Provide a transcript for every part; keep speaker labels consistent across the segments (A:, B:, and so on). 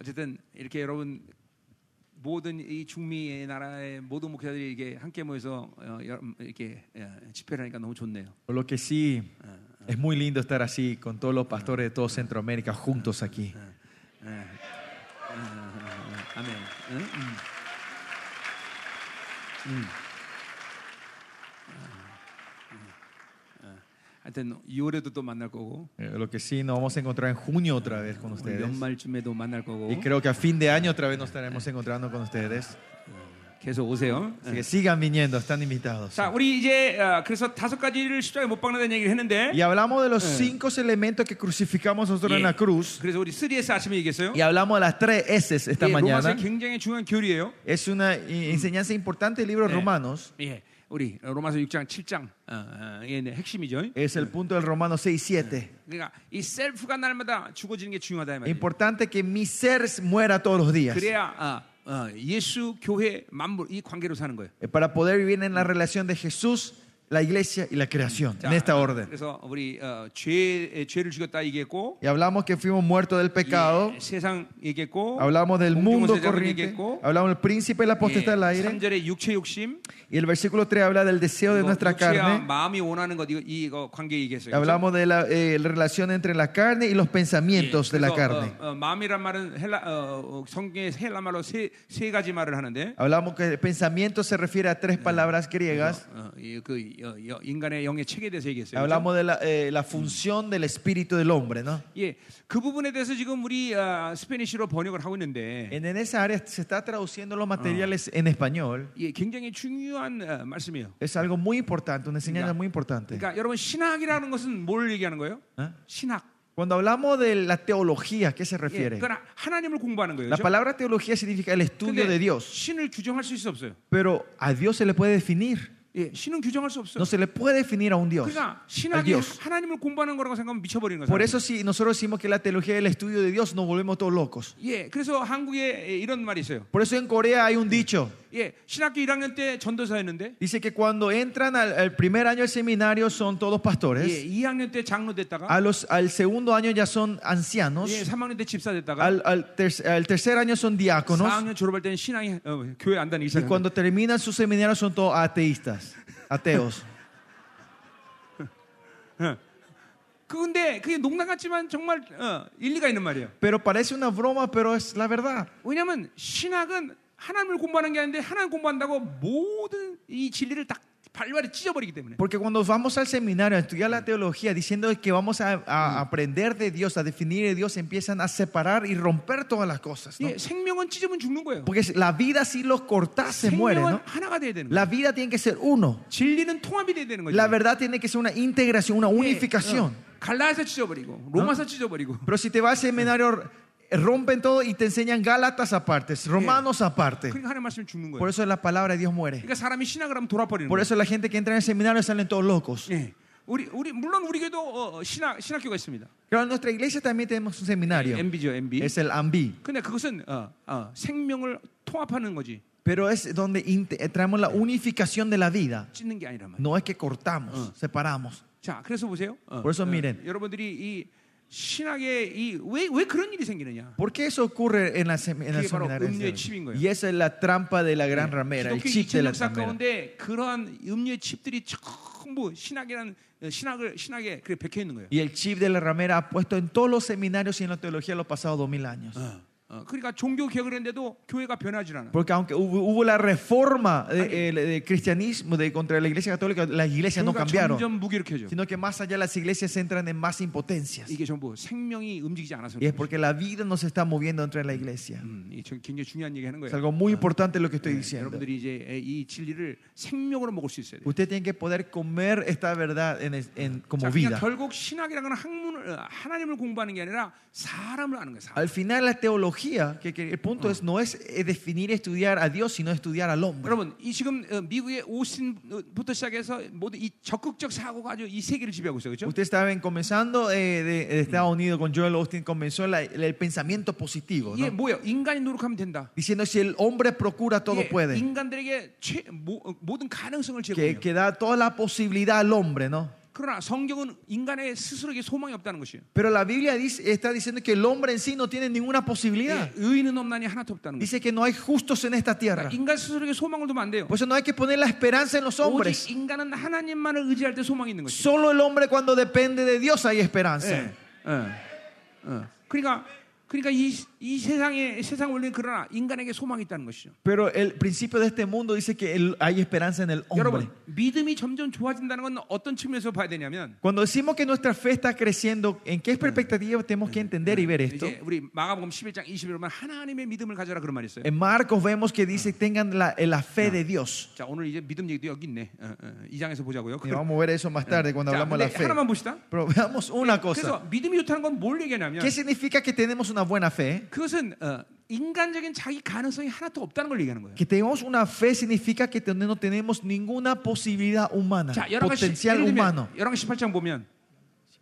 A: 어쨌든 이렇게 여러분 모든 이 중미의 나라의 모든 목사들이 이게 함께 모여서 어, 여- 이렇게 예, 집회를 하니까 너무 좋네요.
B: Por lo que sí, es muy lindo estar así con todos los pastores de todo Centroamérica juntos aquí.
A: 예. 예, 예, 아멘. 응? 음. 음. 아, 음. 아, 하여튼 6월에도 또 만날 거고
B: Eh, Lo que sí, nos vamos a encontrar en junio otra vez con
A: 우리
B: ustedes.
A: 연말쯤에도 만날 거고
B: Y creo que a fin de año otra vez nos estaremos encontrando con ustedes.
A: 계속 오세요. 예.
B: Así que sigan viniendo, están invitados.
A: 자, 우리 이제 어, 그래서 다섯 가지를 십자가에 못 박는다는 얘기를 했는데
B: Y hablamos de los cinco elementos que crucificamos nosotros en la
A: 예.
B: cruz.
A: 그래서 우리 3에서 아침에 얘기했어요.
B: Y hablamos de las tres S esta
A: 예, 로마서
B: mañana.
A: 굉장히 중요한 교리예요.
B: Es una eh, enseñanza importante del libro de
A: Eh.
B: Romanos.
A: 예, 우리 로마서 6장 7장 어, 어, 이게 이제 핵심이죠.
B: Es el punto del Romanos 6 7.
A: 그러니까 이 셀프가 날마다 죽어지는 게 중요하다 이 말이에요.
B: Importante que mi ser muera todos los días.
A: 그래야 어, 어, 예수 교회 만물 이 관계로 사는 거예요.
B: Eh, Para poder vivir en la relación de Jesús, la iglesia y la creación.
A: 자,
B: En esta orden.
A: 그래서 우리 어, 죄 에, 죄를 죽였다 얘기했고
B: Y hablamos que fuimos muertos del pecado.
A: 예, 세상 얘기했고
B: Hablamos del
A: 공중의
B: mundo
A: 세상을
B: corriente.
A: 얘기했고
B: Hablamos del príncipe y la potestad del aire.
A: 3절의 육체 욕심
B: Y el versículo 3 habla del deseo de
A: 이거
B: nuestra
A: 육체와
B: carne.
A: 마음이 원하는 것 이거, 이거 관계 얘기했어요.
B: Hablamos de la eh, la relación entre la carne y los pensamientos de la
A: 예, 그래서,
B: carne.
A: 어, 어, 마음이란 말은 헬라 어, 어, 성경의 헬라 말로 세, 세 가지 말을 하는데 어,
B: Hablamos que pensamiento se refiere a tres palabras griegas.
A: 어, 이- 그 여- 여- 인간의 영의 체계에 대해서 얘기했어요. 그렇죠?
B: Hablamos de la, eh, la función del espíritu del hombre, ¿no?
A: 예, 그 부분에 대해서 지금 우리 아, 스페니쉬로 번역을 하고 있는데
B: En, en esa área se está traduciendo los materiales en español.
A: 예, 굉장히 중요한 어, 말씀이에요.
B: Es algo muy importante, una enseñanza
A: Mira.
B: muy importante.
A: 그러니까 여러분 신학이라는 것은 뭘 얘기하는 거예요?
B: ¿Eh?
A: 신학.
B: Cuando hablamos de la teología, ¿a qué se
A: 예,
B: refiere?
A: 그러니까 하나님을 공부하는 거예요.
B: La
A: 그렇죠?
B: palabra teología significa el estudio de
A: 근데
B: Dios,
A: 신을 규정할 수 있어 없어요.
B: pero a Dios se le puede definir.
A: 예, 신은 규정할 수 없어요.
B: No se le puede definir a un Dios.
A: 그러니까
B: al
A: 신학이
B: Dios.
A: 하나님을 공부하는 거라고 생각하면 미쳐버리는
B: Por
A: 거예요.
B: eso si nosotros decimos que la teología es el estudio de Dios, nos volvemos todos locos.
A: 예, 그래서 한국에 예, 이런 말이 있어요.
B: Por eso en Corea hay un dicho.
A: 예, 신학교 1학년 때 전도사였는데
B: Dice que cuando entran al, al primer año del seminario son todos
A: 예,
B: pastores.
A: 2학년 때 장로 됐다가
B: A los, al segundo año ya son ancianos.
A: 예, 3학년 때 집사 됐다가
B: Al, al ter- al tercer año son diáconos.
A: 4학년 졸업할 때는 신앙이 어, 교회 안 다니기
B: Y
A: 시작합니다.
B: cuando terminan su seminario son todos ateístas. Ateos.
A: 근데 그게 농담 같지만 정말 어, 일리가 있는 말이에요.
B: Pero parece una broma, pero es la verdad.
A: 왜냐하면 신학은 하나님을 공부하는 게 아닌데 하나님 공부한다고 모든 이 진리를 딱 발발에 찢어버리기 때문에
B: Porque cuando vamos al seminario a estudiar la teología diciendo que vamos a, a aprender de Dios, a definir de Dios, empiezan a separar y romper todas las cosas. ¿no?
A: 예, 생명은 찢으면 죽는 거예요.
B: Porque la vida si los cortás se muere.
A: 생명은
B: ¿no?
A: 하나가 돼야 되는 거예요.
B: La vida tiene que ser uno.
A: 진리는 통합이 돼야 되는 거죠.
B: La verdad tiene que ser una integración, una
A: 예,
B: unificación.
A: 어, 갈라서 찢어버리고 로마서 찢어버리고
B: Pero si te vas al seminario, rompen todo y te enseñan Gálatas aparte, Romanos aparte.
A: 그러니까 하나님 말씀 죽는 거예요.
B: Por eso la palabra de Dios muere.
A: 그러니까 사람이 신학을 하면 돌아버리는
B: Por
A: 거예요.
B: eso la gente que entra en el seminario salen todos locos.
A: 예. 우리 우리 물론 우리 교도 어, 어, 신학 신학교가 있습니다.
B: Pero en nuestra iglesia también tenemos un seminario.
A: MB죠, MB.
B: Es el AMBI.
A: 근데 그것은 어, 어, 생명을 통합하는 거지
B: Pero es donde inte- eh, traemos la unificación de la vida.
A: 찢는 게 아니란 말이야.
B: No es que cortamos, separamos.
A: 자, 그래서 보세요. 어,
B: Por eso
A: 어,
B: miren.
A: 여러분들이 이 신학의 이왜왜 그런 일이 생기느냐?
B: ¿Por qué eso ocurre en la, sem- en la
A: 그게 바로
B: seminaria?
A: 음료의 칩인 거예요.
B: Y esa es la trampa de la gran ramera, el
A: 기독교
B: chip de
A: 이천
B: la
A: 역사
B: ramera.
A: 가운데 그러한 음료의 칩들이 전부 신학이라는 어, 신학을 신학에 그래 박혀 있는 거예요.
B: Y el chip de la ramera ha puesto en todos los seminarios y en la teología de los pasados dos mil años.
A: 어, 어, 그러니까 종교 개혁을 했는데도 교회가 변하지 않아.
B: Porque aunque hubo, hubo la reforma de- eh, de cristianismo de, contra la iglesia católica, las iglesias no
A: 교회가
B: cambiaron,
A: 점점 무기력해져.
B: sino que más allá las iglesias entran en más impotencias.
A: 이게 전부 생명이 움직이지 않아서.
B: Y es
A: 그래요.
B: porque la vida nos está moviendo entre la iglesia.
A: 음, 이 저- 굉장히 중요한 얘기하는
B: Es
A: 거예요.
B: algo muy importante lo que estoy diciendo.
A: 여러분들이 이제 에, 이 진리를 생명으로 먹을 수 있어야 돼요.
B: Usted tiene que poder comer esta verdad en es- en-
A: 자,
B: como
A: 그러니까
B: vida.
A: 결국 신학이라는 건 학문을 어, 하나님을 공부하는 게 아니라 사람을 아는 거예요. 사람.
B: Al final la teología, que, que el punto es no es eh, definir estudiar a Dios, sino estudiar al hombre.
A: 여러분, 이 지금 어, 미국의 오신부터 시작해서 모두 이 적극적 사고가 아주 이 세계를 지배하고 있어요. 그렇죠?
B: Ustedes estaban comenzando eh, de, de Estados Unidos con Joel Austin, comenzó la- la- el pensamiento positivo,
A: 이게
B: ¿no?
A: 뭐예요? 인간이 노력하면 된다.
B: diciendo si el hombre procura todo
A: 이게
B: puede,
A: 인간들에게 최, 모, 어, 모든 가능성을
B: que,
A: 제공해요.
B: que da toda la posibilidad al hombre, ¿no?
A: 그러나 성경은 인간의 스스로에게 소망이 없다는 것이에요.
B: Pero la Biblia dice- está diciendo que el hombre en sí no tiene ninguna
A: 예,
B: posibilidad.
A: 의인은 없나니 하나도 없다는 거예요.
B: Dice que no hay justos en esta tierra.
A: 그러니까 인간 스스로에게 소망을 두면 안 돼요.
B: Por eso no hay que poner la esperanza en los hombres.
A: 오직 인간은 하나님만을 의지할 때 소망이 있는 것이에요.
B: Solo el hombre cuando depende de Dios hay esperanza.
A: 예, 예, 예. 그러니까 그러니까 이, 이 세상에 세상 원리는 그러나 인간에게 소망이 있다는 것이죠.
B: Pero el principio de este mundo dice que el- hay esperanza en el
A: 어,
B: hombre.
A: 여러분 믿음이 점점 좋아진다는 건 어떤 측면에서 봐야 되냐면
B: Cuando decimos que nuestra fe está creciendo, ¿en qué perspectiva tenemos que entender y ver esto?
A: 이제 우리 마가복음 11장 21절만 하나님의 믿음을 가져라 그런 말이 있어요.
B: En Marcos vemos que dice tengan la, eh, la fe de Dios.
A: 자 오늘 이제 믿음 얘기도 여기 있네. 어, 어, 이 장에서 보자고요.
B: Y vamos a ver eso más tarde cuando
A: 자,
B: hablamos de la
A: 근데
B: fe.
A: 하나만 봅시다.
B: Pero veamos una
A: 그래서
B: cosa.
A: 믿음이 좋다는 건 뭘 얘기하냐면
B: ¿Qué significa que tenemos una buena fe?
A: 그것은 어, 인간적인 자기 가능성이 하나도 없다는 걸 얘기하는 거예요.
B: Que tenemos una fe significa que ten- no tenemos ninguna posibilidad humana,
A: 자, 열왕하
B: 네. potencial humano.
A: 18장 보면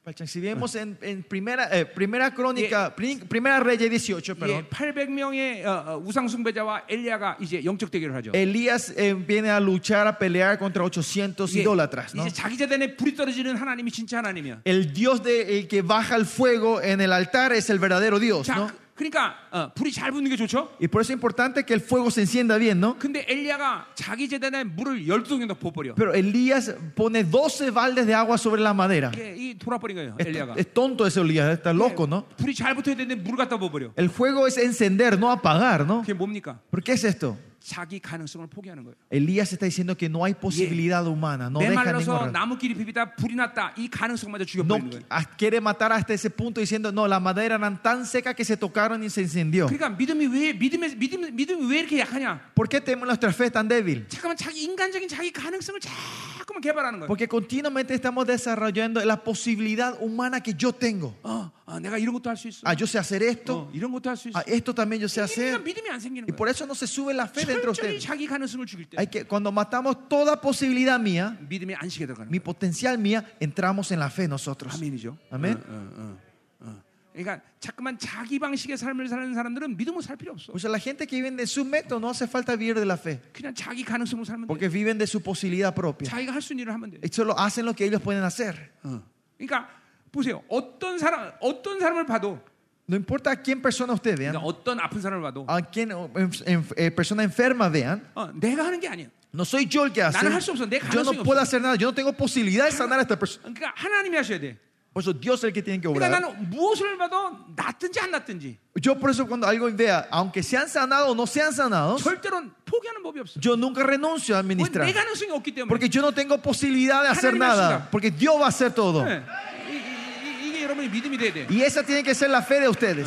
B: Palchan, Si vemos en, en primera, eh, primera crónica, prim- primera Reyes 18, perdón,
A: 예, 800명의 어, 어, 우상 숭배자와 엘리야가 이제 영적 대결을 하죠.
B: Elías eh, viene a luchar, a pelear contra 800
A: 예,
B: idólatras. ¿no?
A: 이제 자기 재단에 불이 떨어지는 하나님이 진짜 하나님이야.
B: El Dios de, el que baja el fuego en el altar es el verdadero Dios,
A: 자,
B: ¿no?
A: 그- 그러니까 어, 불이 잘 붙는 게 좋죠.
B: Y por eso es importante que el fuego se encienda bien, ¿no?
A: 근데 엘리야가 자기 재단에 물을 열두 동이나 부어버려.
B: Pero Elías pone 12 baldes de agua sobre la madera.
A: 예, 이 돌아버린 거예요.
B: Es,
A: 엘리야가.
B: es tonto ese Elías, está loco, ¿no?
A: 불이 잘 붙어야 되는데 물을 갖다 부어버려.
B: El fuego es encender, no apagar, ¿no?
A: 그게 뭡니까?
B: ¿Por qué es esto?
A: 자기 가능성을 포기하는 거예요.
B: Elías está diciendo que no hay posibilidad humana, no deja
A: 메말라서
B: ninguna.
A: 나무끼리 비비다 불이 났다. 이 가능성마저
B: No pues,
A: 죽여버리는 거예요.
B: a- quiere matar hasta ese punto diciendo, no, la madera eran tan seca que se tocaron y se encendió.
A: 그러니까 믿음이 왜 믿음에 믿음 믿음이 왜 이렇게 약하냐?
B: ¿Por qué tenemos nuestra fe tan débil?
A: 잠깐만 자기 인간적인 자기 가능성을 자꾸만 개발하는 거예요.
B: Porque continuamente estamos desarrollando la posibilidad humana que yo tengo.
A: 어, 아, 내가 이런 것도 할 수 있어.
B: Ah, yo sé hacer
A: 어,
B: esto.
A: 이런 것도 할 수 있어.
B: Ah, esto también yo sé
A: 그러니까
B: hacer.
A: 믿음이 안 생기는
B: Y por
A: 거예요.
B: eso no se sube la fe dentro de
A: 철저히
B: ustedes.
A: 자기 가능성을 죽일 때
B: Hay que, cuando matamos toda posibilidad mía,
A: 믿음의 안식에 들어가는
B: mi
A: 거예요.
B: potencial mía, entramos en la fe nosotros.
A: 아멘이죠.
B: 아멘.
A: 어, 어, 어, 어. 그러니까 자꾸만 자기 방식의 삶을 사는 사람들은 믿음을 살 필요 없어.
B: O sea, la gente que vive de su método no hace falta vivir de la fe,
A: 그냥 자기 가능성으로 살면 돼.
B: porque viven de su posibilidad propia.
A: 자기가 할 수 있는 일을 하면 돼.
B: Y solo hacen lo que ellos pueden hacer.
A: 어. 그러니까 보세요. 어떤 사람 어떤 사람을 봐도
B: No importa a quién persona usted vean,
A: 그러니까 어떤 아픈 사람을 봐도
B: a quién o, en- en- eh, persona enferma vean,
A: 어, 내가 하는 게 아니야.
B: no soy yo el que hace.
A: Naranjas 없어. 내
B: Yo
A: 가능성이
B: no puedo hacer nada, yo no tengo posibilidad de sanar a esta persona.
A: 그러니까 하나님이 하셔야 돼.
B: Por eso Dios es el que tiene que
A: 그러니까
B: obrar.
A: 나는 무엇을 봐도 낫든지 안 낫든지
B: Yo por eso cuando algo vea, aunque sean sanados o no sean sanados,
A: 절대로 포기하는 법이 없어.
B: yo nunca renuncio
A: 왜
B: a
A: 내
B: administrar.
A: 가능성이 없기 때문에.
B: Porque yo no tengo posibilidad de hacer
A: Haná님
B: nada,
A: ha신다.
B: porque Dios va a hacer todo.
A: 네. 이, 이, 이, 이게 여러분의 믿음이 돼야 돼.
B: Y esa tiene que ser la fe de ustedes.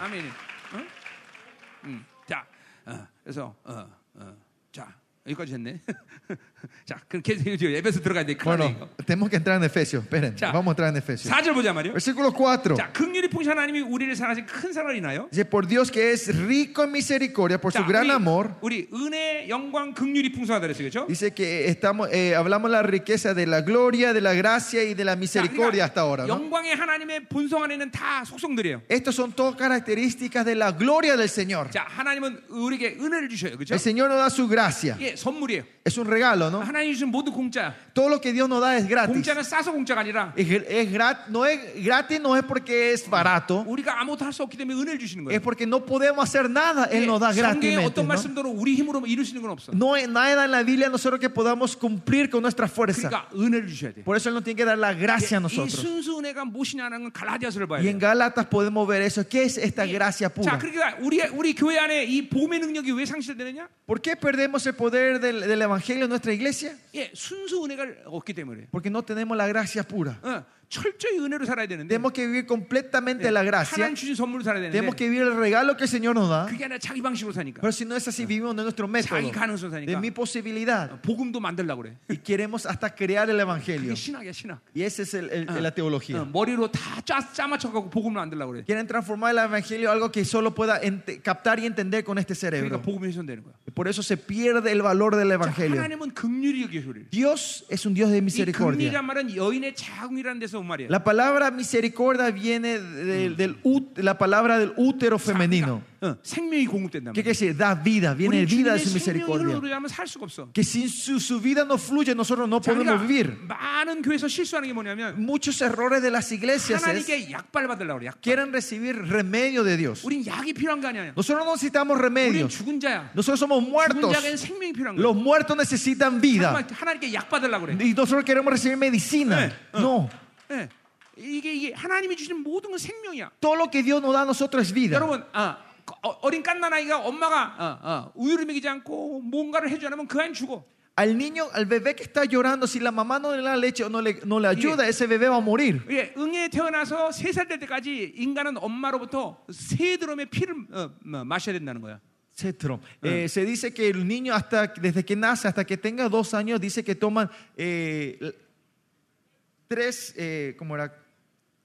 A: 아멘. 응? 음, 자, 어, 그래서 어, 어, 자 여기까지 했네. 자, 그럼 계속 이제 예배에서 들어가야 돼. 큰일
B: Bueno,
A: 나니까.
B: tenemos que entrar en Efesios. Esperen,
A: Ya.
B: vamos a entrar en Efesios.
A: 4절 보자 말이요.
B: Versículo 4.
A: 자, 극률이 풍신 하나님이 우리를 사랑하신 큰 사랑을 인하여
B: Dice, por Dios que es rico en misericordia, por su
A: 자,
B: gran
A: 우리,
B: amor.
A: 우리 은혜 영광 극률이 풍성하다 그랬어요. 그렇죠?
B: Dice que estamos, eh, hablamos la riqueza de la gloria, de la gracia y de la
A: 자, 그러니까
B: misericordia hasta ahora. ¿no?
A: 영광의 하나님의 본성 안에는 다 속성들이에요.
B: Estos son todas características de la gloria del Señor.
A: 자, 하나님은 우리에게 은혜를 주셔요. 그렇죠?
B: El Señor nos da su gracia.
A: 이게 선물이에요.
B: Es un regalo, ¿no?
A: 하나님 주신 모두 공짜야.
B: Todo lo que Dios nos da es gratis.
A: 공짜는 싸서 공짜가 아니라
B: Es, es grat- no es gratis no es porque es barato,
A: 우리가 아무것도 할 수 없기 때문에 은혜를 주시는 거예요.
B: es porque no podemos hacer nada. Él nos da
A: 예, 성경에
B: gratis.
A: 어떤
B: ¿no?
A: 말씀대로 우리 힘으로 뭐 이룰 수 있는 건 없어.
B: No hay nada en la Biblia nosotros que podamos cumplir con nuestra fuerza.
A: 그러니까 은혜를 주셔야 돼.
B: Por eso Él nos tiene que dar la gracia a
A: 이
B: nosotros.
A: 순수 은혜가 무엇이냐는 건 갈라디아서를 봐야
B: Y en
A: 돼.
B: Gálatas podemos ver eso. ¿Qué es esta gracia
A: 자,
B: pura?
A: 그러니까 우리 우리 교회 안에 이 보험의 능력이 왜 상실되느냐?
B: ¿Por qué perdemos el poder del, del Evangelio en nuestra iglesia?
A: 예, 순수 은혜가 없기 때문에.
B: Porque no tenemos la gracia pura.
A: 어, 철저히 은혜로 살아야 되는데 예,
B: Tenemos que vivir completamente la gracia.
A: 하나님 주신 선물로 살아야
B: Tenemos
A: 되는데
B: que vivir el regalo que el Señor nos da.
A: 그게 아니라 자기 방식으로 사니까
B: Pero si no es así, vivimos de nuestro método,
A: 자기 가능성
B: de
A: 사니까
B: mi posibilidad.
A: 어, 복음도 만들려고 그래.
B: Y queremos hasta crear el
A: 그게
B: Evangelio.
A: 신학이야, 신학.
B: Y esa es el- el-
A: 어,
B: la
A: 어,
B: teología.
A: 머리로 다 짜, 짜맞춰가고 복음을 만들려고 그래.
B: Quieren transformar el Evangelio en algo que solo pueda ente- captar y entender con este
A: 그러니까
B: cerebro.
A: 복음이 훼손되는 거야.
B: Y Por eso se pierde el valor del
A: 자,
B: Evangelio.
A: 하나님은 긍휼이 여기셔 우리를.
B: Dios es un Dios de
A: 이
B: misericordia.
A: 긍휼이란 말은 여인의 자궁이라는 데서 온 말이에요.
B: La palabra misericordia viene de- del, ut- la palabra del útero femenino.
A: 자, 그러니까, 어, 생명이 공급된다.
B: ¿Qué quiere decir? Da vida, viene
A: 우리
B: vida
A: 주님의
B: de su
A: 생명을
B: misericordia.
A: 우리하면 살 수가 없어.
B: Que sin su, su vida no fluye, nosotros no
A: 자,
B: podemos vivir.
A: 많은 교회에서 실수하는 게 뭐냐면
B: Muchos errores de las iglesias es,
A: 하나님께 약발 받으려고 그래. 약.
B: quieren recibir remedio de Dios.
A: 우린 약이 필요한 거 아니야.
B: Nosotros no necesitamos
A: 우린
B: remedios,
A: 죽은 자야.
B: nosotros somos
A: 죽은
B: muertos.
A: 자에게는 생명이 필요한 거야.
B: Los muertos necesitan vida
A: 정말 하나님께 약 받으려고 그래.
B: y nosotros queremos recibir medicina.
A: Eh,
B: No,
A: 예. 이게 이게 하나님이 주시는 모든 건 생명이야.
B: todo lo que Dios nos da a nosotros es vida.
A: 여러분, 아, 어, 어린 깐난아이가 엄마가 어, 어, 우유를 먹이지 않고 뭔가를 해주지 않으면 그 아이는 죽어.
B: Al niño, al bebé que está llorando, si la mamá no le da leche o no le, no le ayuda, ese bebé va a morir.
A: 예, 응에 태어나서 세 살 될 때까지 인간은 엄마로부터 세 드럼의 피를 어, 어, 마셔야 된다는 거야.
B: Cetro. Eh, se dice que el niño, hasta, desde que nace hasta que tenga dos años, dice que toman eh, l- tres, eh, ¿cómo era?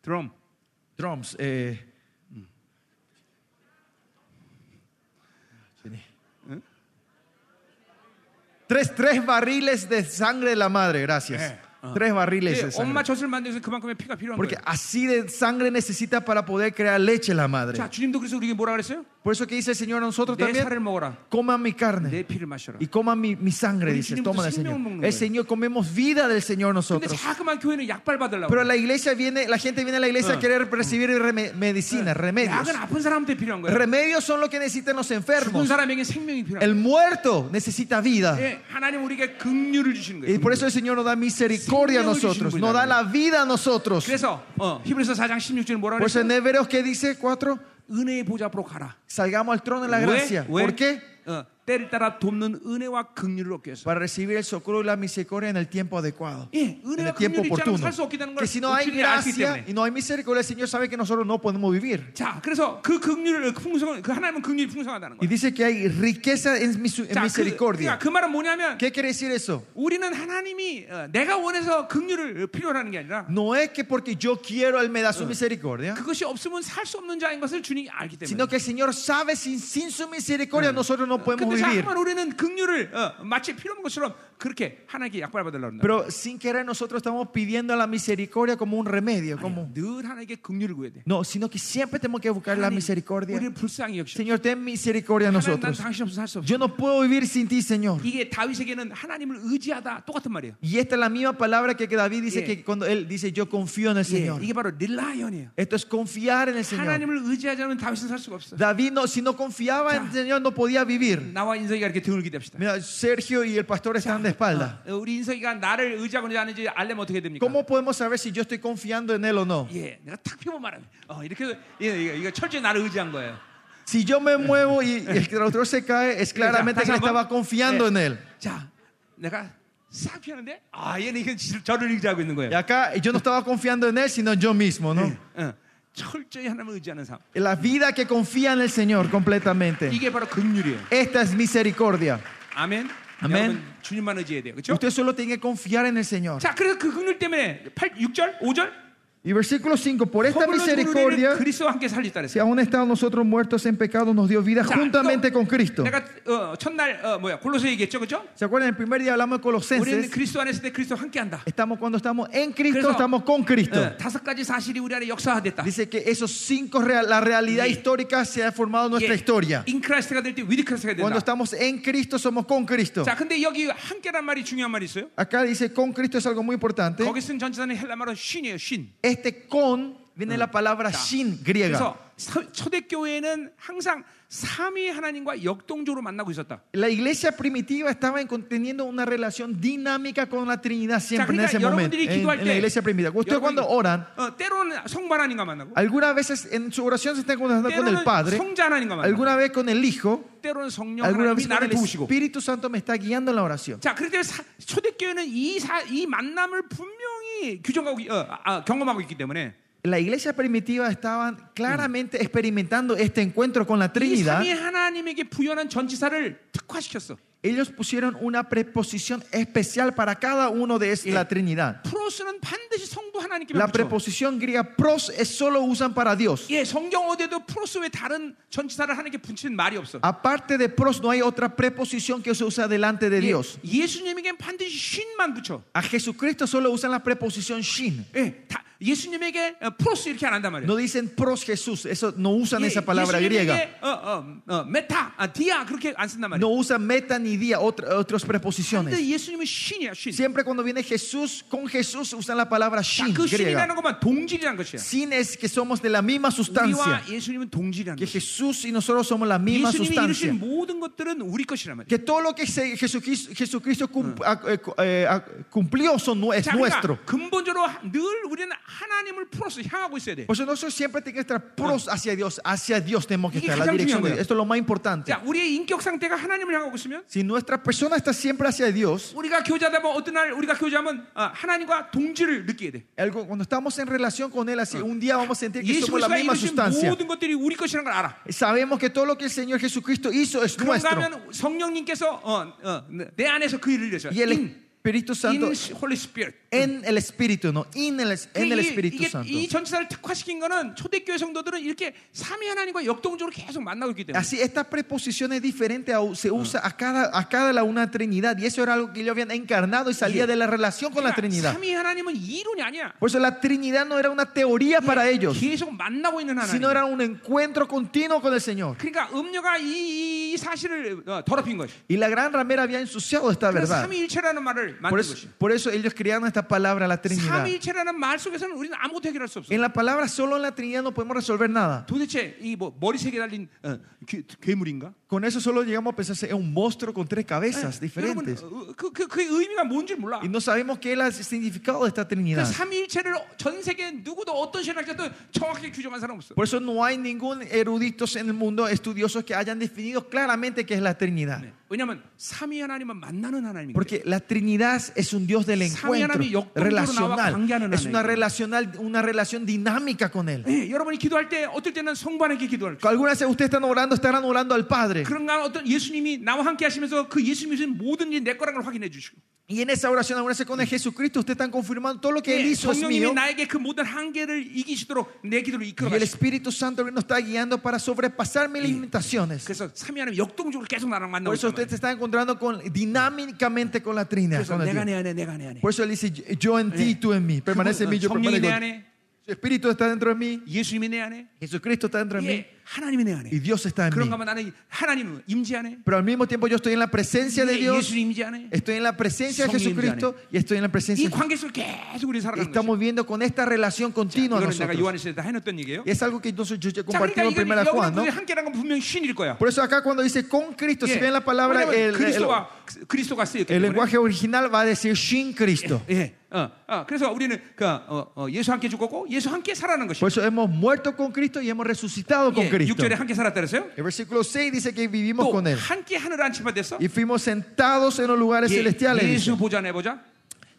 A: 드럼.
B: Drums. eh. Tres, tres barriles de sangre de la madre, gracias.
A: Eh, ah.
B: Tres barriles de
A: 예, 엄마
B: sangre.
A: 젖을 만들기 위해서 그만큼의 피가 필요한
B: Porque
A: 거예요.
B: así de sangre necesita para poder crear leche la madre.
A: 자, 주님도 그래서 우리에게 뭐라 그랬어요?
B: Por eso que dice el Señor a nosotros
A: 내 살을 네.
B: también,
A: 먹어라.
B: coman mi
A: 내
B: carne
A: 피를 마셔라.
B: y coman mi, mi sangre,
A: Uy,
B: dice,
A: Señor,
B: toman el
A: entonces,
B: Señor.
A: ¿sí me vamos a
B: El
A: comer?
B: Señor, comemos vida del Señor
A: 근데
B: nosotros.
A: 자그만 교회는 약발 받으려고.
B: Pero la iglesia viene, la gente viene a la iglesia a
A: Ah.
B: querer recibir reme- medicina, remedios.
A: 약은 아픈 사람한테 필요한 거야.
B: Remedios son lo que necesitan los
A: 죽은
B: enfermos.
A: 사람에게 생명이 필요한
B: El muerto necesita vida.
A: 거야. 예, 하나님 우리에게 긍휼을 주신 거예요.
B: Y por eso el Señor nos da misericordia a nosotros, nos da la vida a nosotros.
A: 그래서 어, 히브리서 4장 16절은 뭐라
B: Por eso
A: 그랬어요?
B: en Hebreos que dice 4,
A: 은혜의 보좌 앞으로 가라.
B: salgamos al trono de la gracia. ¿Por qué?
A: 어, 때를 따라 돕는 은혜와 긍휼을 얻기 위해서.
B: Para recibir el socorro y la misericordia en el tiempo adecuado.
A: 예,
B: En
A: 은혜와
B: el tiempo
A: 긍휼이 있지 않으면
B: oportuno.
A: 살 수 없게 되는 걸
B: Que si no hay
A: 주님이 알기
B: gracia
A: 때문에.
B: y no hay misericordia, el Señor sabe que nosotros no podemos vivir.
A: 자, 그래서 그 긍휼을 풍성한 그 하나님은 긍휼이 풍성하다는
B: Y
A: 거예요.
B: dice que hay riqueza en misu- en
A: 자, 그,
B: misericordia.
A: 그러니까 그 말은 뭐냐면
B: ¿Qué quiere decir eso?
A: 우리는 하나님이 어, 내가 원해서 긍휼을 필요로 하는 게 아니라
B: No es que porque yo quiero Él me da su misericordia,
A: 그것이 없으면 살 수 없는 자인 것을 주님이 알기 때문에.
B: sino que el Señor sabe sin, sin su misericordia nosotros no podemos
A: 근데
B: vivir.
A: 자꾸만 우리는 긍휼을 어, 마치 필요 없는 것처럼 그렇게 하나님께 약발 받으려고 한다.
B: Pero sin querer nosotros estamos pidiendo la misericordia como un remedio, como
A: 늘 하나님께 긍휼을 구해야 돼.
B: no, sino que siempre tenemos que buscar la
A: 하나님,
B: misericordia.
A: 우리를 불쌍히 여기시오.
B: Señor, ten misericordia a
A: 하나님 난
B: nosotros.
A: 당신 없어 살수 없어.
B: Yo no puedo vivir sin ti, Señor.
A: 이게 다윗에게는 하나님을 의지하다 똑같은 말이에요.
B: Y esta es la misma palabra que que David dice
A: Yeah.
B: que cuando él dice yo confío en el
A: 예,
B: Señor.
A: 이게 바로 릴라이언이에요.
B: Esto es confiar en el Señor. 네.
A: 하나님을 의지하지 않으면 다윗은 살 수가 없어.
B: David no, si no confiaba en el Señor no podía vivir.
A: 나와 인석이가 이렇게 등을 기댑시다.
B: Mira, Sergio y el pastor están de espalda.
A: 어, 우리 인석이가 나를 의지하고 있는지 아는지 알려면 어떻게 됩니까?
B: ¿Cómo podemos saber si yo estoy confiando en él o no?
A: 예, 내가 탁 펴고 말하면 어, 이렇게 해서, 예, 이거, 이거 철저히 나를 의지한 거예요.
B: Si yo me muevo y el otro se cae, es claramente que
A: 다시
B: él
A: 한번.
B: estaba confiando
A: 예.
B: en él.
A: 자, 내가 싹 피하는데 아, 얘는 이건 지- 저를 의지하고 있는
B: Y
A: 거예요.
B: acá yo no estaba confiando en él, sino en yo mismo, ¿no?
A: 어, 철저히 하나님을 의지하는 삶.
B: La vida que confía en el Señor completamente.
A: 이게 바로 긍휼이에요.
B: Esta es misericordia.
A: 아멘.
B: 아멘.
A: 여러분 주님만 의지해야 돼요. 그렇죠?
B: Usted solo tiene que confiar en el Señor.
A: 자, 그래서 그 긍휼 때문에 8, 6절, 5절
B: Y versículo 5, por esta
A: 더불어 우리를
B: misericordia,
A: 그리스도와 함께 살리다 그랬어요.
B: si aún estado nosotros muertos en pecado, nos dio vida
A: 자,
B: juntamente
A: 또
B: con Cristo.
A: 내가 어, 첫날 어, 뭐야 골로새 얘기했죠, 그렇죠?
B: ¿Se acuerdan? El primer día hablamos
A: 우리는
B: de Colosenses.
A: 그리스도 안에 있을 때 그리스도 함께한다.
B: Estamos cuando estamos en Cristo, Eh.
A: 그래서,
B: estamos con Cristo.
A: 어, 다섯 가지 사실이 우리 안에 역사화됐다.
B: Dice que esos cinco, real- la realidad
A: Yeah.
B: histórica se ha formado en nuestra historia.
A: 예. 인크라스트가 될 때 위드크라스트가 된다.
B: Cuando estamos en Cristo, somos con Cristo.
A: 자, 근데 여기 함께란 말이 중요한 말이 있어요.
B: Acá dice con Cristo es algo muy importante.
A: 거기 쓴 전치사는 헬라말로 쉰이에요, 쉰.
B: Este con viene la palabra
A: 자,
B: shin griega.
A: 그래서 서- 초대교회는 항상 삼위 하나님과 역동적으로 만나고 있었다.
B: La iglesia primitiva estaba en- teniendo una relación dinámica con la Trinidad siempre en
A: 그러니까
B: ese momento.
A: 여러분들이
B: En,
A: 기도할
B: en la
A: 때
B: iglesia primitiva. Ustedes cuando
A: 여러분이-
B: oran,
A: 어, 때로는 성부 하나님과 만나고
B: algunas veces en su oración se están encontrando con el
A: 때로는
B: Padre,
A: 성자 하나님과 만나고
B: alguna vez con el Hijo,
A: 때로는 성령
B: alguna
A: 하나님이
B: vez con
A: 나를
B: el
A: 도우시고
B: Espíritu Santo me está guiando en la oración.
A: 자, 그렇기 때문에 사- 초대교회는 이, 사- 이 만남을 분명히 규정하고 있- 어, 아, 경험하고 있기 때문에
B: La iglesia primitiva estaban claramente experimentando este encuentro con la
A: 이
B: Trinidad.
A: 삼위 하나님에게 부여한 전치사를 특화시켰어.
B: Ellos pusieron una preposición especial para cada uno de es-
A: 예.
B: la Trinidad.
A: 프로스는 반드시 성부 하나님께만
B: La
A: 붙여.
B: preposición griega pros es solo usan para Dios.
A: 예, 성경 어디에도 프로스 외 다른 전치사를 하나님께 붙이는 말이 없어.
B: Aparte de pros, no hay otra preposición que se usa delante de
A: 예,
B: Dios.
A: 예수님에겐 반드시 쉰만 붙여.
B: A Jesucristo solo usan la preposición shin.
A: 예, 다, 예수님에게 어, 프로스 이렇게 안 한단 말이야. 예,
B: No dicen pros Jesús, eso no usan esa palabra griega.
A: 예수님에게 어, 어, 어, 메타, 아, 디아 그렇게 안 쓴단 말이야.
B: No usan meta ni día, otra- otras
A: 근데
B: preposiciones.
A: 예수님은 신이야, 신.
B: Siempre cuando viene Jesús, con Jesús usan la palabra
A: 자,
B: shin
A: 그
B: griega.
A: 신이라는 것만 동질이라는 것이야.
B: Sin es que somos de la misma sustancia.
A: 우리와 예수님은 동질이라는
B: Que
A: 것이야.
B: Jesús y nosotros somos la misma
A: 예수님이
B: sustancia.
A: 이루신 모든 것들은 우리 것이란 말이야.
B: Que todo lo que se- Jesucristo, Jesucristo cum- ah, eh, cu- eh, ah, cumplió son, nu- es
A: 자,
B: nuestro.
A: 그러니까 근본적으로 하- 늘 우리는 하나님을 풀어서 향하고 있어야 돼.
B: Por eso nosotros siempre tenemos que estar pros
A: Ah.
B: hacia Dios. Hacia Dios tenemos que
A: 이게
B: estar. La
A: 가장
B: dirección de
A: 중요한
B: Dios. Esto es lo más importante.
A: 자, 우리의 인격 상태가 하나님을 향하고 있으면
B: Si nuestra persona está siempre hacia Dios,
A: 우리가 교제하다 보면 어떤 날 우리가 교제하면 어, 하나님과 동질을 느끼게 돼.
B: algo- cuando estamos en relación con Él, así
A: Ah.
B: un día vamos a sentir que
A: 예수
B: somos la
A: 그리스도가
B: misma
A: 이루신
B: sustancia.
A: 모든 것들이 우리 것이라는 걸 알아.
B: Sabemos que todo lo que el Señor Jesucristo hizo es
A: 그런가
B: nuestro.
A: 하면 성령님께서 어, 어, 내 안에서 그 일을 이루셔.
B: Y el
A: In,
B: Espíritu
A: in
B: Santo
A: Holy Spirit.
B: en el Espíritu, no, in el, en el
A: 그 이-
B: Espíritu
A: 이게
B: Santo.
A: 이 전치사를 특화시킨 거는 초대교회 성도들은 이렇게 삼위 하나님과 역동적으로 계속 만나고 있기 때문에
B: Así, esta preposición es diferente, a- se usa a cada, a cada la una Trinidad. Y eso era algo que ellos habían encarnado y salía de la relación con la
A: 그러니까
B: Trinidad.
A: 삼위 하나님은 이론이 아니야.
B: Por eso la Trinidad no era una teoría para ellos,
A: 계속 만나고 있는 하나님.
B: sino era un encuentro continuo con el Señor.
A: 그러니까 음료가 이, 이- 이 사실을 어, 더럽힌 것이.
B: Y la gran ramera había ensuciado esta
A: 아, 그래서
B: verdad.
A: 삼위일체라는 말을
B: Por
A: 만든
B: eso,
A: 것이.
B: por eso ellos crearon esta palabra, la Trinidad.
A: 삼위일체라는 말 속에서는 우리는 아무것도 해결할 수 없어.
B: En la palabra, solo en la Trinidad no podemos resolver nada.
A: 도대체 이 뭐 머리색에 달린 어, 괴, 괴물인가?
B: Con eso solo llegamos a pensar en un monstruo con tres
A: 여러분
B: cabezas diferentes.
A: 어, 그, 그, 그 의미가 뭔지 몰라.
B: Y no sabemos qué es el significado de esta
A: 그
B: Trinidad.
A: 삼위일체를 전 세계 누구도 어떤 신학자도 정확히 규정한 사람 없어.
B: Por eso no hay ningún eruditos en el mundo, estudiosos, que hayan definido claramente qué es la Trinidad.
A: 네. 왜냐하면 삼위 하나님은 만나는 하나님이기 때문에.
B: Porque la Trinidad es un Dios del encuentro relacional. Es una, relacional, una relación dinámica con Él.
A: 예, 여러분이 기도할 때 어떨 때는 성부하나님께 기도할 때
B: Algunas veces ustedes están orando, estarán orando al Padre.
A: 그런가 어떤 예수님이 나와 함께 하시면서 그 예수님이 주신 모든 일내 거라는 걸 확인해 주시고
B: Y en esa oración, algunas veces con el Jesucristo, ustedes están confirmando todo lo que Él
A: 예,
B: hizo es mío.
A: 성령님이 나에게 그 모든 한계를 이기시도록 내 기도를 이끌어
B: Y el
A: 가시고
B: Espíritu Santo nos está guiando para sobrepasar mis limitaciones.
A: 그래서 삼위 하나님 역동적으로 계속 나랑
B: Por
A: 만나고 있단
B: eso usted
A: 말이에요.
B: se está encontrando con, dinámicamente con la Trinidad.
A: 그래서
B: con el
A: 내가
B: Dios.
A: 내 안에 내가 내 안에
B: Por eso él dice, yo en ti, tú en mí. Permanece en mí,
A: 그분,
B: yo
A: 성령이 내
B: permanezco en ti.
A: 안에
B: Su Espíritu está dentro de mí,
A: 예수님이 내 안에
B: Jesucristo está dentro de mí
A: 예, 하나님이 내 안에
B: y Dios está en mí.
A: 그런가 하면 나는 하나님 임재 안에
B: Pero al mismo tiempo yo estoy en la presencia de
A: 예,
B: Dios,
A: 예수님 임재 안에
B: estoy en la presencia de
A: 성령이
B: Jesucristo y estoy en la
A: 이
B: presencia.
A: 관계 속에 계속 우리 살아가는 거죠.
B: Estamos viviendo con esta relación continua
A: 이거는 내가
B: nosotros.
A: 요한에서 다 해놨던 얘기예요.
B: Es algo que entonces yo ya
A: 자,
B: compartí
A: 그러니까
B: en
A: 이거
B: primera Juan, ¿no?
A: 여기는 함께라는 건 분명히 신일 거야.
B: Por eso acá cuando dice con Cristo, si
A: 예.
B: bien la palabra,
A: 왜냐면
B: el, el-
A: 그리스도가 그리스도가 쓰였기 때문에.
B: el lenguaje original va a decir sin Cristo.
A: 예, 어, 어, 그래서 우리는 그, 어, 어, 예수 함께 죽었고 예수 함께 살아는 것이.
B: Por eso hemos muerto con Cristo y hemos resucitado con
A: 예,
B: Cristo.
A: 6절에 함께 살았다 그랬어요.
B: El versículo 6 dice que vivimos
A: 또
B: con Él
A: 함께 하늘 안치마 됐어.
B: y fuimos sentados en los lugares celestiales.
A: 예수
B: dice.
A: 보좌 내 보좌.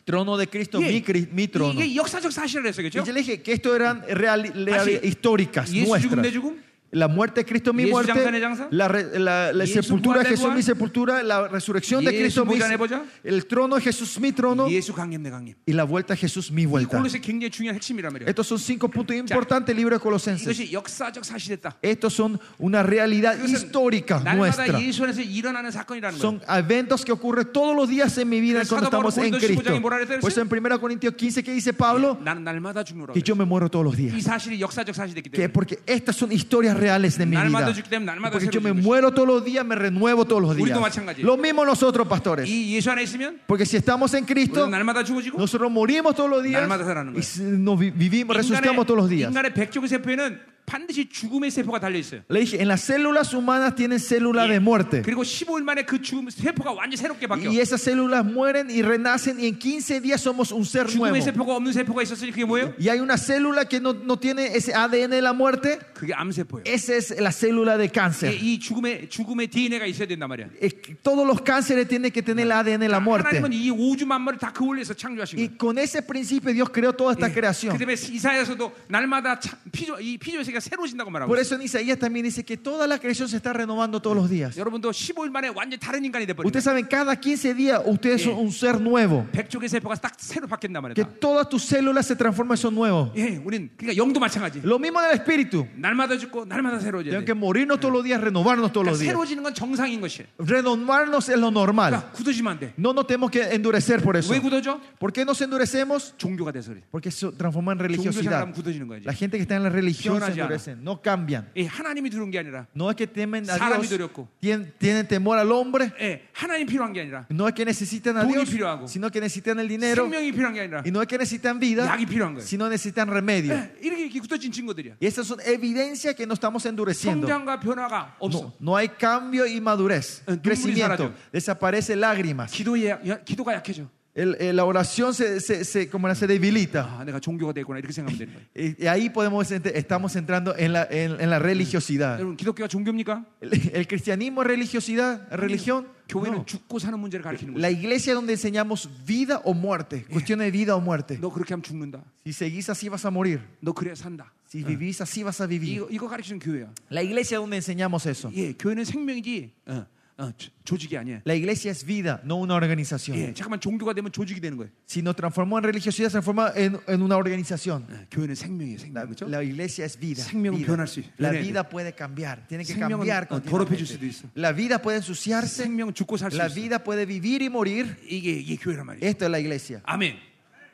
B: Trono de Cristo, mi, cri- mi trono. Y Ah,
A: 이게 역사적 사실이라서 그죠?
B: yo le dije que esto eran reali- reali-
A: Así.
B: históricas,
A: 예수 죽음
B: nuestras.
A: 내 죽음.
B: La muerte de Cristo, mi
A: Yesu
B: muerte.
A: 장사네 장사.
B: La, re- la- la
A: Yesu
B: sepultura de
A: buhane
B: Jesús,
A: buhan.
B: mi sepultura. La resurrección de
A: Yesu
B: Cristo, mi-
A: buhane buhan.
B: el trono de Jesús, mi trono.
A: 예수 강림 내 강림.
B: Y la vuelta de Jesús, mi
A: 이
B: vuelta.
A: 골로새 굉장히 중요한 핵심이란 말이에요.
B: Estos son cinco puntos importantes del libro de Colosenses.
A: 이것이 역사적 사실이다.
B: Estos son una realidad
A: 그것은
B: histórica
A: 그러니까
B: nuestra.
A: 날마다 예수 안에서 일어나는 사건이라는 거예요.
B: Son eventos que ocurren todos los días en mi vida
A: 그래서
B: cuando
A: 사도 바울은
B: estamos en
A: 고린도 15
B: Cristo.
A: 장에 뭐라 그랬어요?
B: Por eso en 1 Corintios 15 que dice Pablo,
A: 나는 날마다 죽노라고.
B: que yo me muero todos los
A: 이
B: días.
A: 사실이 역사적 사실이 됐기
B: Que
A: 때문에.
B: porque estas son historias reales de mi
A: 날마다
B: vida.
A: 죽기 때문에 날마다
B: Porque yo me
A: 새로워지는
B: muero todos los días, me renuevo todos los
A: 우리도
B: días.
A: 마찬가지예요.
B: Lo mismo nosotros, pastores.
A: 이 예수 안에 있으면
B: Porque si estamos en
A: 우리는
B: Cristo,
A: 날마다 죽어지고
B: nosotros morimos todos los días
A: 날마다 살아나는
B: y
A: 거예요.
B: si- nos vi- vivimos, resucitamos todos los
A: 인간의,
B: días.
A: 인간의 백조의 세포에는 반드시 죽음의 세포가 달려 있어요.
B: Le dije, en las células humanas tienen células de muerte.
A: 그리고 15일 만에 그 죽음 세포가 완전 히 새롭게 바뀌어.
B: Y esas células mueren y renacen y en 15 días somos un ser nuevo.
A: 죽음의 세포가 없는 세포가 있었으니 그게 뭐예요?
B: Y hay una célula que no, no tiene ese ADN de la muerte.
A: 그게 암 세포예요.
B: Esa es la célula de
A: 이,
B: cáncer.
A: 이 죽음의 죽음의 DNA가 있어야 된단 말이야.
B: Es que Todos los cánceres tienen que tener el ADN de la muerte.
A: 하나님은 뭐 이 우주 만물을 다 그 원리에서 창조하신
B: Y
A: 거예요.
B: con ese principio Dios creó toda esta
A: 그
B: creación.
A: 다음에 이사야서도 날마다 차- 피조 이 피조의 세계 만개가 새로워진다고 말하고
B: Por
A: 있어요.
B: eso en Isaías también dice que toda la creación se está renovando todos los días.
A: 여러분도 15일 만에 완전 히 다른 인간이 돼버린
B: Ustedes saben, cada 15 días ustedes son un ser nuevo.
A: 백쪽의 세포가 딱 새로 바뀐단 말이야.
B: Que todas tus células se transforman y son nuevos.
A: 예, 우린 그러니까 영도 마찬가지.
B: Lo mismo del espíritu.
A: 날마다 죽고 날마다 새로워져야
B: Tenemos
A: 돼.
B: que morirnos todos los días, renovarnos todos
A: 그러니까
B: los días.
A: 새로워지는 건 정상인 것이에요.
B: Renovarnos es lo normal.
A: 그러니까 굳어지면 안 돼.
B: No nos tenemos que endurecer por eso.
A: 왜 굳어져?
B: ¿Por qué nos endurecemos?
A: 종교가 돼서 그래.
B: Porque se transforma en
A: 종교
B: religiosidad.
A: 사람 굳어지는 거야 이제.
B: La gente que está en la religión se
A: 시원하지 않아.
B: endurecen, no cambian.
A: 예, 하나님이 두는 게 아니라,
B: No es que temen a
A: 사람이
B: Dios,
A: 두렵고.
B: tien- tienen temor al hombre,
A: 예, 하나님 필요한 게 아니라,
B: no es que necesitan a
A: 돈이
B: Dios,
A: 필요하고.
B: sino que necesitan el dinero,
A: 생명이 필요한 게 아니라,
B: y no es que necesitan vida,
A: 약이 필요한 거예요.
B: sino necesitan remedio.
A: 예, 이렇게 이렇게 굳어진 친구들이야.
B: Y esas son evidencias que nos estamos endureciendo.
A: 성장과 변화가 없어.
B: No, no hay cambio y madurez,
A: Eh,
B: crecimiento,
A: 눈물이
B: desaparece lágrimas.
A: 기도에 약- 야- 기도가 약해져.
B: El- eh, la oración se, se- se- como la- se debilita.
A: 아, 내가 종교가 되구나 이렇게 생각하면 되는 거예요.
B: Y, y ahí podemos, ent- estamos entrando en la, en- en la religiosidad.
A: 여러분 기독교가 종교입니까?
B: ¿El, el cristianismo es religiosidad? ¿Religión?
A: 교회는
B: No.
A: 죽고 사는 문제를 가르치는 거예요.
B: La iglesia es donde enseñamos vida o muerte, cuestión de vida o muerte.
A: 너 그렇게 하면 죽는다.
B: Si seguís así vas a morir,
A: 너 그래야 산다.
B: si vivís así vas a vivir.
A: 이거, 이거 가르치는 교회야.
B: La iglesia es donde enseñamos eso.
A: 예, 교회는 생명이지 어, 어, 조- 조직이 아니야.
B: La iglesia es vida, no una
A: 예,
B: organización.
A: 잠깐만 종교가 되면 조직이 되는 거예요.
B: Si nos transformó en religiosidad, se transforma en, en una organización.
A: 예, 교회는 생명이에요,
B: La,
A: 생명 그렇죠?
B: la iglesia es vida.
A: 생명은
B: vida.
A: 변할 수 있-
B: La
A: 변해야
B: vida puede cambiar, tiene que
A: 생명은,
B: cambiar.
A: 어,
B: continuamente.
A: 더럽혀질 수도 있어.
B: La vida puede ensuciarse,
A: 생명은 죽고 살 수
B: la
A: 있어. 예.
B: vida puede vivir y morir.
A: 이게 이게 교회란 말이야.
B: Esto es la iglesia.
A: 아멘.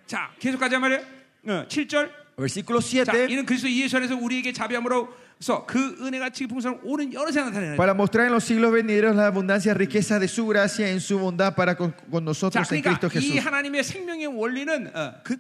A: 자, 계속 가자 말이야. 어, 7절.
B: Versículo
A: 자,
B: 7.
A: 이는 그리스도 예수 안에서 우리에게 자비함으로서 그 은혜같이 풍성한 오는 여러 세상 나타내는
B: Para mostrar en los siglos venideros la abundancia riqueza de su gracia en su bondad para con, con
A: 자,
B: nosotros en
A: 그러니까
B: Cristo
A: 이
B: Jesús.
A: 하나님의 생명의 원리는 어, 그,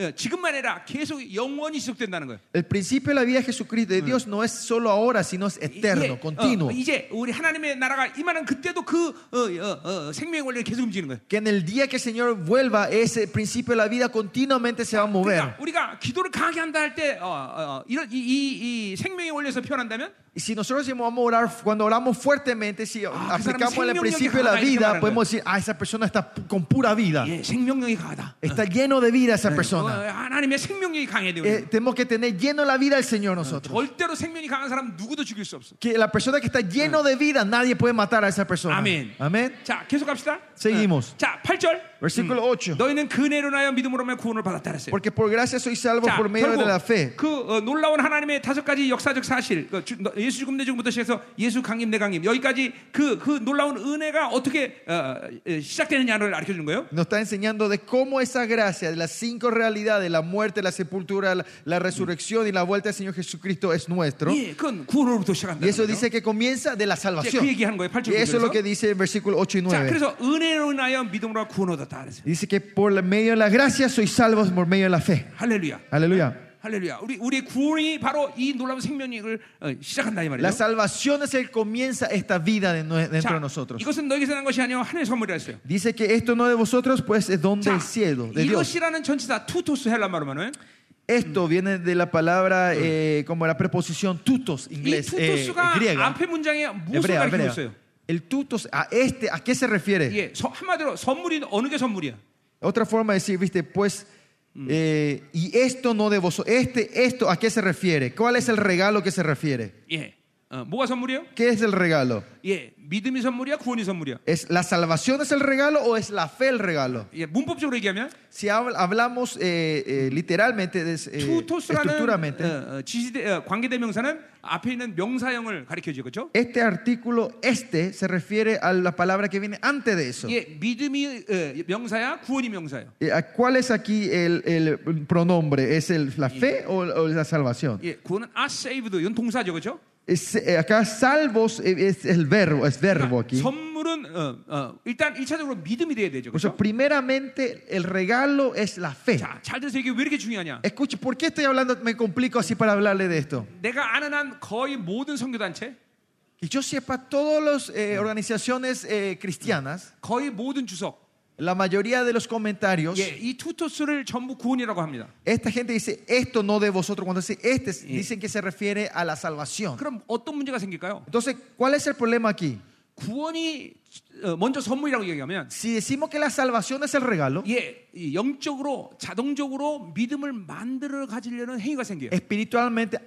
A: 어, 어, 지금만 해라 계속 영원히 지속된다는 거예요.
B: El principio de la vida de Jesucristo de Dios no es solo ahora, sino es
A: 이게,
B: eterno, continuo.
A: 어, 이제 우리 하나님의 나라가 이만한 그때도 그 어, 어, 어, 생명의 원리를 계속 움직이는 거예요.
B: Que en el día que el Señor vuelva, ese principio de la vida continuamente se va a mover.
A: 그러니까 우리가 기도를 강하게 한다 할 때 어, 이런 이, 이- 이 생명의 원리에서 표현한다면
B: Y si nosotros decimos, vamos a orar, cuando oramos fuertemente, si aplicamos el
A: 생명력이
B: principio de la
A: 강하다, 이렇게
B: vida,
A: 말하는
B: podemos decir, ah, esa persona está con pura vida.
A: 예, 생명력이 강하다.
B: Está lleno de vida esa
A: 어,
B: persona.
A: 하나님의 예. 생명력이 강해야 돼요.
B: Eh,
A: 우리는.
B: tenemos que tener lleno la vida del Señor nosotros.
A: 절대로 생명이 강한 사람 누구도 죽일 수 없어.
B: Que la persona que está lleno de vida, nadie puede matar a esa persona.
A: 아멘.
B: Ah. Amén. Ah.
A: 자, 계속 갑시다.
B: Seguimos.
A: 어, 자, 8절.
B: Versículo 8.
A: 너희는 그네로 나여 믿음으로만 구원을 받았다 그랬어요.
B: Porque por gracia soy salvo
A: 자,
B: por medio de
A: 결국
B: la fe.
A: 그 어, 놀라운 하나님의 다섯 가지 역사적 사실, 그 주- 너- 예수 죽음 내 죽음부터 시작해서 예수 강림 내 강림 여기까지 그, 그 놀라운 은혜가 어떻게 어, 어, 시작되느냐를 알려 주는 거예요.
B: Nos está enseñando de cómo esa gracia, de las cinco realidades, la muerte, la sepultura, la, la resurrección y la vuelta del Señor Jesucristo es nuestro.
A: 예, 그건 구원으로부터 시작한다.
B: Y eso dice que comienza de la salvación.
A: Sí, 그 얘기하는 거예요,
B: Y
A: 팔절
B: eso
A: 구절에서.
B: es lo que dice el versículo 8 y
A: 자,
B: 9.
A: 그래서 은혜로 나여 믿음으로 구원 얻었다 그랬어요.
B: Dice que por la- medio de la gracia soy salvo por medio de la fe.
A: 할렐루야.
B: Aleluya.
A: 할렐루야. 우리 우리의 구원이 바로 이 놀라운 생명력을 어, 시작한다 이 말이에요.
B: La salvación es el comienza esta vida de nue- dentro de nosotros.
A: 이것은 너에게서 난 것이 아니요 하늘의 선물이라 했어요.
B: Dice que esto no de vosotros, pues es don del cielo, de Dios.
A: 이것이라는 전치사 투토스 헬라 말로 말하면
B: Esto viene de la palabra eh, como la preposición tutos
A: 이
B: inglés eh,
A: 투토스가
B: griega.
A: 앞에 문장에 무엇을
B: Hebrea,
A: 가리키고
B: hebrea.
A: 있어요?
B: El tutos a este a qué se refiere?
A: 예, 서- 한마디로 선물이 어느 게 선물이야?
B: Otra forma de decir, viste, pues eh, y esto no de vosotros, este esto a qué se refiere? ¿Cuál es el regalo que se refiere?
A: 예, 어, 뭐가 선물이요?
B: ¿Qué es el regalo?
A: 예, 믿음이 선물이야, 구원이 선물이야.
B: ¿Es la salvación es el regalo o es la fe el regalo?
A: 예, 문법적으로 얘기하면
B: Si habl- hablamos eh, eh, literalmente, des- eh,
A: 투토스라는
B: estructuramente,
A: 어, 어, 지시대 어, 관계대명사는 앞에 있는 명사형을 가리켜줘, 그렇죠?
B: Este artículo, este, se refiere a la palabra que viene antes de eso.
A: 예, 믿음이 어, 명사야, 구원이 명사예요.
B: Eh, ¿a ¿Cuál es aquí el, el pronombre? ¿Es el- la fe o, o la salvación?
A: 예, 구원은 are saved, 이건 동사죠, 그렇죠?
B: Es, eh, acá salvos eh, es el verbo, es verbo aquí.
A: 그러니까 선물은 어, 어, 일단 1차적으로 믿음이 돼야 되죠,
B: Por eso,
A: 그렇죠?
B: primeramente, el regalo es la fe.
A: 자, 잘 들으세요. 이게 왜 이렇게 중요하냐?
B: Escuche, ¿por qué estoy hablando, me complico así para hablarle de esto?
A: 내가 아는 한 거의 모든 선교단체,
B: Que yo sepa, todas las organizaciones eh, cristianas,
A: 거의 모든 주석,
B: la mayoría de los comentarios,
A: 예, 이 투토스를 전부 구원이라고 합니다.
B: esta gente dice, esto no de vosotros. Cuando dice, este, dicen que se refiere a la salvación.
A: 그럼 어떤 문제가 생길까요?
B: Entonces, ¿cuál es el problema aquí?
A: 구원이 어, 먼저 선물이라고 얘기하면
B: Si decimos que la salvación es el regalo,
A: 예, 이 영적으로 자동적으로 믿음을 만들어 가지려는 행위가 생겨요.
B: espiritualmente,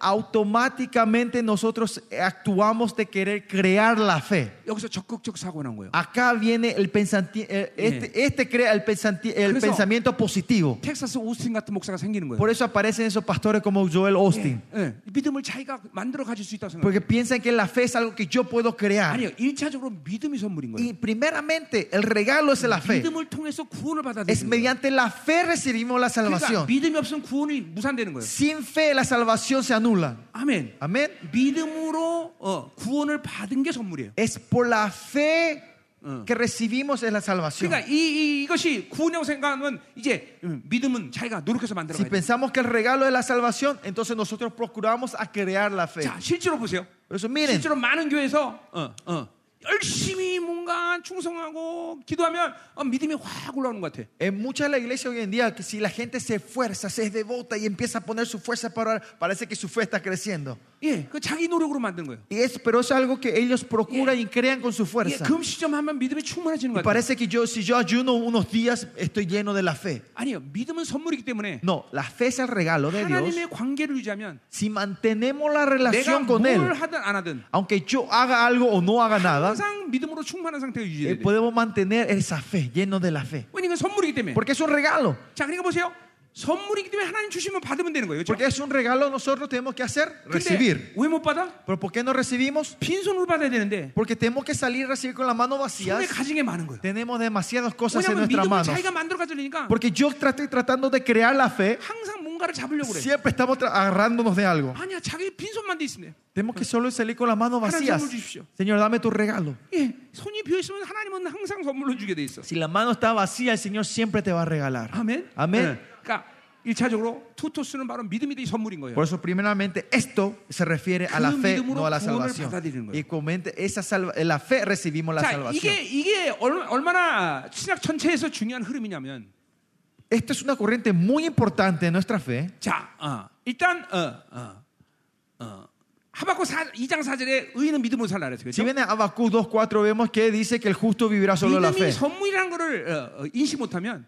B: automáticamente nosotros actuamos de querer crear la fe.
A: 여기서 적극적 사고 난 거예요.
B: Acá viene el pensamiento, este, este crea el, pensanti- el
A: Por eso-
B: pensamiento positivo.
A: 텍사스 오스틴 같은 목사가 생기는 거예요.
B: Por eso aparecen esos pastores como Joel Austin.
A: 예, 믿음을 자기가 만들어 가질 수 있다고 생각해요.
B: Porque piensan que la fe es algo que yo puedo crear.
A: 아니요, 일차적으로 믿음이 선물인
B: Y
A: 거예요.
B: primeramente, el regalo es la fe.
A: 믿음을 통해서 구원을
B: Es
A: 받아들이는 거예요.
B: mediante la fe recibimos la
A: 그러니까
B: salvación.
A: 믿음이 없으면 구원이 무산되는 거예요.
B: Sin fe la salvación se anula.
A: 아멘.
B: Amén.
A: 믿음으로 어, 구원을 받은 게 선물이에요.
B: Es por la fe
A: Mm.
B: que recibimos es la salvación.
A: 그러니까 이, 것이 구원이라고 생각하면 이제 음, 믿음은 자기가 노력해서 만들어
B: Si
A: 가야 돼.
B: pensamos que el regalo es la salvación, entonces nosotros procuramos a crear la fe.
A: 자, 실제로 보세요.
B: Por eso miren,
A: 실제로 많은 교회에서 네. 어, 어, 열심히 뭔가 충성하고 기도하면 어, 믿음이 확 올라오는 것 같아.
B: en muchas de la iglesia hoy en día, que si la gente se esfuerza, se es devota y empieza a poner su fuerza para orar, parece que su fe está creciendo.
A: 예, 그 자기 노력으로 만든 거예요.
B: Y es, pero es algo que ellos procuran y crean con su
A: 예,
B: fuerza.
A: 금시점 하면 믿음이 충만해지는
B: Y
A: 것 같아요.
B: parece que yo, si yo ayuno unos días, estoy lleno de la fe.
A: 아니요, 믿음은 선물이기 때문에
B: No, la fe es el regalo
A: Ah,
B: de Dios.
A: 하나님의 관계를 유지하면
B: Si mantenemos la
A: 내가
B: relación con
A: 뭘
B: Él,
A: 하든 안 하든
B: aunque yo haga algo o no haga nada,
A: 항상 믿음으로 충만한 상태가
B: eh,
A: 유지돼야 돼.
B: podemos mantener esa fe, lleno de la fe.
A: 왜냐면 선물이기 때문에.
B: Porque es un regalo.
A: 자, 그러니까 보세요. 선물이기 때문에 하나님 주시면 받으면 되는 거예요.
B: Porque
A: 그렇죠?
B: es un regalo, nosotros tenemos que hacer recibir.
A: 왜못 받아?
B: Pero ¿por qué no recibimos?
A: 빈손으로 받아야 되는데
B: Porque tenemos que salir a recibir con las manos vacías.
A: 손에 가진 게 많은 거예요.
B: Tenemos demasiadas cosas en
A: 왜냐면
B: nuestras
A: 믿음을
B: manos.
A: 자기가 만들어 가지려니까
B: Porque yo tra- estoy tratando de crear la fe,
A: 항상 뭔가를 잡으려고 그래.
B: siempre estamos tra- agarrándonos de algo.
A: 아니야, 자기 빈손만 돼 있으면 돼.
B: Tenemos que solo salir con las manos
A: Haram
B: vacías.
A: 선물 주십시오.
B: Señor, dame tu regalo.
A: 예, 손이 비어 있으면 하나님은 항상 선물로 주게 돼 있어.
B: Si la mano está vacía, el Señor siempre te va a regalar.
A: 아멘.
B: Amén.
A: 예, 그러니까 일차적으로 투토스는 바로 믿음이 돼 선물인 거예요.
B: Por eso, primeramente, esto se refiere a la
A: 그
B: fe,
A: 믿음으로
B: no a la
A: 구원을
B: salvación.
A: 받아들이는 거예요.
B: Y comente, esa salva- la fe recibimos la
A: 자, 이게
B: salvación.
A: 이게 얼- 얼마나 신학 전체에서 중요한 흐름이냐면
B: Esto es una corriente muy importante en nuestra fe.
A: 자, 어, 일단 어, 어, 어, 하박국 2장 4절에 의인은 믿음으로 살라 그랬어요.
B: Si
A: 그렇죠?
B: bien en Habacuc 2.4 vemos que dice que el justo vivirá solo de la
A: 믿음이
B: fe.
A: 선물이라는 거를 어, 어, 인식 못하면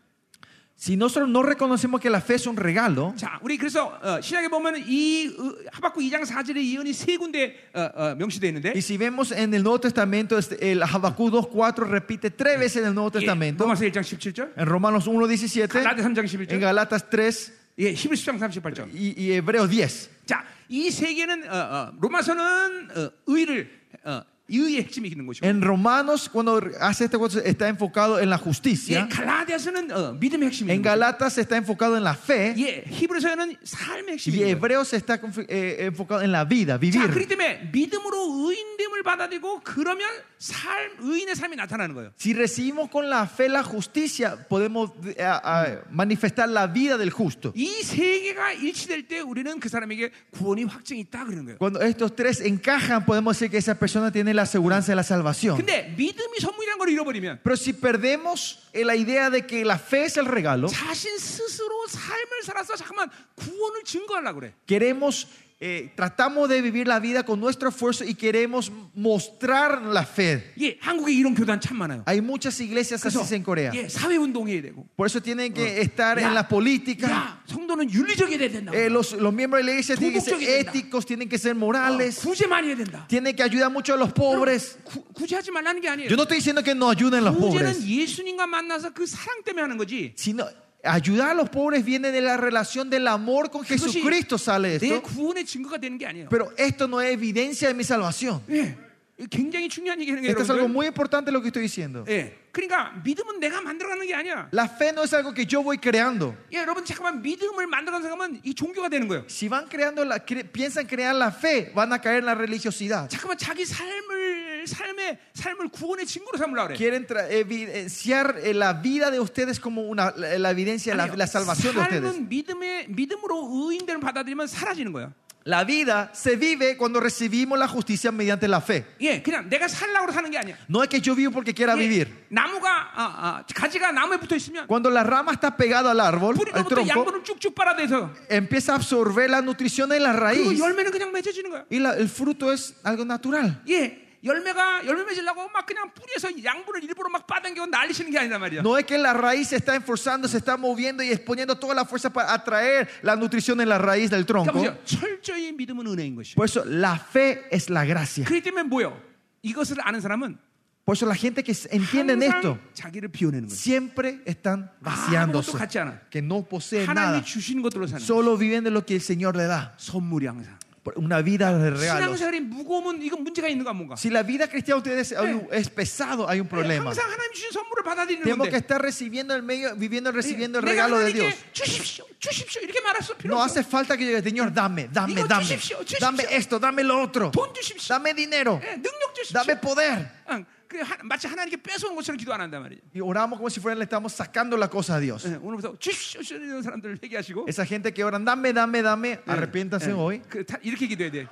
B: Si nosotros no reconocemos que la fe es un regalo,
A: 자, 우리 그래서 어, 신약에 보면 이 어, 하박국 2장 4절의 예언이 세 군데 어, 어, 명시되어 있는데
B: y si vemos en el Nuevo Testamento, este, el Habacuc 2.4 repite tres veces en el Nuevo
A: 예,
B: Testamento,
A: 로마서 1장 17절,
B: en Romanos 1.17,
A: 갈라디아 3장
B: en
A: 11절,
B: Galatas 3
A: 예, 히브리서 10장 38절.
B: y, y Hebreos 10.
A: 자, 이 세 개는 어, 어, 로마서는 어, 의를 어, 의의 핵심이 있는 것이고
B: En Romanos, cuando hace esta cosa, está enfocado en la
A: 예,
B: justicia.
A: 갈라디아서는 어, 믿음의 핵심이 있는
B: En
A: 것이고
B: Galatas está enfocado en la fe.
A: 예, 히브리서는 삶의 핵심이
B: Y
A: 있는 거예요. 예,
B: Hebreos está confi- eh, enfocado en la vida,
A: 자, 그렇기
B: vivir.
A: 때문에 믿음으로 의인됨을 받아들이고 그러면 삶 의인의 삶이 나타나는 거예요.
B: Si recibimos con la fe la justicia, podemos eh, ah, manifestar la vida del justo.
A: 이 세 개가 일치될 때 우리는 그 사람에게 구원이 확증이 있다 그러는 거예요.
B: Cuando estos tres encajan, podemos decir que esa persona tiene la aseguranza de la salvación.
A: 근데 믿음이 선물이라는 걸 잃어버리면
B: Pero si perdemos eh, la idea de que la fe es el regalo,
A: 자신 스스로 삶을 살아서 잠깐만 구원을 증거하려고 그래.
B: queremos, eh, tratamos de vivir la vida con nuestro esfuerzo y queremos mostrar la fe.
A: 예, 한국에 이런 교단 참 많아요.
B: Hay muchas iglesias así en Corea.
A: 예, 사회 운동해야 되고.
B: Por eso tienen que estar
A: Ya.
B: en la política.
A: 야, 성도는 윤리적이어야 된다.
B: Eh, los, los miembros de la iglesia tienen que ser
A: Tuvo que ayudar.
B: éticos, tienen que ser
A: 어,
B: morales,
A: 구제 많이 해야 된다.
B: tienen que ayudar mucho a los pobres.
A: 구, 구제하지 말라는 게 아니에요.
B: Yo no estoy diciendo que no ayuden a los
A: 구제는
B: pobres,
A: 예수님과 만나서 그 사랑 때문에 하는 거지.
B: sino ayudar a los pobres viene de la relación del amor con
A: 그것이
B: Jesucristo, sale
A: 내
B: esto.
A: 구원의 증거가 되는 게 아니에요.
B: Pero esto no es evidencia de mi salvación.
A: 예, 이거 굉장히 중요한 얘기하는 거예요.
B: Esto es algo
A: 여러분들.
B: muy importante lo que estoy diciendo.
A: 예, 그러니까 믿음은 내가 만들어가는 게 아니야.
B: La fe no es algo que yo voy creando.
A: 예, 여러분 잠깐만 믿음을 만들어가는 생각하면 이 종교가 되는 거예요.
B: Si van creando, la, cre- piensan crear la fe, van a caer en la religiosidad.
A: 잠깐만 자기 삶을 삶의 삶을 구원의 증거로 삼으려 그래.
B: quieren tra- evidenciar eh, la vida de ustedes como una, la, la evidencia, la,
A: 아니요.
B: la salvación de ustedes.
A: 삶은 믿음의 믿음으로 의인들을 받아들이면 사라지는 거야.
B: La vida se vive cuando recibimos la justicia mediante la fe.
A: 예, 그냥 내가 살라고 사는 게 아니야.
B: No es que yo vivo porque quiera
A: 예,
B: vivir.
A: 나무가 아, 아, 가지가 나무에 붙어 있으면
B: Cuando la rama está pegada al árbol, al
A: 뿌리로부터
B: tronco,
A: 양분을 쭉쭉 빨아대서
B: empieza a absorber la nutrición en la raíz
A: 그리고 열매는 그냥 맺어지는 거야.
B: y la- el fruto es algo natural.
A: 예, 열매가 열매 맺으려고 막 그냥 뿌리에서 양분을 일부러 막 빠당기고 날리시는 게 아니란 말이야.
B: No es que la raíz se está enforzando, se está moviendo y exponiendo toda la fuerza para atraer la nutrición en la raíz del
A: 그러니까
B: tronco.
A: 보세요. 철저히 믿음은 은혜인 것이요.
B: Por eso la fe es la gracia.
A: 그렇기 때문에 뭐요? 이것을 아는 사람은
B: Por eso la gente que entiende esto
A: 항상 자기를 비워내는 거예요.
B: siempre están
A: 아무것도
B: vaciándose,
A: 갖지 않아.
B: que no poseen
A: 하나님이
B: nada,
A: 주시는 것들로 사는 거예요.
B: solo viven de lo que el Señor le da.
A: 선물이 항상.
B: Por Una vida de regalos.
A: 신앙생활이 무거우면 이건 문제가 있는가 뭔가.
B: Si la vida cristiana de ustedes
A: Eh.
B: es pesado, hay un problema.
A: 항상 하나님 주신 선물을 받아들이는
B: Tenemos que
A: 건데.
B: estar recibiendo el medio, viviendo, recibiendo el
A: 내가
B: regalo de Dios.
A: 하나님께 주십시오, 주십시오 이렇게 말할 수 필요
B: No
A: 없어.
B: hace falta que diga, Señor, dame, dame,
A: Digo,
B: dame.
A: "Chuchipsio, chuchipsio".
B: Dame esto, dame lo otro.
A: 돈 주십시오,
B: Dame dinero,
A: 예, 능력 주십시오.
B: dame poder.
A: 응, 그래, 하- 마치 하나님께 뺏어온 것처럼 기도 안 한단 말이죠.
B: Y oramos como si fuera le estamos sacando la cosa a Dios.
A: 예, 오늘부터 주십시오 주십시오 이런 사람들 얘기하시고
B: Esa gente que oran, dame, dame, dame,
A: 예,
B: arrepiéntase
A: 예,
B: hoy.
A: 그, 다- 이렇게 기도해야 돼.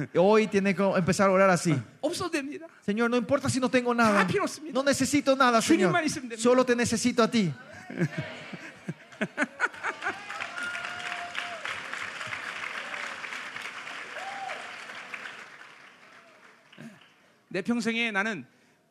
A: eh.
B: Hoy tiene que empezar a orar así.
A: 없어도 됩니다.
B: Señor, no importa si no tengo nada.
A: Ah, 필요 없습니다.
B: No necesito nada, Señor.
A: 주님만 있으면 됩니다.
B: Solo te necesito a ti.
A: 내 평생에 나는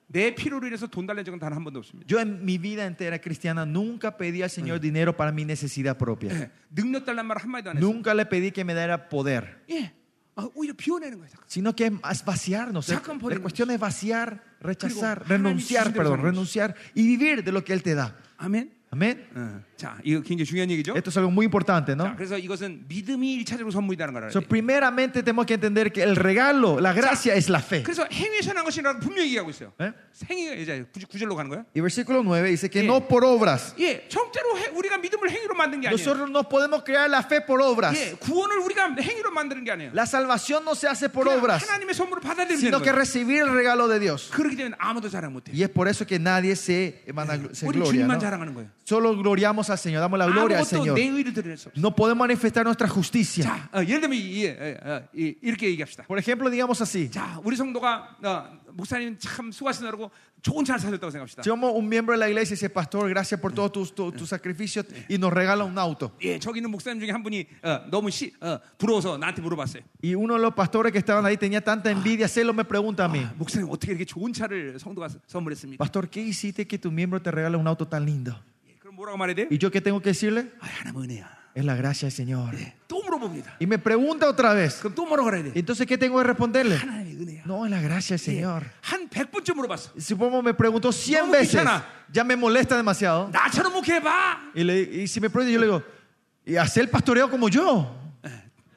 A: 내 피로로 인해서 돈 달란 적은 단 한 번도 없습니다.
B: Yo en mi vida entera cristiana nunca pedí al
A: Mm.
B: Señor dinero para mi necesidad propia.
A: 예, 능력 달란 말 한마디도 안 했어요.
B: Nunca le pedí que me diera poder.
A: 예, 아, 오히려 비워내는 거예요. 자꾸.
B: sino que es vaciarnos. es-
A: Sacan por
B: La
A: el-
B: cuestión es vaciar, rechazar,
A: Digo, 하나님
B: renunciar,
A: 주신 대로
B: perdón,
A: 사는
B: renunciar y vivir de lo que Él te da.
A: 아멘.
B: Amén.
A: 어, 자, 이거 굉장히 중요한 얘기죠.
B: Esto es algo muy importante,
A: 자,
B: ¿no?
A: 그래서 이것은 믿음이 일차적으로 선물이라는 걸 알아야
B: So,
A: 돼.
B: primeramente tenemos que entender que el regalo, la gracia es la fe.
A: 그래서 행위에서 난 것이라고 분명히 얘기하고 있어요.
B: ¿Eh?
A: 행위가 이제 구- 구절로 가는 거야?
B: Y versículo 9 dice que
A: Sí.
B: no por obras.
A: 예, 정대로 해- 우리가 믿음을 행위로 만든 게 아니에요.
B: Nosotros no podemos crear la fe por obras.
A: 예, 구원을 우리가 행위로 만드는 게 아니에요.
B: La salvación no se hace por
A: 그냥
B: obras,
A: 하나님의 선물을 받아들이는
B: sino que
A: 거예요.
B: recibir el regalo de Dios.
A: 그렇기 때문에 아무도 자랑 못해. 요
B: Y es por eso que nadie se, vanaglo- se
A: 우리
B: gloria.
A: 주님만
B: ¿no?
A: 자랑하는 거예요.
B: Solo gloriamos al Señor, damos la gloria al
A: 아무것도
B: Señor.
A: 내 의를 드릴 수 없어.
B: No podemos manifestar nuestra justicia.
A: 자, 어, 예를 들면 이, 예, 예, 어, 이, 이렇게 얘기합시다.
B: Por ejemplo, digamos así.
A: 자, 우리 성도가 어, 목사님 참 수고하시느라고 좋은 차를 사셨다고 생각합시다.
B: Somos un miembro de la iglesia y dice, pastor, gracias por todos tus tu- tus sacrificios y nos regala un auto.
A: 예, 저기 있는 목사님 중에 한 분이 어, 너무 시, 어, 부러워서 나한테 물어봤어요.
B: Y uno de los pastores que estaban ahí tenía tanta envidia, se lo me pregunta a mí,
A: 아, 목사님 어떻게 이렇게 좋은 차를 성도가 서- 선물했습니까?
B: pastor, ¿qué hiciste que tu miembro te regala un auto tan lindo?
A: 예, 그럼 뭐라고 말해야 돼요?
B: ¿Y yo qué tengo que decirle?
A: 아, 하나님 은혜야.
B: Es la gracia del Señor.
A: 예, 또 물어봅니다.
B: Y me pregunta otra vez.
A: 그럼 또 뭐라고 말해야 돼?
B: Entonces, ¿qué tengo que responderle?
A: 하나님의 은혜야.
B: No, es la gracia del Señor.
A: 한 100번쯤 물어봤어.
B: Supongo me preguntó 100
A: No,
B: veces.
A: Cristiana.
B: Ya me molesta demasiado.
A: 나처럼 목회해봐.
B: Y, le- y si me pregunta, yo le digo, ¿y hacer el pastoreo como yo?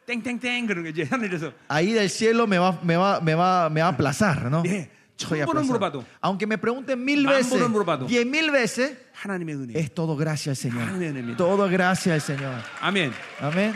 A: 땡땡땡 그런 거 이제 하늘에서
B: ahí del cielo me va, me va, me va, me va a aplazar, ¿no?
A: 예,
B: Soy
A: 천 번은
B: aplazado.
A: 물어봐도.
B: Aunque me pregunten mil
A: 만
B: veces,
A: 번은 물어봐도.
B: diez mil veces,
A: 하나님의 은혜.
B: es todo gracias al
A: 하나님의 은혜입니다.
B: Señor. Todo gracias al Señor.
A: 아멘.
B: Amén.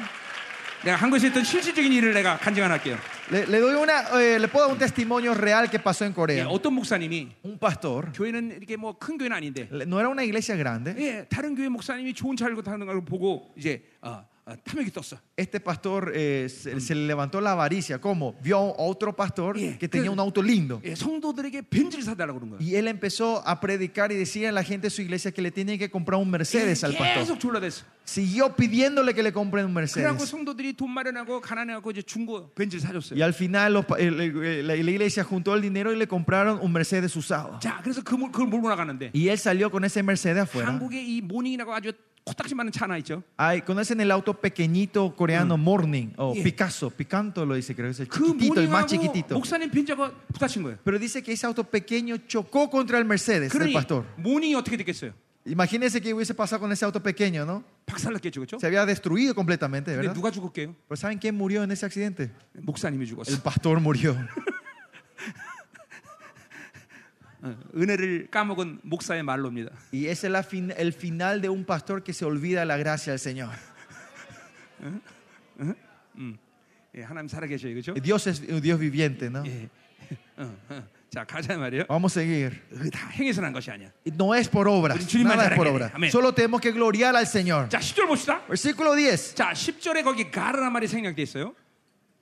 A: 내가 한 것이 있던 실질적인 일을 내가 간증 하나 할게요.
B: Le, le doy una, eh, le puedo dar un testimonio real que pasó en
A: 예,
B: Corea.
A: 어떤 목사님이
B: Un pastor,
A: 교회는 이렇게 뭐 큰 교회는 아닌데
B: le- no era una iglesia grande.
A: 예, 다른 교회 목사님이 좋은 차를 타는 걸 보고 이제 어, 어, 탐욕이 떴어.
B: Este pastor eh, se, se le levantó la avaricia. ¿Cómo? Vio a otro pastor
A: Yeah.
B: que tenía un auto lindo.
A: 예, 성도들에게 벤츠를 사달라고 그런 거야.
B: Y él empezó a predicar y decía a la gente de su iglesia que le tienen que comprar un Mercedes al pastor.
A: 계속 졸라댔어.
B: Siguió pidiéndole que le compren un
A: 그래갖고
B: Mercedes.
A: 성도들이 돈 마련하고 가난해갖고 이제 중고 벤츠를
B: Y
A: 사줬어요.
B: al final los pa- el- el- la la iglesia juntó el dinero y le compraron un Mercedes usado.
A: 자, 그래서 그, 물- 그걸 몰고 나갔는데
B: Y él salió con ese Mercedes afuera.
A: 한국에 이 모닝이라고 아주 코딱지 많은 차 하나 있죠.
B: Ay, conocen el auto pequeñito coreano Morning o
A: Mm. Yeah.
B: Picasso, Picanto lo dice, creo que es el
A: 그
B: chiquitito, el más
A: 모닝하고
B: chiquitito.
A: 목사님 벤츠하고 부딪힌 거예요.
B: Pero dice que ese auto pequeño chocó contra el Mercedes del
A: 그러니
B: pastor.
A: 모닝이 어떻게 됐겠어요?
B: Imagínense qué hubiese pasado con ese auto pequeño, ¿no?
A: 박살났겠죠, 그렇죠?
B: Se había destruido completamente,
A: 근데
B: ¿verdad?
A: 누가 죽을게요?
B: Pero ¿saben quién murió en ese accidente?
A: 목사님이
B: El
A: 죽었어.
B: pastor murió.
A: 어, 은혜를 까먹은 목사의 말로입니다.
B: Y ese es la fin- el final de un pastor que se olvida la gracia del Señor.
A: 예, 하나님 살아계셔요, 그렇죠?
B: Dios es un Dios viviente, ¿no?
A: 예. 어, 어. 자 가자 말이에요.
B: Vamos a seguir.
A: 그다 행해서 난 것이 아니야.
B: No es por obras,
A: Uy,
B: nada es por
A: Amén.
B: obras. Solo tenemos que gloriar al Señor.
A: 자 10절 봅시다.
B: Versículo 10.
A: 자 10절에 거기 가르란 말이 생략돼 있어요.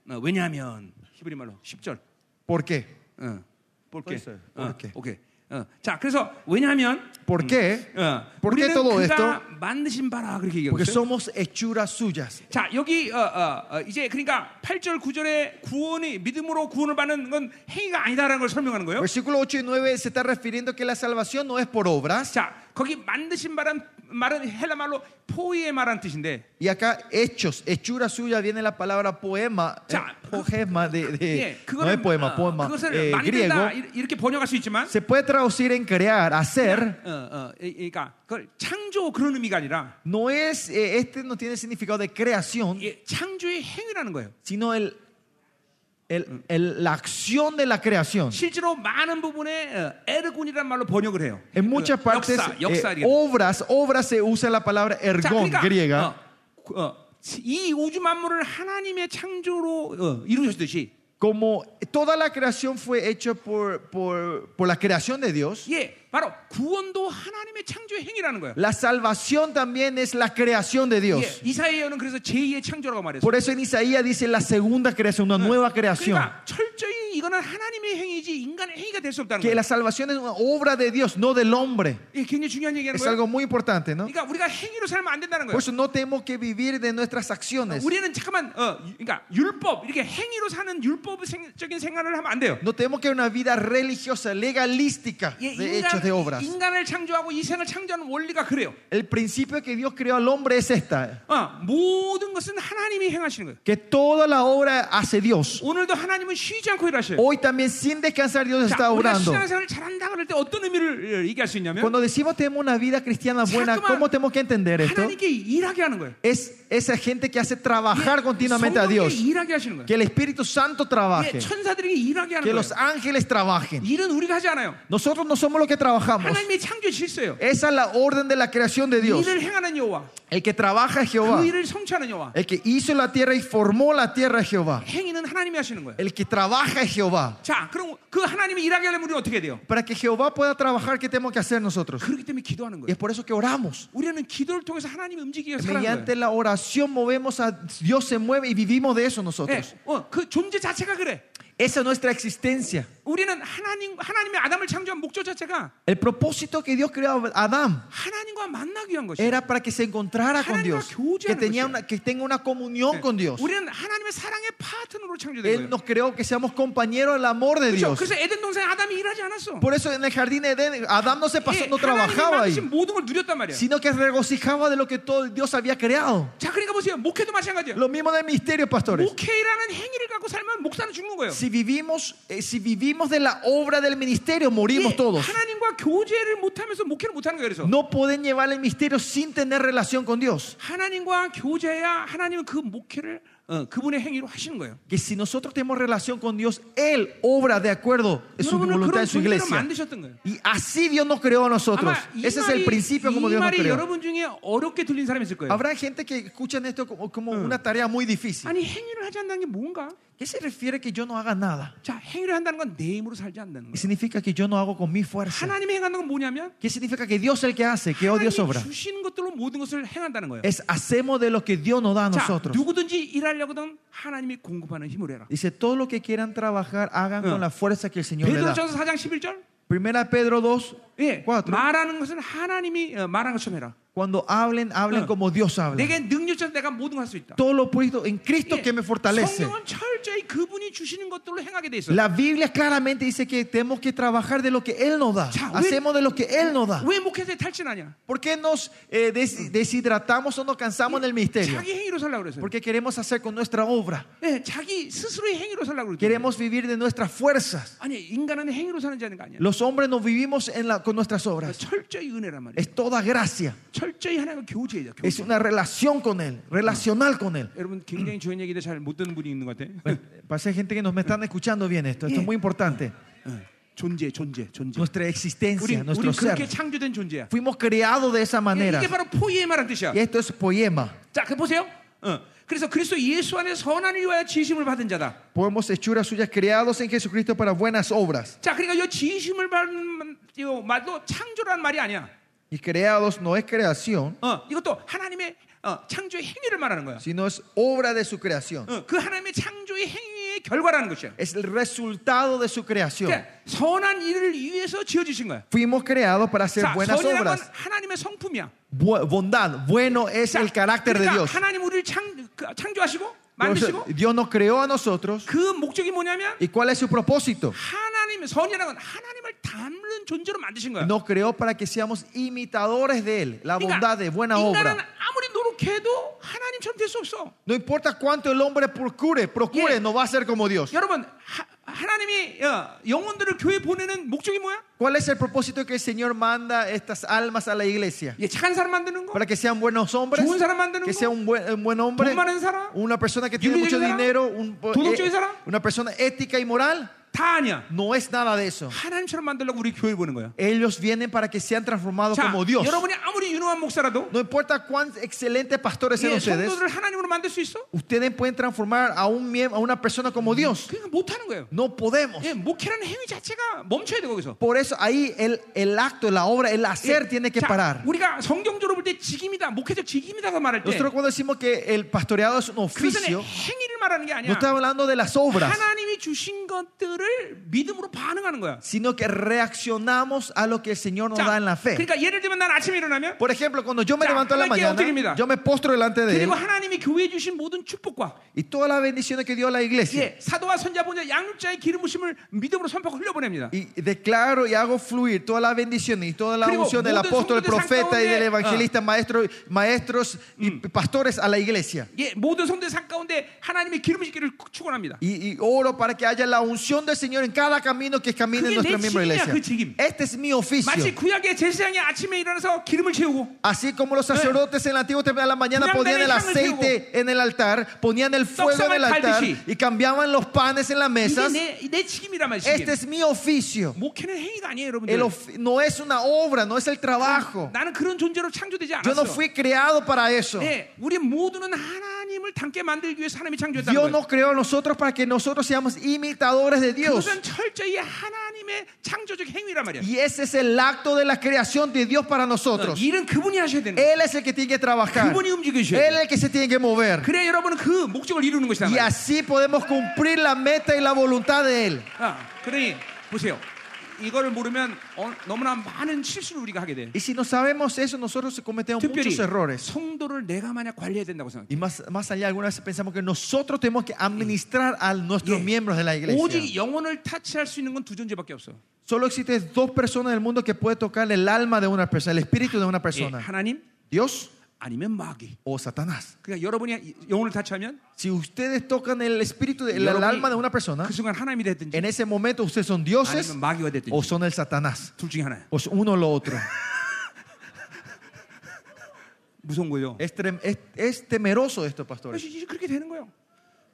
A: 어, 왜냐하면 히브리 말로 10절.
B: ¿Por qué?
A: 어, 볼게.
B: 있어요.
A: 어,
B: 볼게.
A: 오케이. 어, 자, 그래서 왜냐하면
B: ¿Por qué?
A: 어,
B: ¿Por qué
A: 우리는
B: todo
A: 그가
B: esto?
A: 만드신 바라 그렇게 얘기하고
B: Porque
A: 있어요.
B: somos hechuras suyas.
A: 자, 여기 어, 어, 어, 이제 그러니까 8절 9절에 구원이 믿음으로 구원을 받는 건 행위가 아니다라는 걸 설명하는 거예요.
B: Versículo 8 y 9 se está refiriendo que la salvación no es por obras.
A: 자, 거기 만드신 바란 말은 헬라 말로 포이의 말한 뜻인데.
B: Y acá, hechos, hechura suya, viene la palabra poema, eh,
A: Ya.
B: poema de, de-
A: 예,
B: no es
A: 그거는
B: poema,
A: 어,
B: poema
A: 그것을
B: eh, griego.
A: 만든다 이- 이렇게 번역할 수 있지만
B: Se puede traducir en crear, hacer.
A: 어, 어, 이- 그러니까 그걸 창조 그런 의미가 아니라
B: No es, eh, este no tiene el significado de creación,
A: 이게 창조의 행위라는 거예요.
B: sino el, el- el- la acción de la creación.
A: 실제로 많은 부분에 어, 에르곤이라는 말로 번역을 해요.
B: En muchas
A: 그
B: partes,
A: 역사,
B: eh,
A: 역사 이렇게.
B: obras, obras se usa la palabra
A: 자,
B: ergón
A: 그러니까,
B: griega.
A: 어, 어, 이 우주 만물을 하나님의 창조로 어, 이루셨듯이
B: Como toda la creación fue hecha por, por, por la creación de Dios,
A: 예, 바로 구원도 하나님의 창조의 행위라는 거예요.
B: la salvación también es la creación de Dios.
A: 예, 이사야는 그래서 제2의 창조라고 말했어요.
B: Por eso en Isaías dice la segunda creación, una nueva creación.
A: 그러니까 철저히 이거는 하나님의 행위지 인간의 행위가 될 수 없다는
B: Que
A: 거예요.
B: la salvación es una obra de Dios, no del hombre.
A: 이게 굉장히 중요한 얘기하는
B: Es
A: 거예요.
B: algo muy importante, ¿no?
A: 그러니까 우리가 행위로 살면 안 된다는 거예요.
B: Por eso no tenemos que vivir de nuestras acciones.
A: 우리는 잠깐만 어, 유- 그러니까 율법 이렇게 행위로 사는 율법적인 생활을 하면 안 돼요.
B: No tenemos que una vida religiosa, legalística,
A: 예,
B: de hechos, de
A: 인간,
B: obras.
A: 인간을 창조하고 이 생을 창조하는 원리가 그래요.
B: El principio que Dios creó al hombre es esta,
A: 어, 모든 것은 하나님이 행하시는 거예요.
B: que toda la obra hace Dios.
A: 오늘도 하나님은 쉬지 않고 일하셔요.
B: Hoy también sin descansar Dios está
A: 자, 우리가
B: orando.
A: 신앙생활을 잘한다 그럴 때 어떤 의미를 어, 얘기할 수 있냐면
B: Cuando decimos tenemos una vida cristiana buena,
A: Exacto.
B: ¿cómo tenemos que entender esto?
A: 하나님께 일하게 하는 거예요.
B: Es esa gente que hace trabajar continuamente a
A: 성령께
B: Dios.
A: 일하게 하시는 거예요.
B: Que el Espíritu Santo
A: 예,
B: trabaje.
A: 천사들에게 일하게 하는
B: Que
A: 거예요.
B: los ángeles trabajen.
A: 일은 우리가 하지 않아요.
B: Nosotros no somos los que trabajamos.
A: 하나님의 창조 질서예요.
B: Esa es la orden de la creación de Dios.
A: 일을 행하는 여호와,
B: El que trabaja es Jehová.
A: 그 일을 성취하는 여호와.
B: El que hizo la tierra y formó la tierra es Jehová.
A: 행위는 하나님이 하시는 거예요.
B: El que trabaja es Jehová.
A: 자, 그럼 그 하나님이 일하게 하려면 우리는 어떻게 해야 돼요?
B: Para que Jehová pueda trabajar, ¿qué tenemos que hacer nosotros?
A: 그렇기 때문에 기도하는
B: Y
A: 거예요.
B: es por eso que oramos.
A: 우리는 기도를 통해서 하나님 움직이게 해서 살아가는
B: Mediante
A: 거예요.
B: la oración movemos a Dios se mueve y vivimos de eso
A: 예,
B: nosotros.
A: 어, 그 존재 자체가 그래.
B: Esa es nuestra existencia.
A: 우리는 하나님 하나님의 아담을 창조한 목적 자체가
B: El propósito que Dios creó a Adán
A: 하나님과 만나기 위한 것이에요.
B: era para que se encontrara con Dios, que, tenía una, que tenga una
A: Eh,
B: comunión con Dios.
A: 우리는 하나님의 사랑의 파트너로 창조된
B: Él
A: 거예요.
B: nos creó que seamos compañeros del amor de
A: 그렇죠?
B: Dios.
A: 그래서 에덴 동산 아담이 일하지 않았어.
B: Por eso en el jardín de Edén, Adán no se pasó,
A: 예,
B: no
A: 하나님이
B: trabajaba
A: 만드신
B: ahí,
A: 모든 걸 누렸단 말이야.
B: sino que regocijaba de lo que todo Dios había creado.
A: 자, 그러니까 보세요. 목회도 마찬가지예요.
B: Lo mismo del misterio, pastores.
A: 목회라는 행위를 갖고 살면 목사는 죽는 거예요.
B: Si vivimos, eh, si vivimos de la obra del ministerio,
A: 예,
B: morimos todos.
A: 하나님과 교제를 못하면서 목회를 못하는 거예요. 그래서
B: No pueden llevar el misterio sin tener relación con Dios.
A: 하나님과 교제해야 하나님은 그 목회를 어, 그분의 행위로 하시는 거예요.
B: Que si nosotros tenemos relación con Dios, Él obra de acuerdo a su
A: 여러분을 그런
B: voluntad en su
A: 존재로
B: iglesia.
A: 만드셨던 거예요.
B: Y así Dios nos creó a
A: 아마
B: nosotros.
A: 이
B: Ese es el
A: 말이,
B: principio como
A: 이
B: Dios nos
A: 말이
B: creó.
A: 여러분 중에 어렵게 들린 사람이 있을 거예요.
B: Habrá gente que escuchan esto como, como
A: Mm.
B: una tarea muy difícil.
A: 아니 행위를 하지 않는 게 뭔가?
B: ¿Qué se refiere que yo no haga nada?
A: 자, 행위를 한다는 건 내 힘으로 살지 않는다는 거예요.
B: ¿Qué significa que yo no hago con mi fuerza?
A: 하나님이 행한다는 건 뭐냐면
B: ¿Qué significa que Dios es el que hace, que
A: 하나님이
B: oh, Dios obra?
A: 주시는 것들로 모든 것을 행한다는 거예요.
B: Es hacemos de lo que Dios nos da a
A: 자,
B: nosotros.
A: 누구든지 일하려거든 하나님이 공급하는 힘으로 해라.
B: Dice, todo lo que quieran trabajar, hagan
A: Ah.
B: con la fuerza que el Señor le da.
A: 베드로전서 4장 11절.
B: Primera Pedro 2,
A: 예,
B: 4.
A: 말하는 것은 하나님이 어, 말한 것처럼 해라.
B: Cuando hablen, hablen
A: Ah.
B: como Dios habla.
A: 내게 능력자서 내가 모든 걸 할 수 있다.
B: Todo lo puesto en Cristo
A: 예,
B: que me fortalece.
A: 성령은 철저히 그분이 주시는 것들로 행하게 돼 있어. 요
B: La Biblia claramente dice que tenemos que trabajar de lo que Él nos da.
A: Ya,
B: Hacemos de lo que Él nos da.
A: 왜 목회자에 탈진하냐?
B: ¿Por qué nos eh, des- deshidratamos o nos cansamos en el ministerio?
A: 자기 행위로 살라고 그랬어요.
B: Porque queremos hacer con nuestra obra.
A: 예, 자기 스스로의 행위로 살라고 그랬어요.
B: Queremos vivir de nuestras fuerzas.
A: 아니, 인간은 행위로 사는 자는 거 아니야. 그러니까
B: Los hombres nos vivimos en la- con nuestras obras.
A: 철저히 은혜란 말이야.
B: Es toda gracia.
A: 철저히 하나님과 교제이자 교제.
B: Es una relación con Él, relacional con Él.
A: 여러분 굉장히 중요한 얘기인데 잘 못 듣는 분이 있는 것 같아.
B: Bueno, Parece gente que nos me están escuchando bien esto. Esto es muy importante.
A: 어, 존재, 존재, 존재.
B: Nuestra
A: 우리
B: existencia,
A: 우리
B: nuestro
A: 그렇게
B: ser.
A: 창조된 존재야.
B: Fuimos creados de esa manera.
A: 이게 바로 포이의 말한 뜻이야.
B: Y esto es poema.
A: 자, 그 보세요. 어. 그래서 그리스도 예수 안에 선한을 위하여 지심을 받은 자다.
B: Podemos hechuras suyas creados en Jesucristo para buenas obras.
A: 자, 그러니까 이 지심을 받는 요 말도 창조란 말이 아니야.
B: Y creados no es creación,
A: 어, 이것도 하나님의 어, 창조의 행위를 말하는 거야.
B: sino es obra de su creación.
A: 어, 그 하나님의 창조의 행위에 창조의 결과라는 것이야.
B: Es el resultado de su creación.
A: 그러니까 선한 일을 위해서 지어지신 거야.
B: Fuimos creados para hacer
A: 자,
B: buenas
A: 선이라는 건
B: obras.
A: 하나님의 성품이야.
B: Bu- bondad, bueno es
A: 자,
B: el carácter de
A: 그러니까
B: Dios.
A: 하나님 우리를 창, 그, 창조하시고
B: Entonces,
A: 만드시고
B: Dios nos creó a nosotros.
A: 그 목적이 뭐냐면
B: ¿Y cuál es su propósito?
A: 하나님 선이라는 건 하나님을 닮는 존재로 만드신 거야.
B: Nos creó para que seamos imitadores de Él, la
A: 그러니까
B: bondad de buena obra.
A: 인간은 아무리 노력해도 하나님처럼 될 수 없어.
B: No importa cuánto el hombre procure,
A: Yeah.
B: procure, no va a ser como Dios.
A: 여러분 하, 하나님이 어, 영혼들을 교회 보내는 목적이 뭐야?
B: ¿Cuál es el propósito que el Señor manda estas almas a la iglesia?
A: 예, 착한 사람 만드는 거,
B: Para que sean buenos hombres,
A: 좋은 사람 만드는
B: que
A: 거,
B: sea un buen, un buen hombre,
A: 돈 많은 사람,
B: una persona que tiene
A: 윤리적인
B: mucho
A: 사람,
B: dinero, un- eh,
A: 도덕적인 사람?
B: una persona ética y moral,
A: 다 아니야.
B: no es nada de eso.
A: 하나님처럼 만들려고 우리 교회 보는 거야.
B: Ellos vienen para que sean transformados
A: 자,
B: como Dios.
A: 여러분이 아무리 유능한 목사라도
B: No importa cuán excelentes pastores sean
A: 예,
B: ustedes,
A: 성도들을 하나님으로 man들 수 있어?
B: ustedes pueden transformar a, un miemb- a una persona como Dios.
A: 그러니까 못하는 거예요.
B: No podemos.
A: 예, 목회라는 행위 자체가 멈춰야 돼 거기서.
B: Por eso ahí el, el acto, la obra, el hacer
A: 예,
B: tiene que
A: 자,
B: parar.
A: 우리가 성경적으로 볼 때 직임이다, 목회적 직임이다가 말할 때
B: Nosotros cuando decimos que el pastoreado es
A: 그것은
B: un oficio,
A: 행위를 말하는 게
B: no
A: 아니야.
B: estamos hablando de las obras,
A: 하나님이 주신 것들을 믿음으로 반응하는 거야.
B: sino que reaccionamos a lo que el Señor nos
A: 자,
B: da en la fe.
A: 그러니까 예를 들면 난 아침에 일어나면
B: Por ejemplo, cuando yo me
A: 자,
B: levanto a la
A: 하나님께
B: mañana,
A: 엎드립니다.
B: yo me postro delante de Él
A: 그리고 하나님이 교회에 주신 모든 축복과
B: y todas las bendiciones que dio la iglesia.
A: 예, 사도와 선자 보자 양육자의 기름 부심을 믿음으로 선포하고 흘려보냅니다.
B: Y declaro y hago fluir todas las bendiciones y toda la
A: 그리고
B: unción del
A: 모든
B: apóstol, del
A: 성도들
B: profeta y del
A: 상가운데,
B: evangelista, maestro, maestros y pastores a la iglesia.
A: 예, 모든 성도의 삶 가운데 하나님의 기름 부심기를 축원합니다.
B: Y, y oro para que haya la unción del Señor en cada camino que camine
A: 그게
B: nuestra
A: 내
B: misma
A: 직임이야,
B: iglesia.
A: 그 직임.
B: Este es mi oficio.
A: 마치 구약의 제사장이 아침에 일어나서 기름을 채우고
B: Así como los sacerdotes en el Antiguo Testamento a la mañana ponían el aceite en el altar, ponían el fuego en el altar y cambiaban los panes en las
A: 이게
B: mesas.
A: 내, 내 책임이란 말이에요.
B: Este
A: 책임.
B: es mi oficio.
A: 목회는 행위가 아니에요,
B: El
A: 여러분들.
B: of- no es una obra, no es el trabajo.
A: 나는 그런 존재로 창조되지
B: Yo
A: 않았어.
B: no fui creado para eso.
A: 네, 우리 모두는 하나님을 닮게 만들기 위해 하나님이 창조했다는 거예요.
B: Dios nos creó a nosotros para que nosotros seamos imitadores de Dios.
A: 그것은 철저히 하나님의 창조적 행위란 말이야.
B: Y ese es el acto de la creación de Dios para
A: 어,
B: nosotros.
A: 일은 그분이 하셔야 되는 거예요.
B: Él es el que tiene que trabajar.
A: 그분이 움직여
B: Él
A: 주셔야
B: es
A: 돼.
B: el que se tiene que mover.
A: 그래야 여러분은 그 목적을 이루는 것이다.
B: Y
A: 말이야.
B: así podemos cumplir la meta y la voluntad de Él.
A: 아, 그러니 보세요. 이거를 모르면 어, 너무나 많은 실수를 우리가 하게 돼.
B: Y si no sabemos eso, nosotros cometemos
A: 특별히
B: 아, muchos errores.
A: 성도를 내가 만약 관리해야 된다고 생각해.
B: Y más, más allá, algunas veces pensamos que nosotros tenemos que administrar a nuestros
A: Yeah.
B: miembros de la
A: 오직
B: iglesia.
A: 영혼을 타치할 수 있는 건 두 존재밖에 없어. 예,
B: Solo existen dos personas en el mundo que pueden tocar el alma de una persona, el espíritu de una
A: 예,
B: persona.
A: 하나님
B: Dios
A: 아니면 마귀.
B: o Satanás.
A: 그러니까 여러분이 영혼을 타치하면
B: Si ustedes tocan el espíritu, de- el, el
A: 여러분이
B: alma de una persona,
A: 그 순간 하나님이 됐든지
B: en ese momento ustedes son dioses
A: 아니면 마귀가
B: o
A: 됐든지
B: son el Satanás.
A: 둘 중에 하나야.
B: O es uno o lo otro.
A: 무서운 거죠.
B: Es, trem- es- es temeroso esto, pastores.
A: 그래서 이제 그렇게 되는 거예요.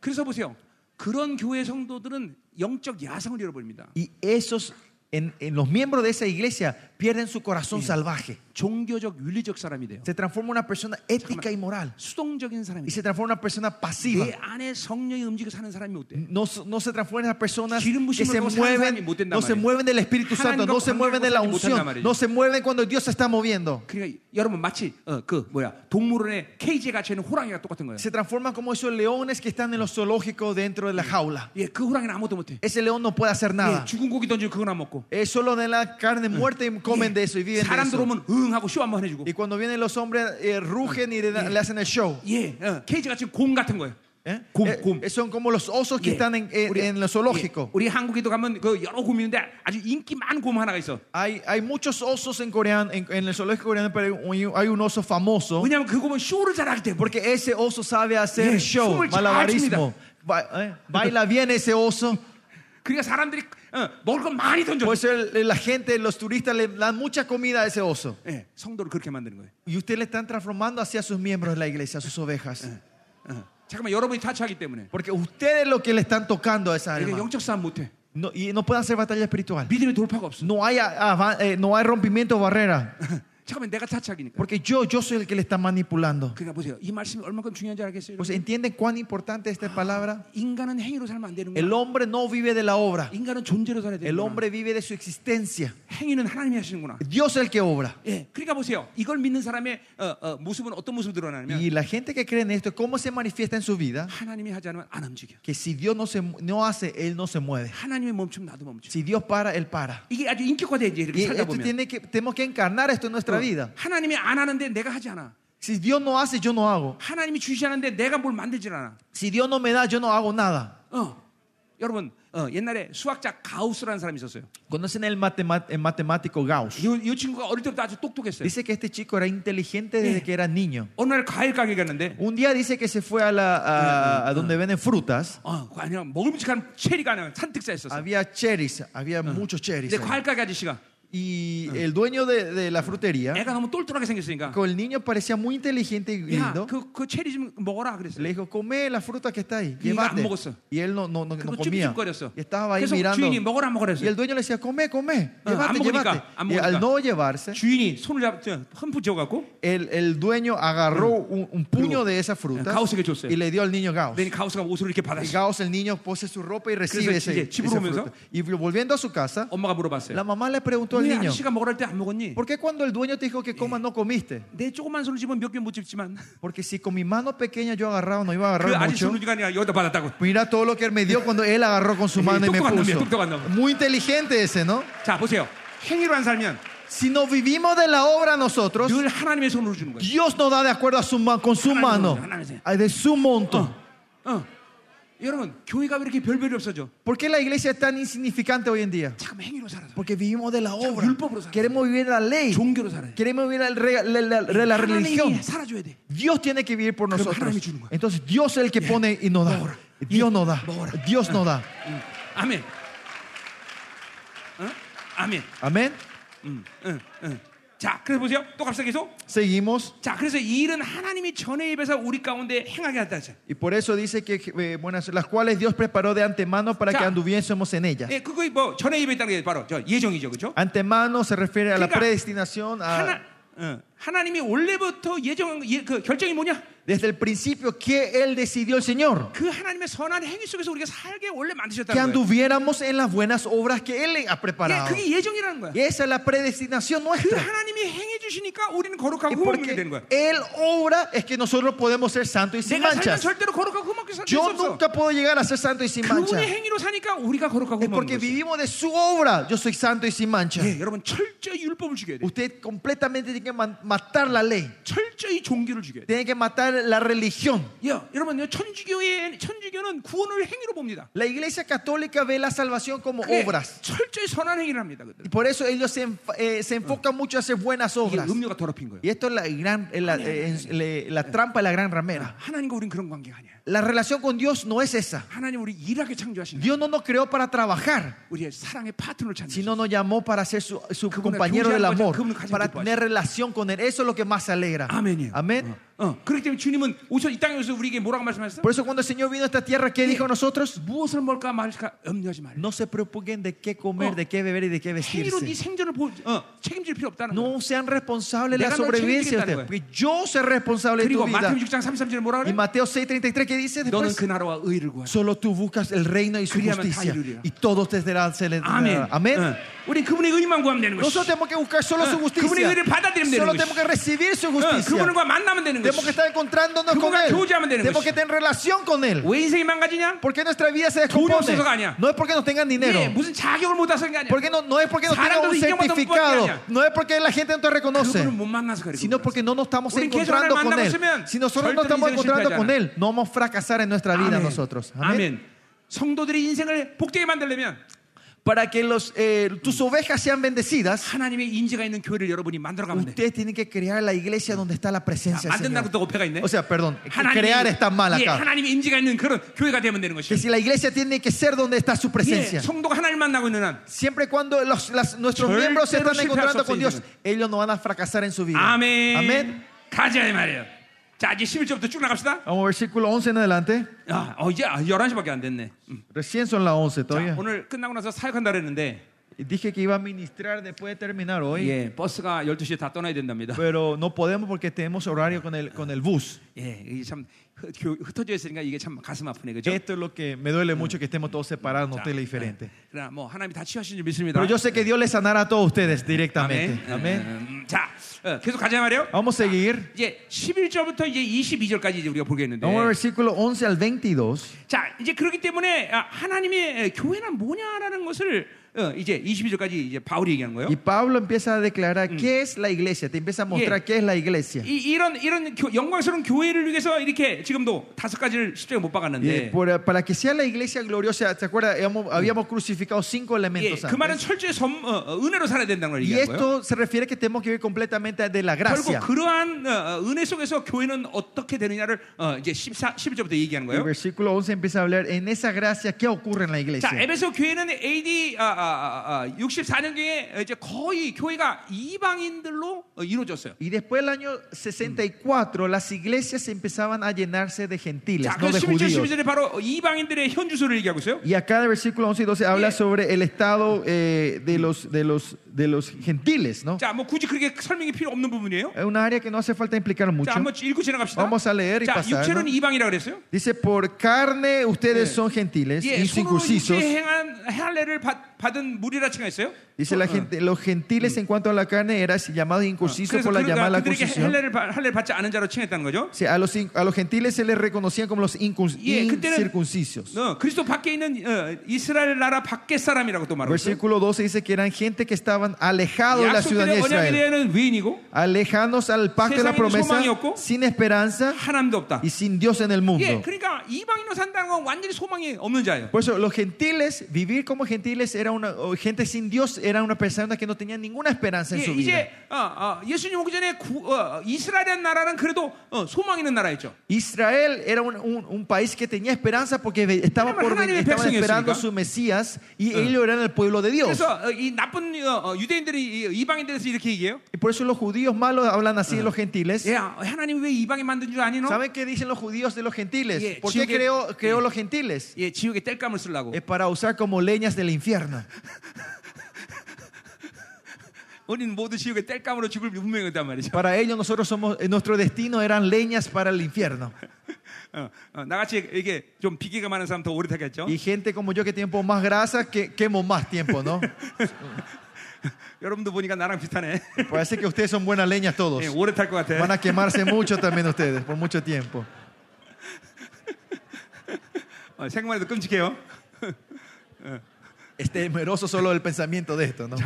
A: 그래서 보세요. 그런 교회 성도들은 영적 야성을 잃어버립니다.
B: Y esos, en, en los miembros de esa iglesia, pierden su corazón salvaje.
A: 종교적 윤리적 사람이 돼요.
B: Se transforma en una persona ética y moral.
A: 수동적인 사람이
B: Y
A: 돼요.
B: se transforma en una persona pasiva.
A: 내 안에 성령이 움직여 사는 사람이 못 돼.
B: No, no se transforman en las personas
A: 기름
B: que
A: 부심을
B: se
A: 받고 사는 사람이
B: mueven,
A: 못 된단
B: no se
A: 말이에요.
B: mueven del Espíritu Santo,
A: 하나님과
B: no se
A: 관계를
B: mueven de la
A: 못하게 못한단
B: unción,
A: 말이죠.
B: no se mueven cuando Dios se está moviendo.
A: 그러니까 여러분 마치 어, 그 뭐야 동물원에 케이지에 갇혀 있는 호랑이가 똑같은 거예요.
B: Se transforman como esos leones que están en los zoológicos dentro de la jaula.
A: 예, 그 호랑이는 아무것도 못 해.
B: Ese león no puede hacer
A: 예,
B: nada.
A: 죽은 고기 던지고 그거나 먹고.
B: Es solo de la carne muerta y comen de eso y viven de
A: 사람
B: eso.
A: 들어오면 응 하고 쇼 한번 해주고.
B: Y cuando vienen los hombres, eh, rugen y le, da- le hacen el show.
A: 예, 어, 케이지 같은 곰 같은 거예요.
B: ¿Eh?
A: 곰,
B: Eh,
A: 곰.
B: eh, son como los osos
A: 예,
B: que están en, en- en los zoológicos.
A: 예, 우리 한국에도 가면 그 여러 곰이 있는데 아주 인기 많은 곰 하나가 있어.
B: Hay, hay muchos osos en, Corea, en, en el zoológico coreano, pero hay un- hay un oso famoso.
A: 왜냐하면 그 곰은 쇼를 잘하기 때문에.
B: Porque ese oso sabe hacer
A: Yeah,
B: show,
A: 춤을 잘
B: malabarismo. Ba- eh, baila bien ese oso.
A: 그러니까 사람들이 어, 먹을 건 많이 던져.
B: Por eso el- la gente, los turistas le dan mucha comida a ese oso.
A: 예, 성도를 그렇게 만드는 거예요.
B: Y ustedes le están transformando hacia sus miembros de la iglesia, a sus ovejas.
A: 어, 잠깐만 여러분이 타치하기 때문에.
B: Porque ustedes lo que le están tocando a esa
A: 이게
B: alma.
A: 영적 싸움 못해.
B: No- y no pueden hacer batalla espiritual.
A: 믿음의 돌파가 없어.
B: No hay, a- ava- eh, no hay rompimiento de barrera.
A: 잠깐만 내가 타착이니까.
B: Porque yo, yo soy el que le está manipulando.
A: 그러니까 보세요. 이 말씀이 얼마큼 중요한지 알겠어요.
B: Pues
A: 여러분?
B: entienden cuán importante es esta palabra.
A: 인간은 행위로 살면 안 되는
B: El
A: 거야.
B: hombre no vive de la obra.
A: 인간은 존재로 살아야 되는
B: El
A: 거야.
B: hombre vive de su existencia.
A: 행위는 하나님이 하시는구나.
B: Dios es el que obra.
A: 예, 그러니까 보세요. 이걸 믿는 사람의 어, 어, 모습은 어떤 모습이 드러나냐면
B: Y la gente que cree en esto, ¿cómo se manifiesta en su vida?
A: 하나님이 하지 않으면 안 움직여.
B: Que si Dios no, se, no hace, Él no se mueve.
A: 하나님이 멈추면 나도 멈춰.
B: Si Dios para, Él para.
A: 이게 아주 인격화돼 이제 이렇게
B: Y
A: 살다
B: esto
A: 보면 어,
B: tiene que, tenemos que encarnar esto en
A: Oh.
B: nuestra vida.
A: 하나님이 안 하는데 내가 하지 않아.
B: Si Dios no hace, yo no hago.
A: 하나님이 주시지 않는데 내가 뭘 만들질 않아.
B: Si Dios no me da, yo no hago nada.
A: 어. 여러분, 어, 옛날에 수학자 가우스라는 사람이 있었어요.
B: ¿Conocen el, matema- el matemático Gauss?
A: 이, 이 친구가 어릴 때부터 아주 똑똑했어요.
B: Dice que este chico era inteligente desde que era niño.
A: 어느 날 과일 가게 갔는데
B: Un día dice que se fue a, la, a- a donde venden frutas.
A: 어, 그냥 먹음직한 체리가 하나 산뜩 쌓여 있었어요.
B: Había cherries, había muchos cherries.
A: 근데 과일
B: ahí.
A: 가게 아저씨가
B: Y el dueño de, de la frutería,
A: 애가 너무 똘똘하게 생겼으니까
B: con el niño parecía muy inteligente y
A: 야,
B: lindo,
A: 그, 네, 그 체리 좀 먹어라
B: le
A: 그랬어요.
B: dijo, come la fruta que está ahí,
A: Y iba
B: llévate.
A: a mogoso.
B: Y él no, no, no, no
A: 그리고
B: comía.
A: 뭐 쭈뼛쭈뼛거렸어.
B: Y estaba ahí
A: 계속
B: mirando.
A: 주인이 뭐 먹어라 안 먹어라
B: Y el
A: 했어요.
B: dueño le decía, come, come,
A: Ah, 안
B: llévate,
A: 먹으니까,
B: llévate.
A: 안
B: Y
A: 먹으니까.
B: al no llevarse,
A: 주인이 손을 잡 흠프 지어갖고
B: el, el dueño agarró un, un puño de esa fruta
A: Ah. Gauss에게 줬어요.
B: y le dio al niño Gauss.
A: 내니 가우스가 옷을 이렇게
B: Y
A: 받았어.
B: Gauss, el niño, pose su ropa y recibe
A: 그래서
B: ese,
A: 이제
B: esa
A: 집으로 오면서
B: fruta. Y volviendo a su casa,
A: 엄마가 물어봤어요.
B: la mamá le preguntó al
A: 왜
B: niño,
A: 아저씨가 먹으라 할 때 안 먹었니?
B: ¿por qué cuando el dueño te dijo que comas no comiste?
A: 내 조그만 손을 집으면 몇개 못 집지만
B: Porque si con mi mano pequeña yo agarraba, no iba a
A: 그
B: agarrar
A: 아저씨
B: mucho.
A: 손으로가 아니라 여기다 받았다고.
B: Mira todo lo que él me dio cuando él agarró con su mano y me
A: 똑똑한 놈이야,
B: puso.
A: 똑똑한 놈.
B: Muy inteligente ese, ¿no?
A: 자 보세요. 행위로 안 살면
B: Si no vivimos de la obra nosotros,
A: 늘 하나님의 손으로 주는 거예요.
B: Dios nos da de acuerdo a su ma- con su
A: Hanánimes,
B: mano,
A: hanánimes.
B: ah, de su monto.
A: 어, 어. 여러분 교회가 왜 이렇게 별별이 없어져?
B: ¿Por qué la iglesia es tan insignificante hoy en día?
A: 잠깐만 행위로 살아서
B: Porque vivimos de la obra.
A: 율법으로 살아.
B: Queremos vivir de la ley.
A: 종교로 살아야 돼.
B: Queremos vivir de la, re- la- la- la- la religión.
A: 하나님이 살아줘야 돼.
B: Dios tiene que vivir por
A: Pero
B: nosotros.
A: hanánimes 주는 거야.
B: Entonces Dios es el que pone y nos da.
A: Ahora.
B: Dios nos da.
A: Ahora.
B: Dios nos da.
A: 음. 아멘. 어? 아멘.
B: Amén.
A: 음, 음, 음. 자 그래서 보세요. 또 갑시다 계속.
B: Seguimos.
A: 자 그래서 이 일은 하나님이 전에 입에서 우리 가운데 행하게 한다. 자.
B: Y por eso dice que eh, buenas, las cuales Dios preparó de antemano para
A: Ya. Eh,
B: que anduviésemos en ellas.
A: 예, 그거 뭐 전에 입에 있다는 게 바로 저 예정이죠, 그렇죠?
B: Antemano se refiere a la
A: Chica.
B: predestinación. a-
A: 하나, 어, 하나님이 원래부터 예정 예, 그 결정이 뭐냐?
B: desde el principio que Él decidió el Señor.
A: 그 하나님의 선한 행위 속에서 우리가 살게 원래
B: Que
A: 만드셨다는 거예요.
B: anduviéramos en las buenas obras que Él ha
A: 예,
B: preparado.
A: 그게 예정이라는 거야.
B: Y esa es la predestinación
A: 그
B: nuestra.
A: 하나님이 행해 주시니까 우리는 거룩하고
B: Y
A: 흠없게 예, 되는
B: porque
A: 거야.
B: Él obra es que nosotros podemos ser santos y sin
A: 내가 살면
B: manchas.
A: 절대로 거룩하고 흠없게 살수
B: Yo
A: 없어.
B: nunca puedo llegar a ser santo y sin mancha.
A: 그분의 행위로 사니까 우리가 거룩하고
B: Es
A: 흠없는
B: porque
A: 거지.
B: vivimos de su obra. Yo soy santo y sin mancha.
A: 예, 여러분 철저히 율법을 죽여야 돼.
B: Usted completamente tiene que man- matar la ley.
A: 철저히 종교를 죽여야 돼.
B: Tiene que matar la religión.
A: 예, 여러분 천주교의 천주교는 구원을 행위로 봅니다.
B: La iglesia católica ve la salvación como
A: 그게
B: obras.
A: 철저히 선한 행위를 합니다. 그들은.
B: Y por eso ellos se, enf- eh, se enfocan mucho a hacer buenas
A: 이게
B: obras.
A: 음료가 더럽힌 거예요.
B: Y esto es la, gran, eh, la, eh, es le- la trampa de la gran ramera.
A: 하나님과 우린 그런 관계가 아니야.
B: La relación con Dios no es esa.
A: 하나님 우리 일하게 창조하신
B: Dios no nos creó para trabajar,
A: 우리의 사랑의 파트너를 찾는
B: sino nos llamó para ser su, su
A: Kebun-
B: compañero
A: kebun-
B: del
A: kebun-
B: amor,
A: kebun- kebun-
B: para
A: kebun-
B: tener relación con Él. Eso es lo que más alegra.
A: 아멘이에요.
B: Amén.
A: 어, 어. 그렇기 때문에 주님은 오셔 이 땅에 오셔서 우리에게 뭐라고 말씀하셨어?
B: Por eso cuando el Señor vino a esta tierra, ¿qué dijo a nosotros?
A: 무엇을 먹을까 말까 염려하지 말라.
B: No se preocupen de qué comer,
A: Oh.
B: de qué beber y de qué
A: 행위로 네
B: vestirse.
A: 생존을 보, 어, 책임질 필요 없다는 거야.
B: No sean responsables de la
A: 내가 널
B: sobrevivencia de
A: 책임지겠다는
B: usted.
A: 거야.
B: Porque yo soy responsable de tu
A: 그리고
B: vida.
A: 마태복음 6장 33절에 뭐라
B: Y
A: 그래?
B: Mateo 6:33, ¿qué dice
A: 너는
B: después?
A: 그 나라와 의를 구하라.
B: Solo tú buscas el reino y su
A: 그리하면 다
B: justicia.
A: 이루리라.
B: Y todo te será se le-
A: 아멘.
B: Amén. Ah.
A: 어. 우리 그분의 의만 구하면 되는 것이.
B: Nosotros tenemos que buscar solo
A: Ah,
B: su
A: 그분의
B: justicia.
A: 의를 받아들이면 되는
B: Solo
A: 것이.
B: tenemos que Ah, recibir su
A: 어,
B: justicia.
A: 그분과 만나면 되는
B: Tenemos
A: 것이.
B: que estar encontrándonos con
A: 그분과
B: él.
A: 교제하면 되는
B: Tenemos
A: 것이.
B: que estar en relación con él.
A: 왜 인생이 망가지냐?
B: ¿Por qué nuestra vida
A: 없어서가
B: se descompone?
A: 아니야.
B: No es porque no tengan
A: 예,
B: dinero.
A: 무슨 자격을 못 따서 그게 아니야.
B: ¿Por qué no, no es porque no
A: 사람들도
B: tengan un
A: 인정받은 것뿐이
B: certificado.
A: 아니야.
B: No es porque la gente no te reconoce.
A: 그분을 못 만나서 그래.
B: sino porque no nos estamos
A: Porque
B: encontrando
A: Jesús
B: con
A: nos
B: Él.
A: mandamos
B: Si nosotros
A: semen,
B: no estamos
A: 절대
B: encontrando
A: 인생을
B: con Él, no vamos a fracasar en nuestra vida nosotros. Amén.
A: 아멘. 성도들이 인생을 복되게 만들려면
B: Para que los, eh, tus ovejas sean bendecidas,
A: 하나님의 인재가 있는 교회를 여러분이 만들어가면 돼.
B: ustedes tienen que crear la iglesia donde está la presencia del
A: 만든다고 또
B: Señor.
A: 오페가 있네.
B: O sea, perdón,
A: 하나님의-
B: crear está mal
A: 예,
B: acá.
A: 하나님의 임재가 있는 그런 교회가 되면 되는
B: Que
A: 것이에요.
B: si la iglesia tiene que ser donde está su
A: 예,
B: presencia.
A: 성도가 하나님 만나고 있는 한
B: Siempre y cuando los- las- nuestros
A: 절대로
B: miembros se están
A: 실패할 수
B: encontrando
A: 없어요,
B: con Dios,
A: 이제는.
B: ellos no van a fracasar en su vida.
A: 예. 아멘.
B: Amén.
A: 가자 이 말이에요. 자, 이제 11절부터 쭉 나갑시다.
B: Vamos, versículo 11 en adelante.
A: 아, 어, 이제 11시밖에 안 됐네. 음.
B: Recién son las 11
A: 자,
B: todavía.
A: 오늘 끝나고 나서 사역한다 그랬는데
B: Dije que iba a ministrar después de terminar hoy,
A: 예, 버스가 12시에 다 떠나야 된답니다.
B: pero no podemos porque tenemos horario con el, con el bus.
A: 예, 이게 참 흩- 교- 흩어져 있으니까 이게 참 가슴 아프네 그죠?
B: Esto es lo que me duele mucho que estemos todos separados, no tele diferente.
A: 그러나 뭐 하나님이 다 치유하신 줄 믿습니다.
B: Pero yo sé que Dios les sanará a todos ustedes
A: 아멘.
B: directamente. Amén.
A: 음, 자, 어, 계속 가자 말이요.
B: Vamos a seguir.
A: 이제 11절부터 이제 22절까지 이제 우리가 보겠는데.
B: Vamos al versículo 11 al 22.
A: 자, 이제 그렇기 때문에 아, 하나님의 에, 교회란 뭐냐라는 것을 어, 이제 22절까지 이제 바울이 얘기하는 거예요.
B: Y Pablo empieza a declarar qué es la iglesia, te empieza a mostrar
A: Yeah.
B: qué es la iglesia.
A: 이, 이런 이런 교- 영광스러운 교회를 위해서 이렇게 지금도 다섯 가지를 십자가에 못
B: Yeah,
A: 박았는데
B: por- para que sea la iglesia gloriosa, ¿te acuerdas? Habíamos, habíamos crucificado cinco
A: 예,
B: elementos
A: 그 말은
B: antes.
A: 철저히 섬, 어, 어, 은혜로 살아야 된다는 걸
B: Y
A: 얘기하는 거예요.
B: esto se refiere que tenemos que vivir completamente de la
A: 결국
B: gracia.
A: 그러한 어, 어, 은혜 속에서 교회는 어떻게 되느냐를 어, 이제 14, 11절부터 얘기하는
B: El
A: 거예요.
B: versículo 11 empieza a hablar en esa gracia, ¿qué ocurre en la
A: 자,
B: iglesia?
A: 에베소 교회는 AD 아, 아, 아, 64년경에 이제 거의 교회가 이방인들로 어, 이루어졌어요.
B: Y después del año 64, las iglesias empezaban a llenarse de gentiles,
A: 자, 그
B: no de
A: 11절
B: judíos.
A: 12절에 바로 이방인들의 현 주소를 얘기하고 있어요.
B: Y acá en el versículo 11 y 12 habla
A: Yeah.
B: sobre el estado eh, de, los, de, los, de los gentiles, ¿no?
A: 자, 뭐 굳이 그렇게 설명이 필요 없는 부분이에요.
B: Es una área que no hace falta implicar mucho.
A: 자, 한번 읽고 지나갑시다.
B: Vamos a leer y
A: 자,
B: pasar,
A: 육체로는
B: ¿no?
A: 이방이라 그랬어요.
B: Dice, por carne ustedes
A: Yeah.
B: son gentiles,
A: 예, 손으로
B: incircuncisos.
A: 육체 행한 할례를 받- 받은 무리라 칭했어요.
B: Dice, la gente, los gentiles en cuanto a la carne eran llamados incuncisos
A: 그래서
B: por la
A: 그들과
B: llamada a la
A: 그들에게
B: circuncisión.
A: 할례를 받- 할례를 받지 않은 자로 칭했다는 거죠.
B: O sea, a, los, in- a los gentiles se les reconocían como los incun-
A: Yeah, 그때는-
B: incircuncisos.
A: 어, 그리스도 밖에 있는 어, 이스라엘 나라 밖의 사람이라고 또 말하고 있어요.
B: Versículo 12 dice que eran gente que estaban alejados de la ciudadanía
A: 약속들의
B: de
A: 언약에
B: Israel.
A: 대한 위인이고
B: Alejanos al pacto de la
A: 세상에는
B: promesa,
A: 소망이 없고,
B: sin esperanza
A: 하나님도 없다.
B: y sin Dios en el mundo.
A: 예, 그러니까 이방인으로 산다는 건 완전히 소망이 없는 자예요.
B: Por eso los gentiles, vivir como gentiles era una o gente sin Dios, era una persona que no tenía ninguna esperanza en
A: 예,
B: su vida.
A: 이제 어, 어, 예수님 오기 전에 구- 어, 이스라엘 나라는 그래도 어, 소망 있는 나라였죠.
B: Israel era un, un- un país que tenía esperanza porque ve- estaba por venir,
A: 하나님의
B: estaban esperando
A: 백성이었으니까.
B: su Mesías y ellos eran el pueblo de Dios.
A: 그래서 어, 이 나쁜 어, 어, 유대인들이 이- 이방인들에 대해서 이렇게 얘기해요.
B: Y por eso los judíos malos hablan así de los gentiles.
A: 야, 하나님 왜 이방인 만든 줄 아니 너?
B: ¿Saben qué dicen los judíos de los gentiles?
A: Yeah,
B: ¿Por qué
A: 지옥에-
B: creó, creó
A: yeah.
B: los gentiles?
A: 예, 지옥에 땔감을 쓰려고.
B: Es para usar como leñas del infierno.
A: 우리는 모두 지옥에 땔감으로 죽을 운명이었단 말이죠.
B: Para ellos nosotros somos, eh, nuestro destino eran leñas para el infierno.
A: 어, 어, 나같이 이게 좀 비계가 많은 사람 더 오래 타겠죠.
B: Y gente como yo que tiempo más grasa, que quemo más tiempo, ¿no?
A: 여러분도 보니까 나랑 비슷하네.
B: Parece que ustedes son buenas leñas todos.
A: 예, 오래 탈 것
B: Van
A: 같아.
B: a quemarse mucho también ustedes, por mucho tiempo.
A: 어, 생각만 해도 끔찍해요.
B: Es Este, temeroso solo el pensamiento de esto, ¿no?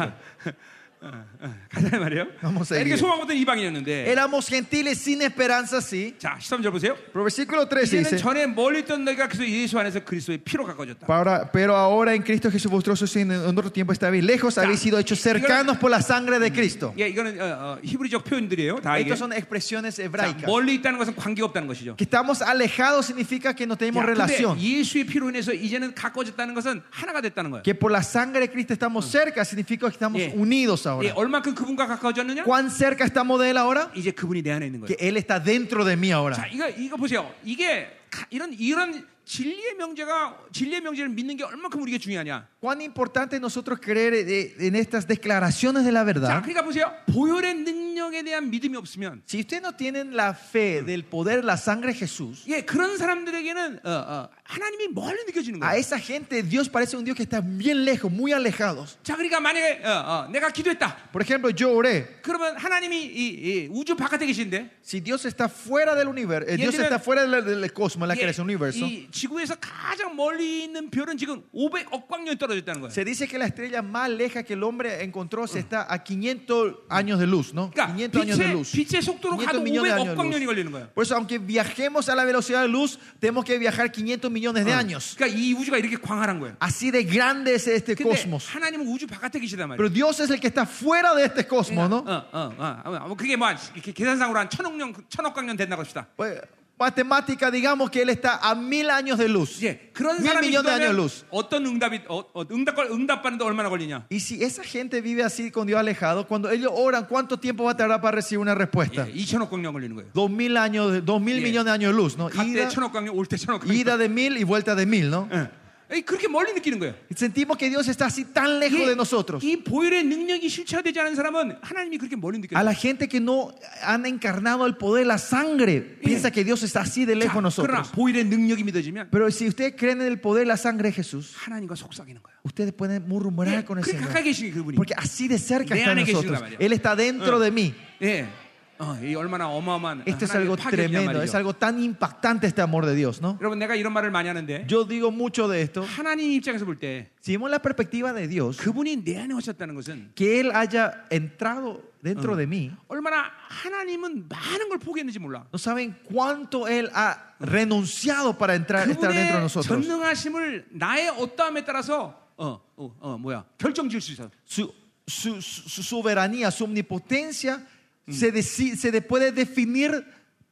A: 어, 가자 말이에요.
B: Vamos a
A: 이렇게
B: seguir.
A: 소망 없던 이방인이었는데.
B: Éramos gentiles sin esperanza, sí.
A: 자, 13절 보세요.
B: Pero versículo 13
A: 이제는
B: dice,
A: 전에 멀리 있던 너희가 그래서 예수 안에서 그리스도의 피로 가까워졌다.
B: "Para- pero ahora en Cristo Jesús vuestros socios en otro tiempo estabais lejos, habéis sido hechos cercanos por la sangre de Cristo.
A: 예, 이거는 어, 어, 히브리적 표현들이에요. 다 이게.
B: Estas son expresiones
A: 자,
B: hebraicas.
A: 멀리 있다는 것은 관계가 없다는 것이죠.
B: Que estamos alejados significa que no tenemos
A: 자, 근데
B: relación.
A: 예수의 피로 인해서 이제는 가까워졌다는 것은 하나가 됐다는 거예요.
B: Que por la sangre de Cristo estamos
A: Ah.
B: cerca significa que estamos
A: Yeah.
B: unidos
A: 예,
B: ahora.
A: 얼마큼 그분과 가까워졌느냐?
B: ¿Cuán cerca estamos de Él ahora?
A: 이제 그분이 내 안에 있는 거예요.
B: Que Él está dentro de mí ahora.
A: 자, 이거 이거 보세요. 이게 가- 이런 이런 진리의 명제가 진리의 명제를 믿는 게 얼마큼 우리에게 중요하냐.
B: Cuán importante es nosotros creer eh, en estas declaraciones de la
A: 자,
B: verdad.
A: 그러니까 보세요. 보혈의 능력에 대한 믿음이 없으면
B: Si ustedes no tienen la
A: Mm.
B: fe del poder, la sangre de Jesús,
A: 예, 그런 사람들에게는 어, 어, 하나님이 멀리 느껴지는
B: a
A: 거예요.
B: esa gente Dios parece un Dios que está bien lejos, muy alejados.
A: 자, 그러니까 만약에 어, 어, 내가 기도했다.
B: Por ejemplo, yo oré.
A: 그러면 하나님이 이, 이 우주 바깥에 계신데
B: Si Dios está fuera del universo, eh,
A: Y él
B: Dios
A: tiene-
B: está fuera del, del cosmos, la
A: 예,
B: creación del universo.
A: 이 지구에서 가장 멀리 있는 별은 지금 500억 광년 떨어져 있다는 거예요.
B: Se dice que la estrella más leja que el hombre encontró se está a 500 años de luz, ¿no?
A: 그러니까
B: 500 años de
A: 빛의,
B: luz.
A: 빛의 속도로 가도
B: 500 millones de
A: 500억
B: años de
A: 광년이
B: luz.
A: 걸리는 거예요.
B: Por eso, aunque viajemos a la velocidad de luz, tenemos que viajar 500 millones de años.
A: 그러니까 이 우주가 이렇게 광활한 거예요.
B: Así de grande es este
A: 근데
B: cosmos.
A: 하나님은 우주 바깥에 계시단 말이에요.
B: Pero Dios es el que está fuera de este cosmos,
A: 어,
B: ¿no?
A: 어, 어, 어, 어, 그게 뭐 한- 이렇게 계산상으로 한 천억 년, 천억 광년 된다고 합시다.
B: Pues, matemática, digamos que Él está a mil años de luz.
A: 이제 그런
B: Mil
A: 사람이
B: millones de años de
A: 기도하면
B: luz.
A: 어떤 응답이 어, 어, 응답 걸 응답 받는데 얼마나 걸리냐?
B: Y si esa gente vive así con Dios alejado, cuando ellos oran, ¿cuánto tiempo va a tardar para recibir una
A: 예,
B: respuesta?
A: 2천억 광년 걸리는 거예요.
B: Dos mil años, de- dos mil
A: Yeah. 어,
B: millones de años de luz, ¿no?
A: 갈 때
B: Ida,
A: 천억 광년, 올 때 천억 광년.
B: ida de mil y vuelta de mil, ¿no?
A: 예. 에이, 그렇게 멀리 느끼는 거예요.
B: Sentimos que Dios está así tan lejos de nosotros.
A: 이 보혈의 능력이 실체화되지 않은 사람은 하나님이 그렇게 멀리 느껴요.
B: A la gente que no han encarnado el poder de la sangre, piensa que Dios está así de lejos de
A: 그러나
B: nosotros.
A: 보혈의 능력이 믿어지면
B: Pero si ustedes creen en el poder de la sangre de Jesús,
A: 하나님과 속삭이는 거예요.
B: ustedes pueden
A: 예,
B: murmurar con el
A: 그렇게
B: Señor.
A: 가까이 계시니 그분이.
B: Porque así de cerca
A: 내
B: está
A: 안에
B: de
A: 계신단
B: nosotros.
A: 말이야.
B: Él está dentro de mí.
A: 예. 어, 이 얼마나 어마어마한
B: Esto es
A: 하나님의
B: algo
A: 파격이냐
B: tremendo,
A: 말이죠.
B: es algo tan impactante este amor de Dios, ¿no?
A: 여러분 내가 이런 말을 많이 하는데
B: Yo digo mucho de esto.
A: 하나님 입장에서 볼 때
B: Si vemos la perspectiva de Dios,
A: 그분이 내 안에 오셨다는 것은
B: que Él haya entrado dentro de mí,
A: 얼마나 하나님은 많은 걸 포기했는지 몰라.
B: no saben cuánto Él ha renunciado para entrar, estar dentro de
A: 그분의
B: nosotros.
A: 전능하심을 나의 어떠함에 따라서 어어어 뭐야 결정 지을 수 있어.
B: Su, su- su soberanía, su omnipotencia, se, deci- se de- puede definir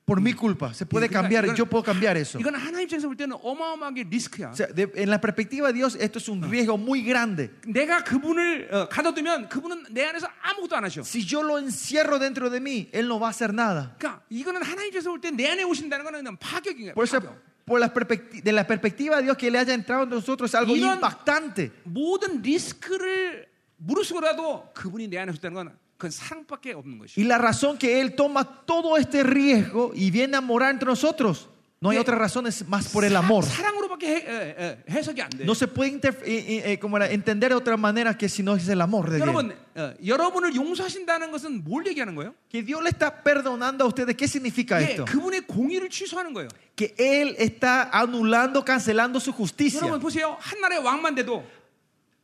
B: por mi culpa. Se puede
A: Sí, claro,
B: cambiar,
A: claro.
B: yo puedo cambiar eso.
A: 이건 하나님 입장에서 볼 때는 어마어마하게 리스크야.
B: O sea, de- en la perspectiva de Dios, esto es un riesgo muy grande.
A: 내가 그분을 어, 가둬두면 그분은 내 안에서 아무것도 안 하셔.
B: Si yo lo encierro dentro de mí, Él no va a hacer nada.
A: 그러니까 이거는 하나님 입장에서 볼 때 내 안에 오신다는 거는 그냥 파격인 거야.
B: Por eso,
A: 파격.
B: por la perspecti- de la perspectiva de Dios, que Él haya entrado en nosotros es algo
A: Y no-
B: impactante.
A: 모든 리스크를 무릅쓰고라도 그분이 내 안에 오셨다는 건 그건 사랑밖에 없는 것이.
B: Y la razón que Él toma todo este riesgo y viene a morar entre nosotros, no hay
A: Bien.
B: otra razón es más por el amor.
A: 사랑으로밖에 해, 에, 에, 해석이 안 돼.
B: No se puede inter- eh, eh, eh, como era, entender de otra manera que si no es el amor de Dios.
A: 여러분, 어, 여러분을 용서하신다는 것은 뭘 얘기하는 거예요?
B: Que Dios le está perdonando a ustedes, ¿qué significa
A: 예,
B: esto?
A: 그분의 공의를 취소하는 거예요.
B: Que Él está anulando, cancelando su justicia.
A: 여러분 보세요. 한 나라의 왕만 돼도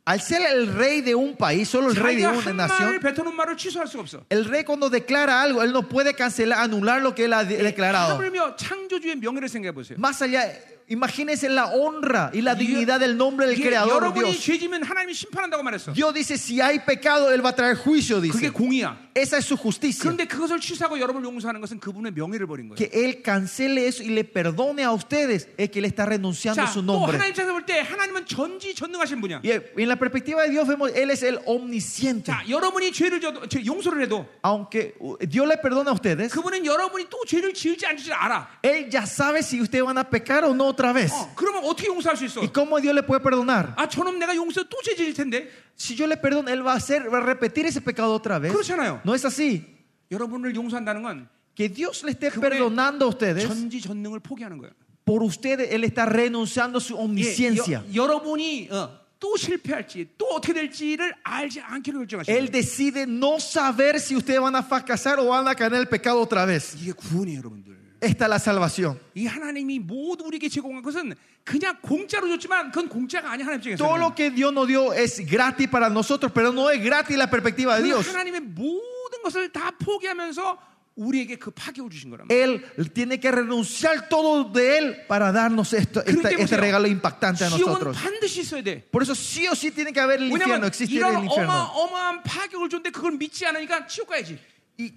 B: Al ser el rey de un país, solo el 그 rey de
A: 자기가
B: una
A: 한 말을
B: nación,
A: 뱉어놓은 말을 취소할 수가 없어.
B: el rey cuando declara algo, Él no puede cancelar, anular lo que Él ha de- declarado.
A: 하물며 창조주의 명예를 생각해 보세요.
B: Más allá, imagínense la honra y la dignidad del nombre del
A: 이게
B: Creador
A: 여러분이
B: Dios.
A: 죄지면 하나님이 심판한다고 말했어.
B: Dios dice, si hay pecado, Él va a traer juicio,
A: 그게
B: dice.
A: 공의야.
B: Esa es su justicia.
A: 그런데 그것을 취소하고 여러분을 용서하는 것은 그분의 명예를 버린 거예요.
B: Que Él cancele eso y le perdone a ustedes es que Él está renunciando
A: 자,
B: a su
A: 또
B: nombre.
A: 하나님 입장에서 볼 때 하나님은 전지 전능하신 분이야.
B: Y eh, en la perspectiva de Dios vemos, Él es el omnisciente.
A: 자, 여러분이 죄를 져도, 죄- 용서를 해도
B: Aunque uh, Dios le perdona a ustedes,
A: 그분은 여러분이 또 죄를 지을지 안 지을지 알아.
B: Él ya sabe si ustedes van a pecar o no otra vez.
A: 어, 그러면 어떻게 용서할 수 있어?
B: ¿Y cómo Dios le puede perdonar?
A: 아, 저놈 내가 용서 또 죄 지을 텐데.
B: Si yo le perdono, Él va a, hacer, va a repetir ese pecado otra vez.
A: 그렇잖아요.
B: No es así.
A: 여러분을 용서한다는 건
B: Que Dios le esté
A: 그분의
B: perdonando a ustedes,
A: 전지 전능을 포기하는 거예요.
B: por ustedes Él está renunciando a su
A: 예,
B: omnisciencia.
A: 여, 여러분이 어, 또 실패할지 또 어떻게 될지를 알지 않기로 결정하신
B: Él
A: 거예요.
B: decide no saber si ustedes van a fracasar o van a caer en el pecado otra vez.
A: 이게 구원이에요, 여러분들.
B: Esta es la salvación.
A: 이 하나님이 모두 우리에게 제공한 것은 그냥 공짜로 줬지만 그건 공짜가 아니야 하나님
B: Todo
A: 입장에서는.
B: lo que Dios nos dio es gratis para nosotros, pero no es gratis la perspectiva de
A: 그
B: Dios.
A: 하나님의 모든 것을 다 포기하면서 우리에게 그 파격을 주신 거란 말이에요.
B: Él tiene que renunciar todo de Él para darnos esto, esta-
A: 그렇게
B: este
A: 보세요.
B: regalo impactante a
A: 시험은
B: nosotros.
A: 반드시 있어야 돼.
B: Por eso sí o sí tiene que haber el infierno,
A: 왜냐면
B: existe el
A: 음. 이런
B: infierno.
A: 어마어마한 파격을 줬는데 그걸 믿지 않으니까 치욕 가야지.
B: Y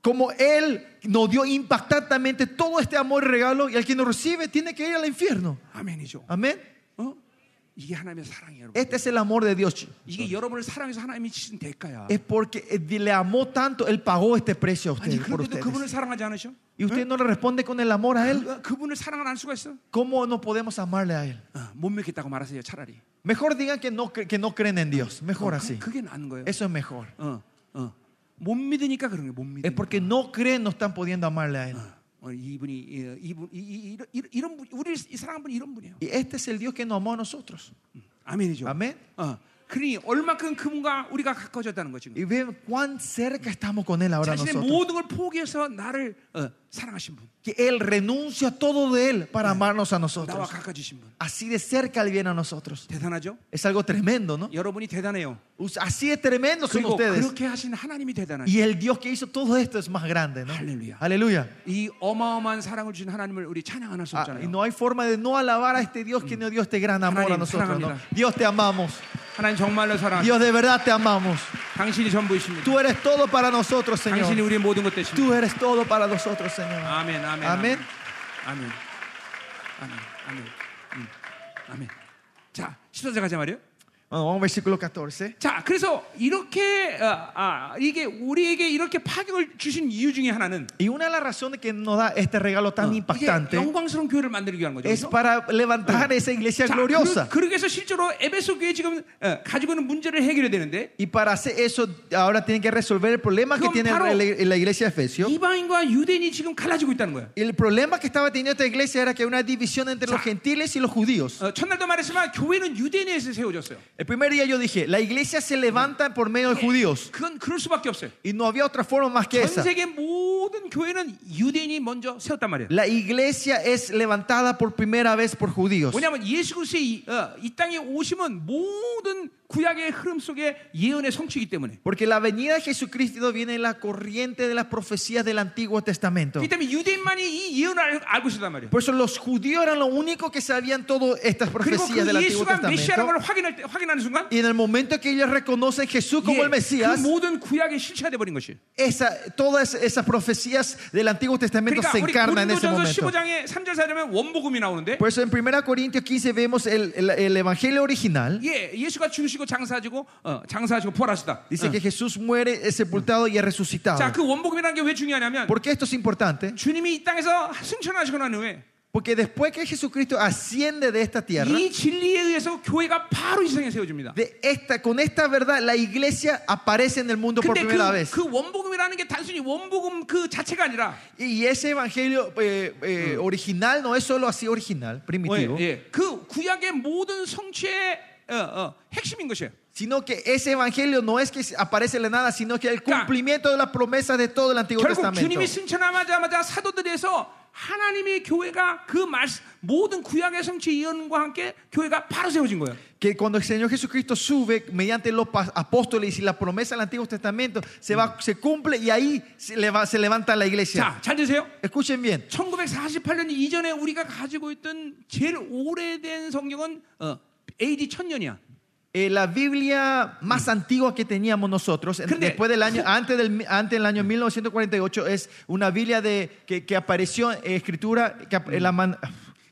B: como Él nos dio impactantemente todo este amor y regalo, y el que nos recibe tiene que ir al infierno.
A: 아멘이죠.
B: Amén.
A: 어? 이게 하나님의 사랑이에요, 여러분.
B: Este es el amor de Dios.
A: 이게 여러분을 사랑해서 하나님이 치신 대가야.
B: Es porque eh, le amó tanto, Él pagó este precio a
A: 아니
B: ustedes, por
A: 그런데도
B: ustedes.
A: 그분을 사랑하지 않으셔?
B: Y usted no le responde con el amor a Él.
A: 그- 그분을 사랑을 안 수가 있어?
B: ¿Cómo no podemos amarle a Él?
A: 어, 못 믿겠다고 말하세요, 차라리. 어,
B: Mejor digan que no, cre- que no creen en Dios. Mejor así.
A: 그게 나은 거예요.
B: Eso es mejor.
A: 어, 어. 못 믿으니까 그런 거예요. 못
B: Es
A: 믿으니까.
B: porque no creen, no están pudiendo amarle a Él.
A: 어, 이분이 이- 이분 이, 이, 이런- 이런- 이런 분 우리 사랑하는 분이 이런 분이에요.
B: Y este es el Dios que nos amó a nosotros.
A: 아멘이죠.
B: 아멘.
A: 어, 그러니 얼마큼 그분과 우리가 가까워졌다는 거지.
B: Y ven cuán cerca estamos con Él ahora
A: 자신의
B: nosotros.
A: 모든 걸 포기해서 나를 어, 사랑하신 분,
B: Que Él renuncia a todo de Él para amarnos a
A: 나와
B: nosotros.
A: 가까워지신 분.
B: Así de cerca Él viene a nosotros.
A: 대단하죠?
B: Es algo tremendo, ¿no?
A: 여러분이 대단해요.
B: Así de tremendo son
A: 그리고
B: ustedes.
A: 그렇게 하신 하나님이 대단하죠.
B: Y el Dios que hizo todo esto es más grande, ¿no?
A: Aleluya.
B: Aleluya.
A: 이 어마어마한 사랑을 주신 하나님을 우리 찬양 안 할 수
B: Ah, y
A: 없잖아요.
B: no hay forma de no alabar a este Dios que nos dio este gran amor a
A: Ha나님,
B: nosotros. ¿no?
A: 사랑합니다.
B: Dios te amamos.
A: 하나님 정말로 사랑합니다.
B: Dios de verdad te amamos.
A: 당신이 전부이십니다.
B: Tú eres todo para nosotros,
A: 당신이
B: Señor.
A: 우리의 모든 것 되십니다.
B: Tú eres todo para nosotros, Señor.
A: 아멘, 아멘, 아멘,
B: 아멘.
A: 아멘, 아멘, 아멘, 음, 아멘. 자, 시도자 가자 말이요.
B: Bueno, vamos al versículo 14.
A: 자, 그래서 이렇게 어, 아, 이게 우리에게 이렇게 파격을 주신 이유 중에 하나는
B: Y una de las razones que nos da este regalo
A: 어,
B: tan
A: 이게
B: impactante
A: 영광스러운 교회를 만들기 위한 거죠.
B: es
A: 그죠?
B: para levantar esa iglesia
A: 자,
B: gloriosa.
A: 그, 러기 위해서 실제로 에베소 교회 지금 어, 가지고 있는 문제를 해결해야 되는데
B: Y para hacer eso, ahora tienen que resolver el problema que
A: 그건
B: tiene
A: 바로
B: la la iglesia de Efesio.
A: 이방인과 유대인이 지금 갈라지고 있다는 거예요.
B: El problema que estaba teniendo esta iglesia era que había una división entre los
A: 자.
B: gentiles y los judíos.
A: 어, 첫날도 말했지만 교회는 유대인에서 세워졌어요.
B: El primer día yo dije, la iglesia se levanta por medio de judíos.
A: 그건 그럴 수밖에 없어요.
B: Y no había otra forma más que
A: 전
B: esa.
A: 세계 모든 교회는 유대인이 먼저 세웠단 말이에요.
B: La iglesia es levantada por primera vez por judíos.
A: 뭐냐면 예수 그리스도의 이, 어, 이 땅에 오심은 모든 구약의 흐름 속에 예언의 성취이기 때문에
B: Porque la venida de Jesucristo viene en la corriente de las profecías del Antiguo Testamento.
A: 그렇기 때문에 유대인만이 이 예언을 알- 알고 있었단 말이에요.
B: Por eso los judíos eran los únicos que sabían todas estas
A: 그리고
B: profecías del
A: 그
B: Antiguo
A: 예수가 메시아라는
B: Testamento.
A: 걸 확인할 때, 확인하는 순간
B: Y en el momento que ellos reconocen a Jesús como el
A: 예,
B: Mesías,
A: 그 모든 구약이 실체가 돼버린 것이.
B: esa- todas esas profecías del Antiguo Testamento
A: 그러니까
B: se
A: 우리
B: encarnan en ese
A: 고린도전서
B: momento.
A: 15장에 3절 4절에 원복음이 나오는데
B: Por eso en 1 Corintios 15 vemos el, el- el Evangelio original.
A: 예, 예수가 죽으시고 장사하시고 어, 장사하시고 부활하시다.
B: Dice que Jesús muere, es sepultado y es resucitado.
A: 자, 그 원복음이라는 게 왜 중요하냐면
B: ¿Por qué esto es importante?
A: 주님이 이 땅에서 승천하시고 난 후에
B: Porque después que Jesucristo asciende de esta tierra,
A: 이 진리에 의해서 교회가 바로 이 세상에 세워집니다.
B: de esta, con esta verdad la iglesia aparece en el mundo por
A: 근데 그,
B: primera vez.
A: 그 원복음이라는 게 단순히 원복음 그 자체가 아니라
B: Y ese evangelio eh, eh,
A: Mm.
B: original no es solo así original, primitivo,
A: 예, 예, 그 구약의 모든 성취의 어, 어, 핵심인 것이에요.
B: sino que ese evangelio no es que aparece de nada, sino que el
A: Claro.
B: cumplimiento de las promesas de todo el Antiguo
A: 결국
B: Testamento.
A: 주님이 승천하자마자 사도들에서 하나님의 교회가 그 말씀 모든 구약의 성취 예언과 함께 교회가 바로 세워진 거예요.
B: Que cuando el Señor Jesucristo sube mediante los pa- apóstoles y la promesa del Antiguo Testamento se, va, se cumple y ahí se, leva- se levanta la iglesia.
A: 자, 잘 드세요.
B: Escuchen bien.
A: 1948년 이전에 우리가 가지고 있던 제일 오래된 성경은 어, AD 1000년이야.
B: Eh, la Biblia más antigua que teníamos nosotros, en-
A: Creo que-
B: después del año, antes del, antes del año 1948, es una Biblia de, que, que apareció, eh, escritura que, ap- la man-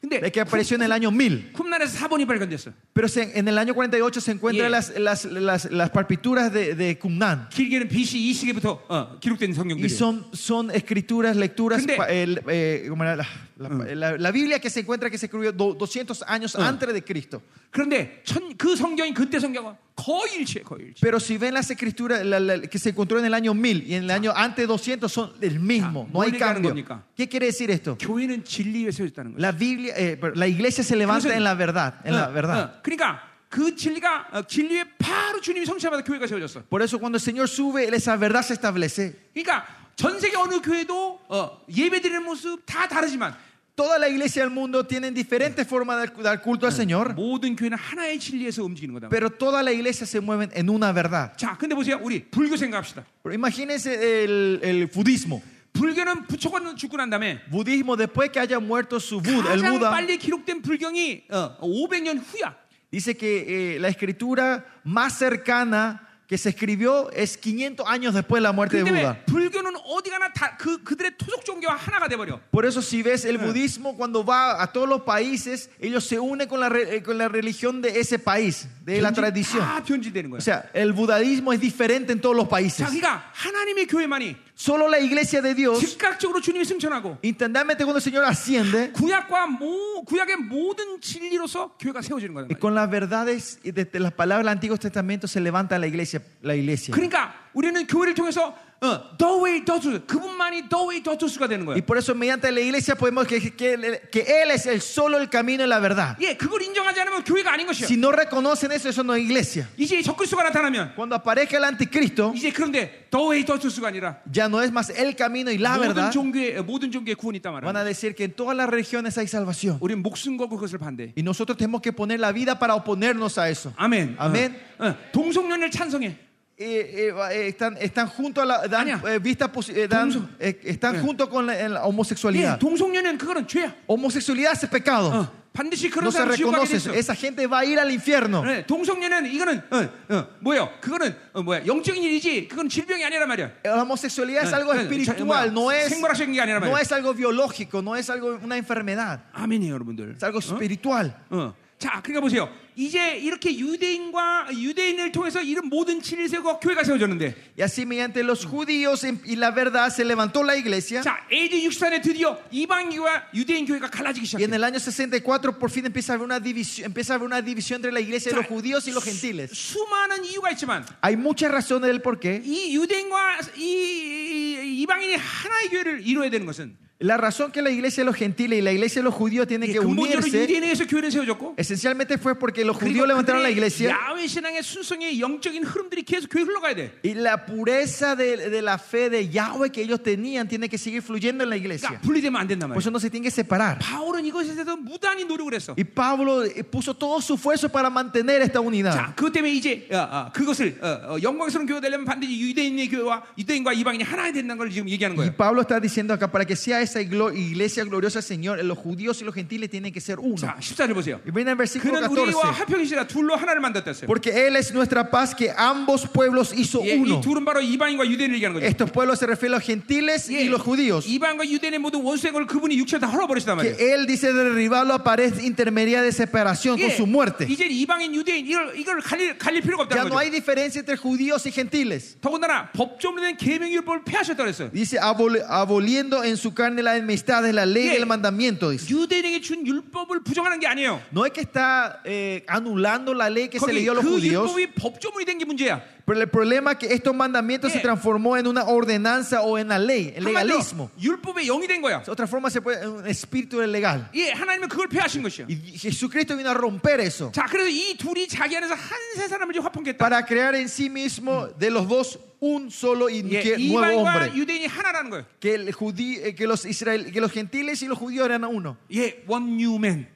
A: Creo
B: de que apareció en el año 1000.
A: 쿰란에서 사본이 발견됐어.
B: Pero se- en el año 48 se
A: Yeah.
B: encuentran las, las, las, las partituras de, de Qumran.
A: 길게는 BC 20세기부터 어, 기록된
B: Y
A: 성경들이.
B: son, son escrituras, lecturas.
A: Creo que-
B: pa- el- eh, ¿cómo era? la, la-
A: Ah.
B: la- la Biblia que se encuentra que se escribió do- 200 años antes de Cristo.
A: 그런데 천, 그 성경이 그때 성경과 거의 일치해, 거의 일치.
B: Pero si ven las escrituras la- la- que se encontró en el año 1000 y en el año antes de 200 son el mismo,
A: Ya,
B: no hay
A: ¿뭘 얘기하는
B: cambio.
A: 겁니까?
B: ¿Qué quiere decir esto?
A: 교회는 진리에 세워졌다는 거예요.
B: La Biblia, eh, pero la iglesia se levanta
A: Entonces-
B: en la verdad, en la
A: 어,
B: verdad.
A: 어, 그러니까 그 진리가 어, 진리에 바로 주님이 성취하마다 교회가 세워졌어.
B: Por eso cuando el Señor sube, esa verdad se establece.
A: 그러니까 전 세계 어느 교회도 어, 예배드리는 모습 다 다르지만
B: Toda la iglesia del mundo tiene diferentes formas de dar culto al Señor,
A: 모든 교회는 하나의 진리에서 움직이는 거다.
B: pero toda la iglesia se mueve en una verdad.
A: 자, 근데 보세요. 우리 불교 생각합시다.
B: Pero imagínense el, el budismo.
A: 불교는 부처가 죽고 난 다음에
B: Budismo, después que haya muerto su Buda, el
A: 가장
B: Buda,
A: 빨리 기록된 불경이 어, 500년 후야.
B: Dice que eh, la escritura más cercana que se escribió es 500 años después de la muerte de
A: 그렇기
B: Buda.
A: 때문에 불교는 어디 가나 다, 그, 그들의 토속 종교와 하나가 돼버려.
B: Por eso si ves el budismo cuando va a todos los países, ellos se unen con la, re- eh, con la religión de ese país, de la
A: 변질-
B: tradición.
A: 다 변질되는 거야.
B: O sea, el budismo es diferente en todos los países.
A: 자, 어, 그러니까 하나님의 교회만이
B: Solo la iglesia de Dios,
A: 즉각적으로 주님이 승천하고
B: internamente cuando el Señor asciende,
A: 구약과 모, 구약의 모든 진리로서 교회가 세워지는 거란
B: y
A: 말이야.
B: con las verdades y de, de las palabras del Antiguo Testamento se levanta la iglesia. La iglesia.
A: 그러니까 우리는 교회를 통해서 어, The Way, The Truth 그분만이 The Way, The Truth가 되는
B: Y
A: 거야.
B: por eso mediante la iglesia podemos que, que- que Él es el solo el camino y la verdad.
A: 예, 그걸 인정하지 않으면 교회가 아닌 것이야.
B: Si no reconocen eso, eso no es iglesia.
A: 이제 적그리스도가 나타나면
B: Cuando aparezca el anticristo,
A: 이제 그런데 The Way, The Truth가 아니라
B: ya no es más el camino y la
A: 모든
B: verdad.
A: 종교의 어, 모든 종교의 구원이 있단
B: Van
A: 말이야.
B: a decir que en todas las regiones hay salvación.
A: 우리는 목숨 걸고 그것을 반대.
B: Y nosotros tenemos que poner la vida para oponernos a eso.
A: 아멘.
B: 아멘.
A: 어, 어, 동성연을 찬성해. 예,
B: Eh, eh, eh, están, están junto a la dan,
A: Aña.
B: eh, vista posi- eh, dan-
A: 동성-
B: eh, están
A: Eh.
B: junto con la, en la homosexualidad.
A: 예, 동성연은 그거는 죄야.
B: Homosexualidad es pecado.
A: 어, 반드시 그런
B: No se
A: 사람 지옥 가게
B: reconoce.
A: 됐어.
B: eso. Esa gente va a ir al infierno.
A: 네, 동성연은 이거는 어, 어, 뭐요? 그거는 어, 뭐야? 영적인 일이지. 그건 질병이 아니란 말이야.
B: La homosexualidad es
A: Eh,
B: algo
A: eh,
B: espiritual,
A: eh,
B: no es,
A: 생물학적인 게 아니라 말이야.
B: no es algo biológico, no es algo una enfermedad,
A: 아멘이에요, 여러분들.
B: es algo espiritual.
A: 어? 자, 그러니까 보세요. 이제 이렇게 유대인과 유대인을 통해서 이런 모든 친일 세우고 교회가 세워졌는데,
B: Y así mediante
A: Mm.
B: los judíos en- y la verdad se levantó la iglesia.
A: 자, AD 64년에 드디어 이방교와 유대인 교회가 갈라지기
B: Y en
A: 시작해요.
B: el año 64 por fin empieza a haber una división, empieza a haber una división entre la iglesia de los judíos y los gentiles.
A: 수많은 이유가 있지만
B: Hay muchas razones del por qué.
A: 이 유대인과 이, 이- 이- 이방인이 하나의 교회를 이루어야 되는 것은
B: La razón que la iglesia de los gentiles y la iglesia de los judíos tienen que
A: 근본적으로
B: unirse
A: 유대인에게서 교회는
B: 네,
A: 세워졌고
B: esencialmente fue porque los judíos
A: 그리고
B: levantaron la
A: 그들의
B: iglesia
A: 야외 신앙의 순성의 영적인 흐름들이 계속 교회 흘러가야 돼.
B: y la pureza de, de la fe de Yahweh que ellos tenían tiene que seguir fluyendo en la
A: 그러니까
B: iglesia.
A: 분리되면 안 된단
B: Por
A: 말이야.
B: eso no se tiene que separar.
A: 바울은 이것에 대해서 무단히 노력을 했어.
B: Y Pablo eh, puso todo su esfuerzo para mantener esta unidad.
A: 자, 그것 때문에 이제 어, 어, 그것을 어, 어, 영광스러운 교회 되려면 반드시 유대인의 교회와 유대인과 이방인이 하나가 된다는 걸 지금 얘기하는
B: Y
A: 거예요.
B: Pablo está diciendo acá, para que sea esa iglo- iglesia gloriosa, Señor, los judíos y los gentiles tienen que ser uno.
A: 자, 14절 보세요.
B: Y viene el versículo
A: 그는 우리와
B: 14.
A: 화평이시라 둘로 하나를 만들었어요.
B: Porque Él es nuestra paz que ambos pueblos hizo
A: 예, 이
B: uno.
A: 둘은 바로 이방인과 유대인을 얘기하는 거죠.
B: Estos pueblos se refieren a los gentiles
A: 예,
B: y los judíos.
A: 이방과 유대인의 모든 원수의 걸 그분이 육체로 다 헐어버리시단 말이에요.
B: Que Él dice de derribarlo a pared intermedia de separación con
A: 예,
B: su muerte.
A: 이제 이방인 유대인 이걸 이걸 갈릴, 갈릴 필요가
B: Ya
A: 없다는
B: no hay
A: 거죠.
B: diferencia entre judíos y gentiles.
A: 더군다나 법조문에 대한 계명율법을 폐하셨다 그랬어요.
B: Dice, abol- aboliendo en su carne la enemistad de la ley y
A: Yeah.
B: el mandamiento. Dice.
A: 유대인에게 준 율법을 부정하는 게 아니에요.
B: No es que está eh, anulando la ley que se le
A: 거기
B: dio a los
A: 그
B: judíos,
A: 율법이 법조문이 된 게 문제야.
B: pero el problema es que estos mandamientos
A: Yeah.
B: se transformó en una ordenanza o en la ley, el
A: 한마디로
B: legalismo.
A: 율법의 영이 된 거야.
B: De otra forma se puede, un espíritu del legal.
A: 예, 하나님은 그걸 폐하신 것이야.
B: Y Jesucristo vino a romper eso
A: 자, 그래서 이 둘이 자기 안에서 한 세 사람을 이제 화평케 했다.
B: para crear en sí mismo de los dos un solo y
A: 예,
B: que-
A: 이방과
B: nuevo hombre.
A: 유대인이 하나라는 거예요.
B: Que, el judí- eh, que, los israel- que los gentiles y los judíos eran uno.
A: 예, one new man.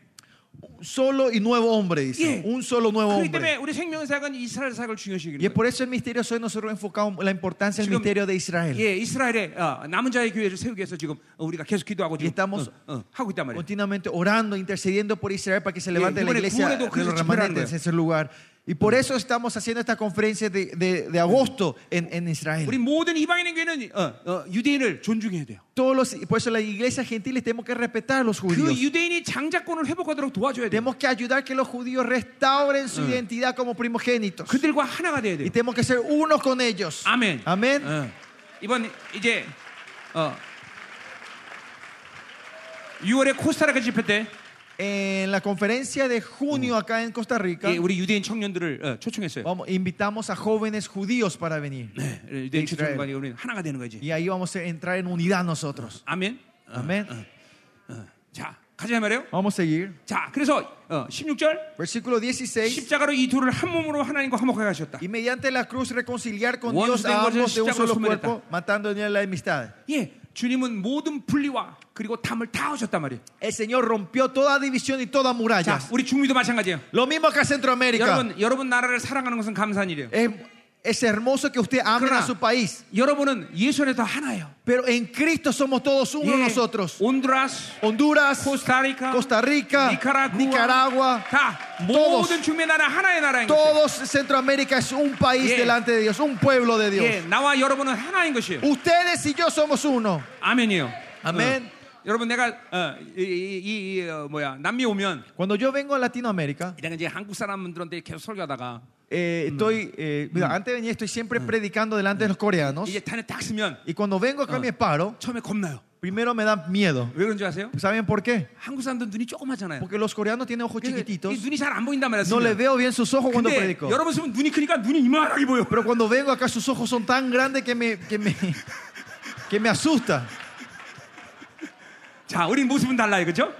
B: Un Solo y nuevo hombre, dice.
A: Yeah.
B: Un solo nuevo
A: 그렇기
B: hombre.
A: 때문에 우리 생명사역은 이스라엘 사역을 중요시
B: Y
A: 여기는
B: es
A: 거예요.
B: por eso el misterio hoy nosotros enfocamos la importancia del
A: 지금-
B: misterio de Israel.
A: 예, 이스라엘의 어, 남은 자의 교회를 세우기 위해서 지금 어, 우리가 계속 기도하고 지금
B: estamos-
A: 어, 어, 하고 있단 말이에요.
B: continuamente orando, intercediendo por Israel para que se
A: Sí,
B: levante la
A: 이번에
B: iglesia de
A: 구월에도
B: los
A: 그래서
B: remanentes
A: 집회를
B: en ese lugar. Y por eso estamos haciendo esta conferencia de, de- de agosto en, en
A: 우리
B: Israel.
A: 모든 이방인의 교회는 어, 어, 유대인을 존중해야 돼요.
B: Todos los, por eso las iglesias gentiles tenemos que respetar a los
A: 그
B: judíos.
A: 유대인이 장자권을 회복하도록 도와줘야 돼요.
B: Tenemos que ayudar que los judíos restauren su identidad como primogénitos.
A: 그들과 하나가 돼야 돼요.
B: Y tenemos que ser unos con ellos.
A: 아멘.
B: Amén.
A: 어. 이번 이제 어, 6월에 코스타리카 집회 때
B: En la conferencia de junio acá en Costa Rica,
A: 예, 우리 유대인 청년들을 어, 초청했어요.
B: vamos, invitamos a jóvenes judíos para venir.
A: 네, 유대인
B: 이스라엘.
A: 초청과 우리는 하나가 되는 거지.
B: Y ahí vamos a entrar en unidad nosotros.
A: 아멘. 어,
B: Amén.
A: 자, 가자 말이에요.
B: Vamos a seguir.
A: 자, 그래서 어, 16절
B: Versículo 16.
A: 십자가로 네, 이 둘을 한 몸으로 하나님과 화목하게 하셨다.
B: Y mediante la cruz reconciliar con
A: One
B: Dios
A: thing
B: a ambos de un
A: was
B: solo
A: established
B: cuerpo, matando en él la enemistad.
A: 예, 주님은 모든 분리와 그리고 담을 다 하셨단 말이에요.
B: El Señor rompió toda división y toda muralla.
A: 자, 우리 중미도 마찬가지예요.
B: Lo mismo acá en Centroamérica.
A: 여러분, 여러분 나라를 사랑하는 것은 감사한 일이에요.
B: Es, es hermoso que usted ame
A: Claro.
B: a su país,
A: 여러분은 예수 안에 다 하나예요.
B: pero en Cristo somos todos uno
A: 예,
B: nosotros.
A: 온두라스,
B: Honduras,
A: 코스타리카,
B: Costa Rica,
A: 니카라구아,
B: Nicaragua,
A: 다
B: todos.
A: 모든 중미 나라 하나의 나라인 것이에요.
B: todos Centroamérica es un país
A: Yeah.
B: delante de Dios, un pueblo de Dios.
A: 예, 나와 여러분은 하나인 것이에요.
B: Ustedes y yo somos uno.
A: 아멘이요.
B: 아멘.
A: 어, 여러분 내가 어, 이, 이, 이, 이, 어, 뭐야 남미 오면
B: Cuando yo vengo a Latinoamérica,
A: 내가 이제 한국 사람들한테 계속 설교하다가
B: eh, estoy, eh, mira, antes de venir estoy siempre predicando delante de los coreanos.
A: 이제 탄에 딱 쓰면
B: Y cuando vengo acá me paro,
A: 처음에 겁나요.
B: primero me dan miedo.
A: 왜 그런 줄 아세요?
B: ¿Saben por qué?
A: 한국 사람들 눈이 조그마잖아요.
B: Porque los coreanos tienen ojos
A: 그래서
B: chiquititos.
A: 이 눈이 잘 안 보인단 말이야.
B: No le
A: 쓰면.
B: veo bien sus ojos cuando
A: 근데
B: predico.
A: 여러분 쓰면 눈이 크니까 눈이 이만하게 보여.
B: Pero cuando vengo acá sus ojos son tan grandes que me, que me, que me asusta.
A: 자, 우리 모습은 달라요, 그렇죠?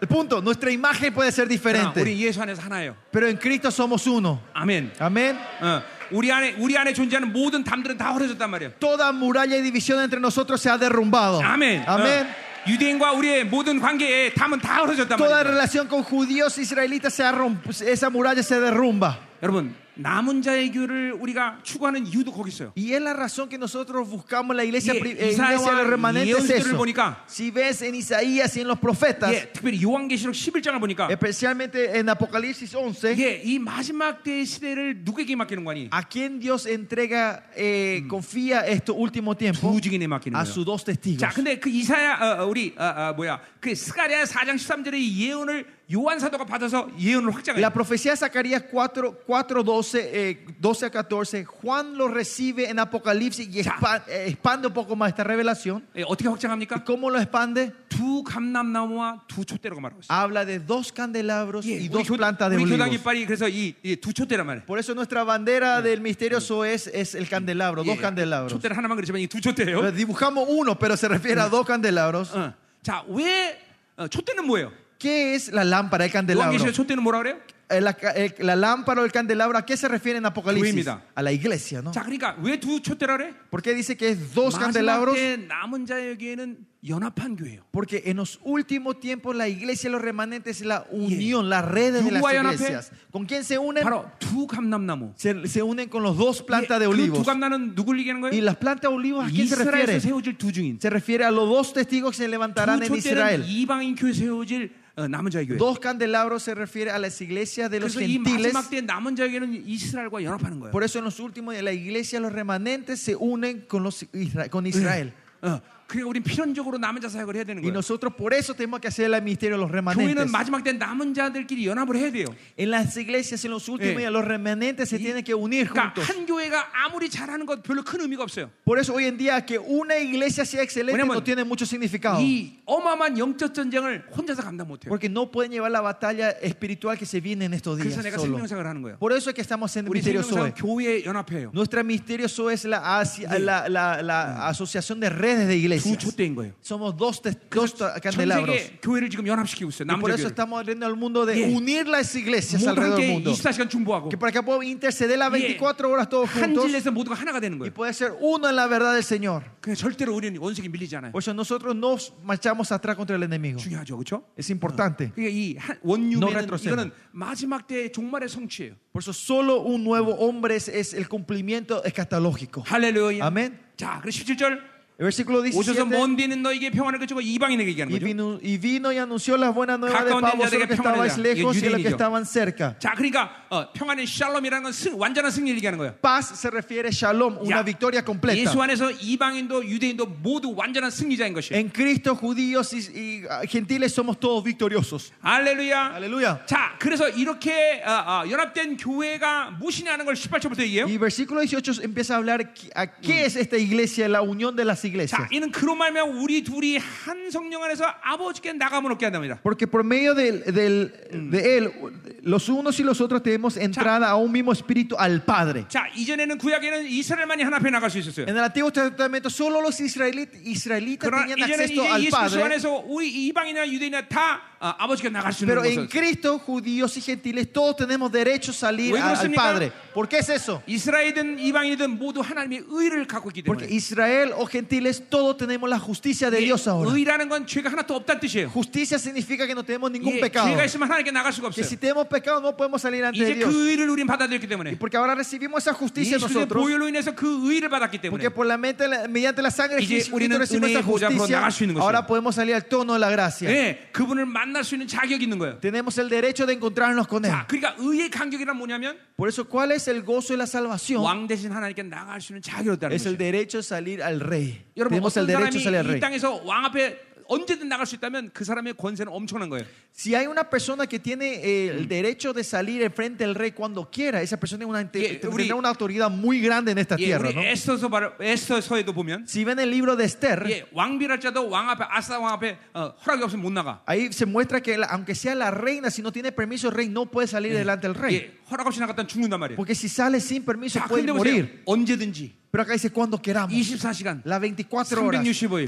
B: El punto, nuestra imagen puede ser diferente,
A: 우리 예수 안에서 하나예요.
B: pero en Cristo somos uno.
A: 아멘.
B: Amén.
A: 어, 우리 안에 우리 안에 존재하는 모든 담들은 다 흐려졌단 말이에요.
B: Toda muralla y división entre nosotros se ha derrumbado.
A: 아멘. 어,
B: Amén.
A: 유대인과 우리의 모든 관계에 담은 다 흐려졌단
B: Toda
A: 말이에요.
B: relación con judíos e israelitas se ha romp- esa muralla se derrumba.
A: 여러분 남은 자의 교를 우리가 추구하는 이유도 거기 있어요.
B: Y es la razón que nosotros buscamos la iglesia,
A: 예,
B: pri- eh,
A: 이사야와
B: iglesia de los remanentes es
A: 예언서들을
B: eso.
A: 보니까-
B: Si ves en Isaías y en los profetas,
A: 예, 특별히 요한계시록 11장을 보니까
B: especialmente en Apocalipsis 11,
A: 예, 이 마지막 때 시대를 누구에게 맡기는 거니?
B: ¿a quién Dios entrega, eh, confía este último tiempo?
A: 두 증인에 맡기는
B: A
A: 거예요.
B: sus dos testigos.
A: 자, 근데 그 이사야 어, 어, 우리 어, 어, 뭐야? 그 스가랴 4장 13절의 예언을 요한 사도가 받아서 예언을 확장해요.
B: La profecía de Zacarías 4, 4 12, eh, 12 a 14, Juan lo recibe en Apocalipsis y
A: Ya.
B: expa- eh, expande un poco más esta revelación.
A: 예, 어떻게 확장합니까?
B: ¿Cómo lo expande?
A: 두 감람나무와 두 촛대라고 말하고 있어요.
B: Habla de dos candelabros
A: 예,
B: y
A: 우리,
B: dos
A: 교,
B: plantas de
A: 우리 교당
B: olivos.
A: 이빨이 그래서 이 두 촛대란 말이에요.
B: Por eso nuestra bandera del misterioso es, es el candelabro, dos candelabros.
A: 예. 촛대를 하나만 어, 그리지만 이두 촛대예요.
B: Pero dibujamos uno, pero se refiere a dos candelabros.
A: 어. 자, 왜 어, 촛대는 뭐예요?
B: ¿Qué es la lámpara del candelabro?
A: 요한계시록 촛대는 뭐라 그래요?
B: Eh, La, ca- eh, la lámpara o el candelabro, ¿a qué se refiere en Apocalipsis?
A: Glorimida.
B: A la iglesia, ¿no?
A: 자, 그러니까 왜 두 촛대라 그래?
B: ¿Por qué dice que es dos
A: 마지막
B: candelabros?
A: 때 남은 자에게는 연합한 교회예요.
B: Porque en los últimos tiempos la iglesia y los remanentes es la unión, las redes de las
A: Uruguay, ¿no?
B: iglesias. ¿Con quién se unen?
A: 바로 두 감람나무. 예,
B: Se, se unen con los dos plantas de
A: 그두
B: olivos.
A: 감람나는 누굴 얘기하는
B: ¿Y
A: 거예요?
B: las plantas de olivos a quién se
A: 이스라엘에서
B: refiere?
A: 세워질 두 증인.
B: Se refiere a los dos testigos que se levantarán en
A: 두 촛대는
B: Israel.
A: 이방인 교회 세워질 어, 남은 자의 교회.
B: Dos candelabros se refiere a las iglesias de los
A: 그래서 이
B: gentiles.
A: 마지막 때 남은 자에게는 이스라엘과 연합하는 거예요.
B: Por eso en los últimos días la iglesia y los remanentes se unen con, los Isra- con Israel.
A: 어, 그러니까 우린 필연적으로 남은 자 사역을 해야 되는
B: Y
A: 거예요.
B: nosotros por eso tenemos que hacer el ministerio de los remanentes.
A: 교회는 마지막 때 남은 자들끼리 연합을 해야 돼요.
B: En las iglesias, en los últimos
A: Eh.
B: días, los remanentes se tienen que unir
A: 그러니까
B: juntos.
A: 한 교회가 아무리 잘하는 것 별로 큰 의미가 없어요.
B: Por eso hoy en día que una iglesia sea excelente
A: 왜냐면
B: no tiene mucho significado.
A: 이 어마어마한 영적 전쟁을 혼자서 감당 못해요.
B: Porque no pueden llevar la batalla espiritual que se viene en estos días.
A: 그래서 내가
B: solo.
A: 생명상을 하는 거예요.
B: Por eso es que estamos haciendo
A: 우리
B: misterio
A: 생명상
B: Zoe.
A: 교회 연합회예요.
B: Nuestra misterio Zoe es la, asia- la- la- la asociación de redes de
A: 두
B: iglesias.
A: 촛대인 거예요.
B: Somos dos, tes- dos ta-
A: 전
B: candelabros.
A: 세계 교회를 지금 연합시키고 있어요.
B: Y por
A: 남자
B: eso
A: 교회를.
B: estamos abriendo al mundo de
A: Yeah.
B: unir las iglesias
A: 모두
B: alrededor del
A: 함께
B: mundo.
A: 24시간 중보하고
B: Que para que podamos interceder las
A: Yeah.
B: 24 horas todos
A: 한
B: juntos
A: 진리에서 모두가 하나가 되는
B: y
A: 거예요.
B: poder ser uno en la verdad del Señor.
A: 그냥 절대로 우리는 원색이 밀리지 않아요.
B: Por eso nosotros nos marchamos atrás contra el enemigo.
A: 중요하죠, 그렇죠?
B: Es importante.
A: 그러니까 이 한-
B: No
A: 원유매는
B: retrocede.
A: 이거는 마지막 때 종말의 성취예요.
B: Por eso solo un nuevo hombre es, es el cumplimiento escatológico.
A: 할렐루야.
B: Amén.
A: 자, 그리고 17절
B: El versículo
A: 오셔서
B: 17.
A: 먼 데는 너에게 평안을 그치고 이방인에게 얘기하는
B: Y
A: 거죠.
B: vino, y vino y anunció las buenas nuevas de
A: 가까운
B: Pablo
A: 자들에게
B: sobre los que
A: 평안을
B: estabais
A: 내라.
B: lejos
A: 이게
B: y de los que
A: 유대인이죠.
B: estaban cerca.
A: 자, 그러니까 어, 평안의 샬롬이라는 건 승, 완전한 승리 를 얘기하는 거예요.
B: Paz se refiere a shalom,
A: Ya.
B: una victoria completa.
A: 예수 안에서 이방인도 유대인도 모두 완전한 승리자인 것이에요.
B: En Cristo, judíos y, y, ah, gentiles somos todos victoriosos.
A: 할렐루야.
B: Aleluya.
A: 자, 그래서 이렇게 어, 어, 연합된 교회가 무엇이냐는 걸 18절부터 얘기해요.
B: Y versículo 18 empieza a hablar qui- a qué es esta iglesia, la unión de las
A: 자,
B: iglesias.
A: 이는 그로 말면 우리 둘이 한 성령 안에서 아버지께 나감을 얻게 한답니다.
B: Porque por medio del- del- de él, los unos y los otros tenemos entrada a un mismo espíritu al Padre.
A: 자, 이전에는 구약에는 이스라엘만이 하나님 앞에 나갈 수 있었어요.
B: En el Antiguo Testamento solo los israelit- israelitas
A: 그러나
B: tenían
A: 이제는
B: acceso
A: 이제
B: al
A: 예수 그리스도
B: Padre,
A: 안에서 우리 이방인이나 유대인이나 다 아, 아버지께 나갈 수 있는
B: pero en
A: 것은
B: Cristo, judíos y gentiles, todos tenemos derecho a salir
A: ¿왜
B: a- al
A: 그렇습니까?
B: Padre. ¿Por qué es eso?
A: 이스라엘이든 이방인이든 모두 하나님의 의를 갖고 있기
B: Porque
A: 때문에
B: Israel o gentiles, todos tenemos la justicia de
A: 예,
B: Dios ahora.
A: 의라는 건 죄가 하나도 없다는 뜻이에요.
B: Justicia significa que no tenemos ningún
A: 예,
B: pecado.
A: 죄가 있으면 하나님께 나갈 수가
B: Que
A: 없어요.
B: si tenemos pecado no podemos salir ante
A: 이제
B: Dios.
A: 그 의를 우리는 받아들였기 때문에
B: Porque ahora recibimos esa justicia
A: 예수 그리스도의
B: nosotros.
A: 보혈로 인해서 그 의를 받았기 때문에
B: Porque por la mente, la- mediante la sangre de
A: 이제
B: Jesucristo
A: 우리는
B: recibimos esa
A: 은혜의 보좌 앞으로
B: justicia.
A: 나갈 수 있는 것이에요.
B: Ahora podemos salir al tono de la gracia.
A: 예, 그분을 만날 수 있는 자격이 있는 거예요.
B: Tenemos el derecho de encontrarnos con Él.
A: 자, 그러니까 의의 간격이란 뭐냐면
B: Por eso, ¿cuál es el gozo de la salvación?
A: 왕 대신 하나님께 나갈 수 있는 자격이 있다는
B: Es el
A: 거예요.
B: derecho de salir al Rey.
A: 여러분
B: Tenemos
A: 어떤
B: el derecho de salir al
A: 사람이 이
B: Rey.
A: 땅에서 왕 앞에 언제든 나갈 수 있다면 그 사람의 권세는 엄청난 거예요.
B: Si hay una persona que tiene eh, el derecho de salir enfrente del Rey cuando quiera, esa persona es una,
A: Yeah, 우리-
B: tendrá una autoridad muy grande en esta
A: 예,
B: tierra.
A: 우리
B: ¿no?
A: 에스더서 말- 에스더서에도 보면
B: Si ven el libro de Esther,
A: 예, 왕비랄 자도 왕 앞에 아사 왕 앞에 어, 허락이 없으면 못 나가.
B: Ahí se muestra que la- aunque sea la reina, si no tiene permiso el rey, no puede salir delante del rey.
A: 예, 허락 없이 나갔다 죽는단 말이에요.
B: Porque si sale sin permiso
A: 자,
B: puede
A: 근데 보세요.
B: morir.
A: 언제든지
B: Pero acá dice cuando queramos.
A: 24시간
B: Las 24 horas,
A: 365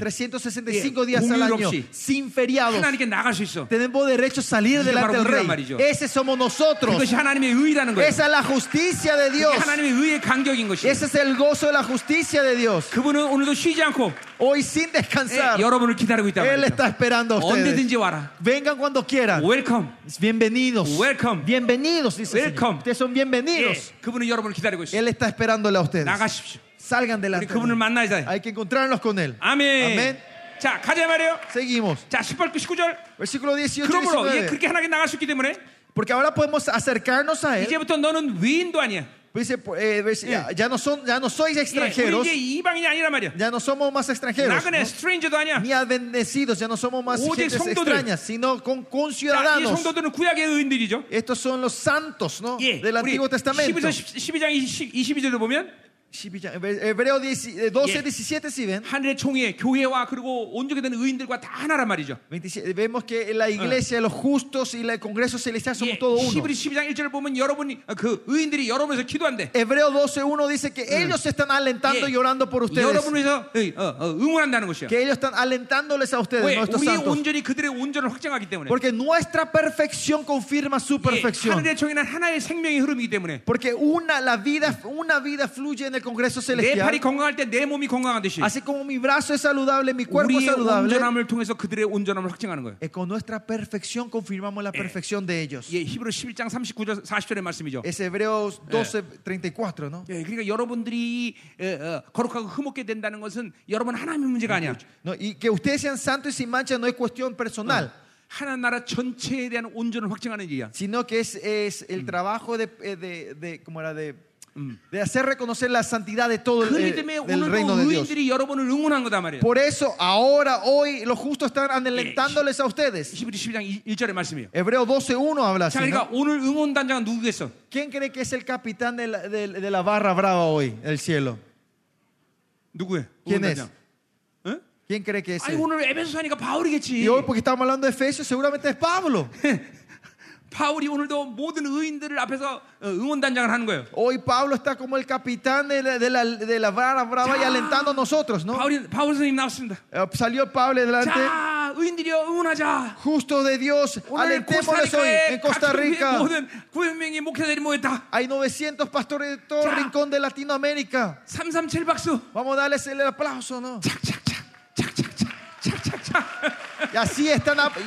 A: Yeah.
B: 365 días al
A: 공휴일
B: año,
A: 없이.
B: sin feriados.
A: 하나님께 나갈 수 있어.
B: Tenemos derecho a salir
A: 이게 바로
B: delante del
A: 우리란
B: rey.
A: 말이죠.
B: Ese somos nosotros.
A: 그것이 하나님의 의라는 거예요.
B: Esa es la justicia de Dios.
A: 그게 하나님의 의의 간격인 것이에요.
B: Ese es el gozo de la justicia de Dios.
A: 그분은 오늘도 쉬지 않고
B: Hoy sin descansar,
A: 예, 여러분을 기다리고 있다
B: Él
A: 말이죠.
B: está esperando a ustedes.
A: 언제든지 와라.
B: Vengan cuando quieran.
A: 웰컴.
B: Bienvenidos.
A: Welcome.
B: Bienvenidos, dice el Señor.
A: Welcome.
B: Ustedes son
A: 예,
B: bienvenidos.
A: 그분은 여러분을 기다리고 있어.
B: Él está esperándole a ustedes.
A: 나가십시오.
B: Salgan
A: 우리
B: delante. de
A: 그분을
B: él.
A: 만나야 돼.
B: Hay que encontrarnos con Él.
A: Ah. 아멘.
B: Amén.
A: 자, 가자 말이에요.
B: Seguimos.
A: 자, 18, 19절.
B: Versículo 18 y
A: 그러므로 네. 예,
B: 19.
A: 그렇게 하나님께 나갈 수 있기 때문에
B: Porque ahora podemos acercarnos a Él.
A: 이제부터 너는 위인도 아니야.
B: Dice, eh, vers- ya, ya no son, ya no sois
A: 예, 우리
B: extranjeros,
A: 이제 이방인이 아니란 말이야.
B: ya no somos más extranjeros,
A: 나그네
B: ¿no?
A: 스트레인저도 아니야.
B: ni bendecidos, ya no somos más
A: Oye,
B: gentes
A: 성도들.
B: extrañas, sino con,
A: 자, 이
B: conciudadanos.
A: 성도들은 구약의 의인들이죠.
B: Estos son los santos, ¿no?
A: 예,
B: Del
A: 우리
B: Antiguo Testamento.
A: 12장 22절을 보면
B: Shibiya- Hebreo 10 eh, 12,
A: Yeah.
B: 17, si ven.
A: 하늘의 총회, 교회와 그리고 온전히 된 의인들과 다 하나란 말이죠.
B: 27, vemos que
A: Ah.
B: la iglesia, los justos y el Congreso Celestial
A: 예,
B: somos todo uno.
A: 히브리 12장 1절을 보면 여러분이 어, 그 의인들이 여러분에서 기도한대.
B: Hebreo 12, 1 dice que ellos están alentando
A: Mm. Yeah.
B: y orando por ustedes.
A: 여러분을 위해서 어, 어, 응원한다는 것이야.
B: Que ellos están alentándoles a ustedes,
A: 왜?
B: nuestros
A: 우리의
B: santos.
A: 온전히 그들의 온전을 확정하기 때문에.
B: Porque nuestra perfección confirma su
A: 예,
B: perfección.
A: 하늘의 총회는 하나의 생명의 흐름이기 때문에
B: Porque una, la vida, una vida fluye en el
A: 내
B: Congreso
A: 팔이
B: Celestial.
A: 건강할 때 내 몸이 건강한 듯이
B: Así como mi brazo es saludable, mi cuerpo es
A: 우리의
B: saludable.
A: 온전함을 통해서 그들의 온전함을 확증하는 거예요.
B: eh, Con nuestra perfección confirmamos la perfección de ellos.
A: 예, 히브리 11장 39절 40절의 말씀이죠.
B: Es Hebreos 12, 34, ¿no?
A: 예, 그러니까 여러분들이 예, 어, 거룩하고 흐뭇게 된다는 것은 여러분 하나님의 문제가 아니야.
B: No, Y que ustedes sean santos y sin mancha no es cuestión personal,
A: Ah. 하나님 나라 전체에 대한 온전을 확증하는 일이야.
B: sino que es, es el trabajo de, eh, de, de- ¿cómo era? De, de hacer reconocer la santidad de todo el,
A: 그
B: eh,
A: 일 때문에
B: del reino
A: 오늘도
B: de Dios.
A: 의인들이 여러분을 응원한 거다 말이에요.
B: Por eso, ahora, hoy, los justos están alentándoles a ustedes.
A: 히브리 11장 1절의 말씀이에요.
B: Hebreo 12.1 habla
A: 자,
B: así.
A: 그러니까
B: ¿no?
A: 오늘 응원단장은 누구겠어?
B: ¿Quién cree que es el capitán de la, de- de la barra brava hoy, el cielo?
A: 누구예요?
B: ¿Quién es?
A: 응원단장. 응?
B: ¿Quién cree que es
A: 아니
B: él?
A: 오늘 에베소서 하니까 바울이겠지.
B: Y hoy, porque estamos hablando de Efesios, seguramente es Pablo.
A: 바울이 오늘도 모든 의인들을 앞에서 어, 응원단장을 하는 거예요.
B: Hoy Pablo está como el capitán de la, de la, de la vara brava y alentando a nosotros, ¿no?
A: 바울이 바울 선생님 나왔습니다.
B: Eh, Salió Pablo delante.
A: 자, 의인들이여 응원하자.
B: Justo de Dios,
A: 오늘
B: alentémosles hoy en
A: 코스타리카에
B: Costa
A: 각국의
B: Rica.
A: 모든 900명의 목회자들이 모였다.
B: Hay 900 pastores de todo
A: Ya.
B: rincón de Latinoamérica.
A: 337 박수.
B: Vamos a darles el aplauso, ¿no?
A: 착착착. 착착착. 착착착.
B: Y así están. ap-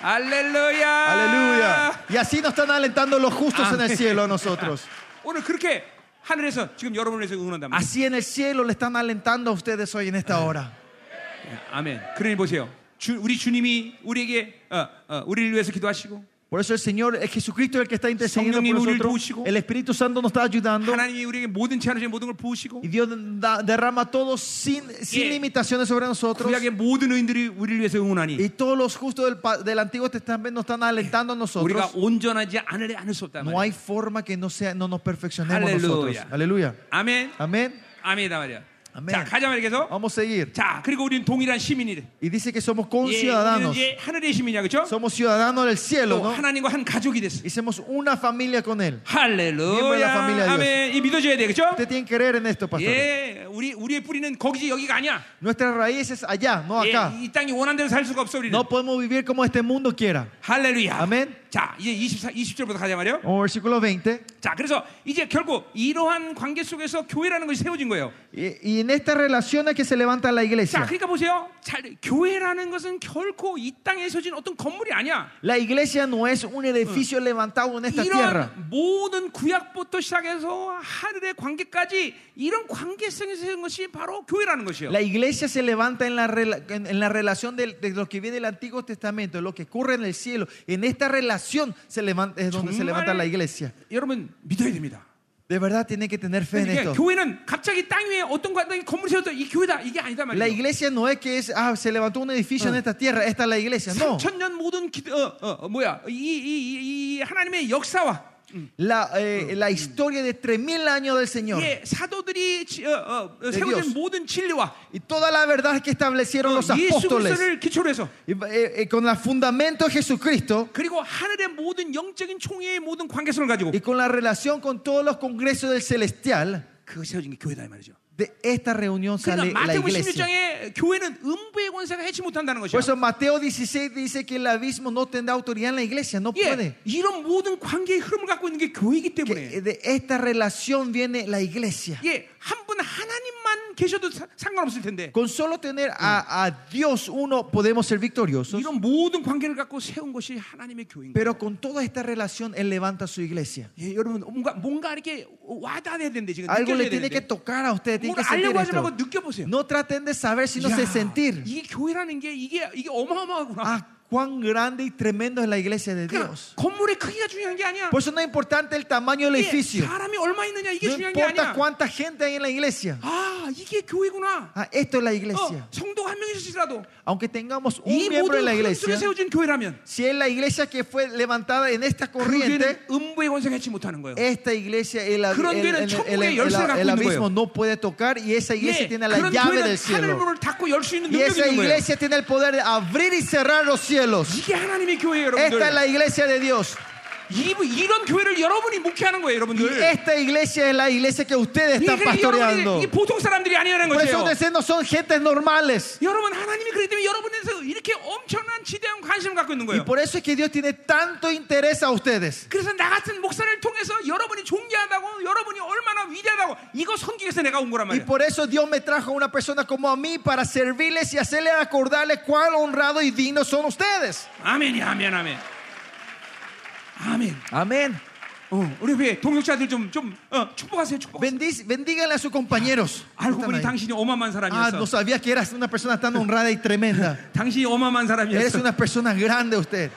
A: 할렐루야.
B: Aleluya. Y así nos están alentando los justos en
A: Amén.
B: el cielo a nosotros.
A: 오늘 그렇게 하늘에서 지금 여러분을 위해서 응원한단 말이에요.
B: Así en el cielo le están alentando a ustedes hoy en esta hora.
A: 아멘. 그러니 보세요. 주, 우리 주님이 우리에게 어, 어, 우리를 위해서 기도하시고
B: Por eso el Señor, es Jesucristo el que está intercediendo
A: 성령님
B: por
A: 우리를
B: nosotros.
A: 도우시고
B: El Espíritu Santo nos está ayudando.
A: 하나님이 우리에게 모든 제한을 모든 걸 부으시고
B: Y Dios da- derrama todo sin, sin
A: Yeah.
B: limitaciones sobre nosotros.
A: 구약의 모든 의인들이 우리를 위해서 응원하니
B: Y todos los justos del, pa- del Antiguo Testamento nos están alentando
A: 우리가
B: a nosotros.
A: 온전하지 않을 않을 수 없다
B: No
A: 말이야.
B: hay forma que no, sea, no nos perfeccionemos
A: Aleluya.
B: nosotros. Aleluya.
A: 아멘.
B: Amén.
A: 아멘이다 말이야.
B: 아멘. 어.
A: 자, 가자 말이야. 계속.
B: Vamos a seguir.
A: 자, 그리고 우리는 동일한 시민이래.
B: Y dice que somos
A: 예, 우리는
B: conciudadanos.
A: 이제 하늘의 시민이야. 그렇죠?
B: Somos ciudadanos del cielo,
A: 또
B: ¿no?
A: 하나님과 한 가족이 됐어.
B: Y somos una familia con Él. Miembro de la familia de
A: 할렐루야. 아멘. 이 믿어줘야 돼. 그렇죠?
B: Ustedes tienen que creer en esto, pastor.
A: 예, 우리 우리의 뿌리는 거기지 여기가 아니야.
B: Nuestras raíces allá, no
A: 예,
B: acá.
A: 이 땅이 원한 대로 살 수가 없어 우리는.
B: No podemos vivir como este mundo quiera.
A: 할렐루야.
B: 아멘.
A: 자, 이제 24, 20절부터 가자 말이요.
B: Vamos al versículo 20.
A: 자, 그래서 이제 결국 이러한 관계 속에서 교회라는 것이 세워진 거예요.
B: Y, y en esta relación es que se levanta la
A: 자,
B: iglesia.
A: 그러니까 보세요. 잘, 교회라는 것은 결코 이 땅에 세워진 어떤 건물이 아니야.
B: La iglesia no es un edificio levantado en esta tierra.
A: 이런 모든 구약부터 시작해서 하늘의 관계까지 이런 관계성에서 세운 것이 바로 교회라는 것이에요.
B: La iglesia se levanta en la, rela- en, en la relación del- de lo que viene del Antiguo Testamento, lo que ocurre en el cielo. En esta relación se levanta, es donde se levanta la iglesia.
A: 여러분 믿어야 됩니다.
B: De verdad tienen que tener fe en
A: 그러니까
B: esto.
A: 교회는 갑자기 땅 위에 어떤 관계 건물 세웠다 이 교회다 이게 아니다
B: La
A: 말이에요.
B: iglesia no es que es, ah, se levantó un edificio en esta tierra, esta es la
A: 뭐?
B: iglesia. No.
A: 3천년 모든 기, 어, 어, 어, 뭐야 이, 이, 이, 이 하나님의 역사와
B: La, eh, la historia de 3000 años del Señor
A: 예, 사도들이 지- 어, 어, 어, 세워진
B: Dios.
A: 모든 진리와
B: y toda la verdad que establecieron los
A: 예수
B: apóstoles
A: 그리스도를 기초로 해서
B: Y, eh, eh, con el fundamento de Jesucristo.
A: 그리고 하늘의 모든 영적인 총회의 모든 관계성을 가지고
B: y con la relación con todos los congresos del celestial,
A: 그거 세워진 게 교회다 이 말이죠.
B: de esta reunión sale
A: 그러니까
B: la
A: 마태복음
B: iglesia.
A: 16장에 교회는 음부의 권세가 해치 못한다는 것이야.
B: Por eso Mateo 16 dice que el abismo no tendrá autoridad en la iglesia, no
A: 예,
B: puede. eh,
A: 이런 모든 관계의 흐름을 갖고 있는 게 교회이기 때문에
B: Que de esta relación viene la iglesia.
A: 예, 한 분 하나님만 계셔도 사- 상관없을 텐데
B: Con solo tener a, a Dios uno podemos ser victoriosos.
A: 이런 모든 관계를 갖고 세운 것이 하나님의 교인 거예요.
B: Pero con toda esta relación Él levanta su iglesia.
A: 예, 여러분 뭔가 뭔가 이렇게 와닿아야 되는데 지금
B: Algo le
A: 느껴져야
B: tiene que
A: 되는데
B: tocar a ustedes, tienen
A: 뭘
B: que sentir
A: 알려고 하지 말고
B: esto.
A: 느껴보세요.
B: No traten de saber, sino
A: 이야,
B: de sentir.
A: 이게 교회라는 게 이게 이게 어마어마하구나.
B: Ah, cuán grande y tremendo es la iglesia de
A: 아, 그러니까
B: Dios.
A: 건물의 크기가 중요한 게 아니야.
B: Por eso no es importante el tamaño del
A: 이게
B: edificio.
A: 예, 사람이 얼마 있느냐 이게
B: No
A: 중요한 게
B: importa
A: 아니야.
B: cuánta gente hay en la iglesia.
A: 아 이게 교회구나.
B: Ah, esto es la iglesia.
A: 어, 성도가 한 명이시더라도
B: Aunque tengamos
A: 이
B: un miembro
A: 모든
B: en la
A: 흐름 속에
B: iglesia,
A: 세워진 교회라면
B: si es la iglesia que fue levantada en esta
A: 그 교회는
B: corriente,
A: 음부의 권세가 해치 못하는 거예요.
B: esta iglesia, el, el-
A: 그런
B: el-
A: 교회는
B: el-
A: 천국의
B: el- el-
A: 열쇠를 갖고
B: el
A: 있는
B: abismo
A: 거예요.
B: no puede tocar y esa
A: 예,
B: iglesia tiene la
A: 그런
B: llave
A: 교회는 하늘
B: del cielo.
A: 문을 닫고 열 수 있는
B: Y
A: 능력이
B: esa
A: 있는 거예요.
B: iglesia tiene el poder de abrir y cerrar los cielos.
A: 이게 하나님의 교회예요,
B: Esta
A: 여러분들.
B: es la iglesia de Dios.
A: 이, 이런 교회를 여러분이 목회하는 거예요,
B: Y
A: 여러분들.
B: esta iglesia es la iglesia que ustedes están
A: 이게
B: pastoreando.
A: 여러분이 이게 보통 사람들이 아니라는
B: Por eso
A: 거예요.
B: ustedes no son gentes normales.
A: 여러분 하나님이 그렇기 때문에 여러분에서 이렇게 엄청난 지대한 관심을 갖고 있는
B: Y
A: 거예요.
B: por eso es que Dios tiene tanto interés a ustedes.
A: 그래서 나 같은 목사를 통해서 여러분이 존귀하다고 여러분이 얼마나 위대하다고 이거 섬기기 위해서 내가 온 거란
B: Y
A: 말이야.
B: por eso Dios me trajo a una persona como a mí para servirles y hacerles acordarles cuán honrado y digno son ustedes.
A: 아멘이 아멘 아멘. 아멘.
B: Amén.
A: 어, 우리 회 동역자들 좀 좀 축복하세요. 축복하세요.
B: Bendiz- bendíganle a sus compañeros.
A: 알고 보니
B: Están ahí.
A: 당신이 어마만
B: Ah,
A: 사람이었어.
B: no sabía que eras una persona tan honrada y tremenda.
A: 당신이 어마만
B: Eres
A: 사람이었어.
B: una persona grande usted.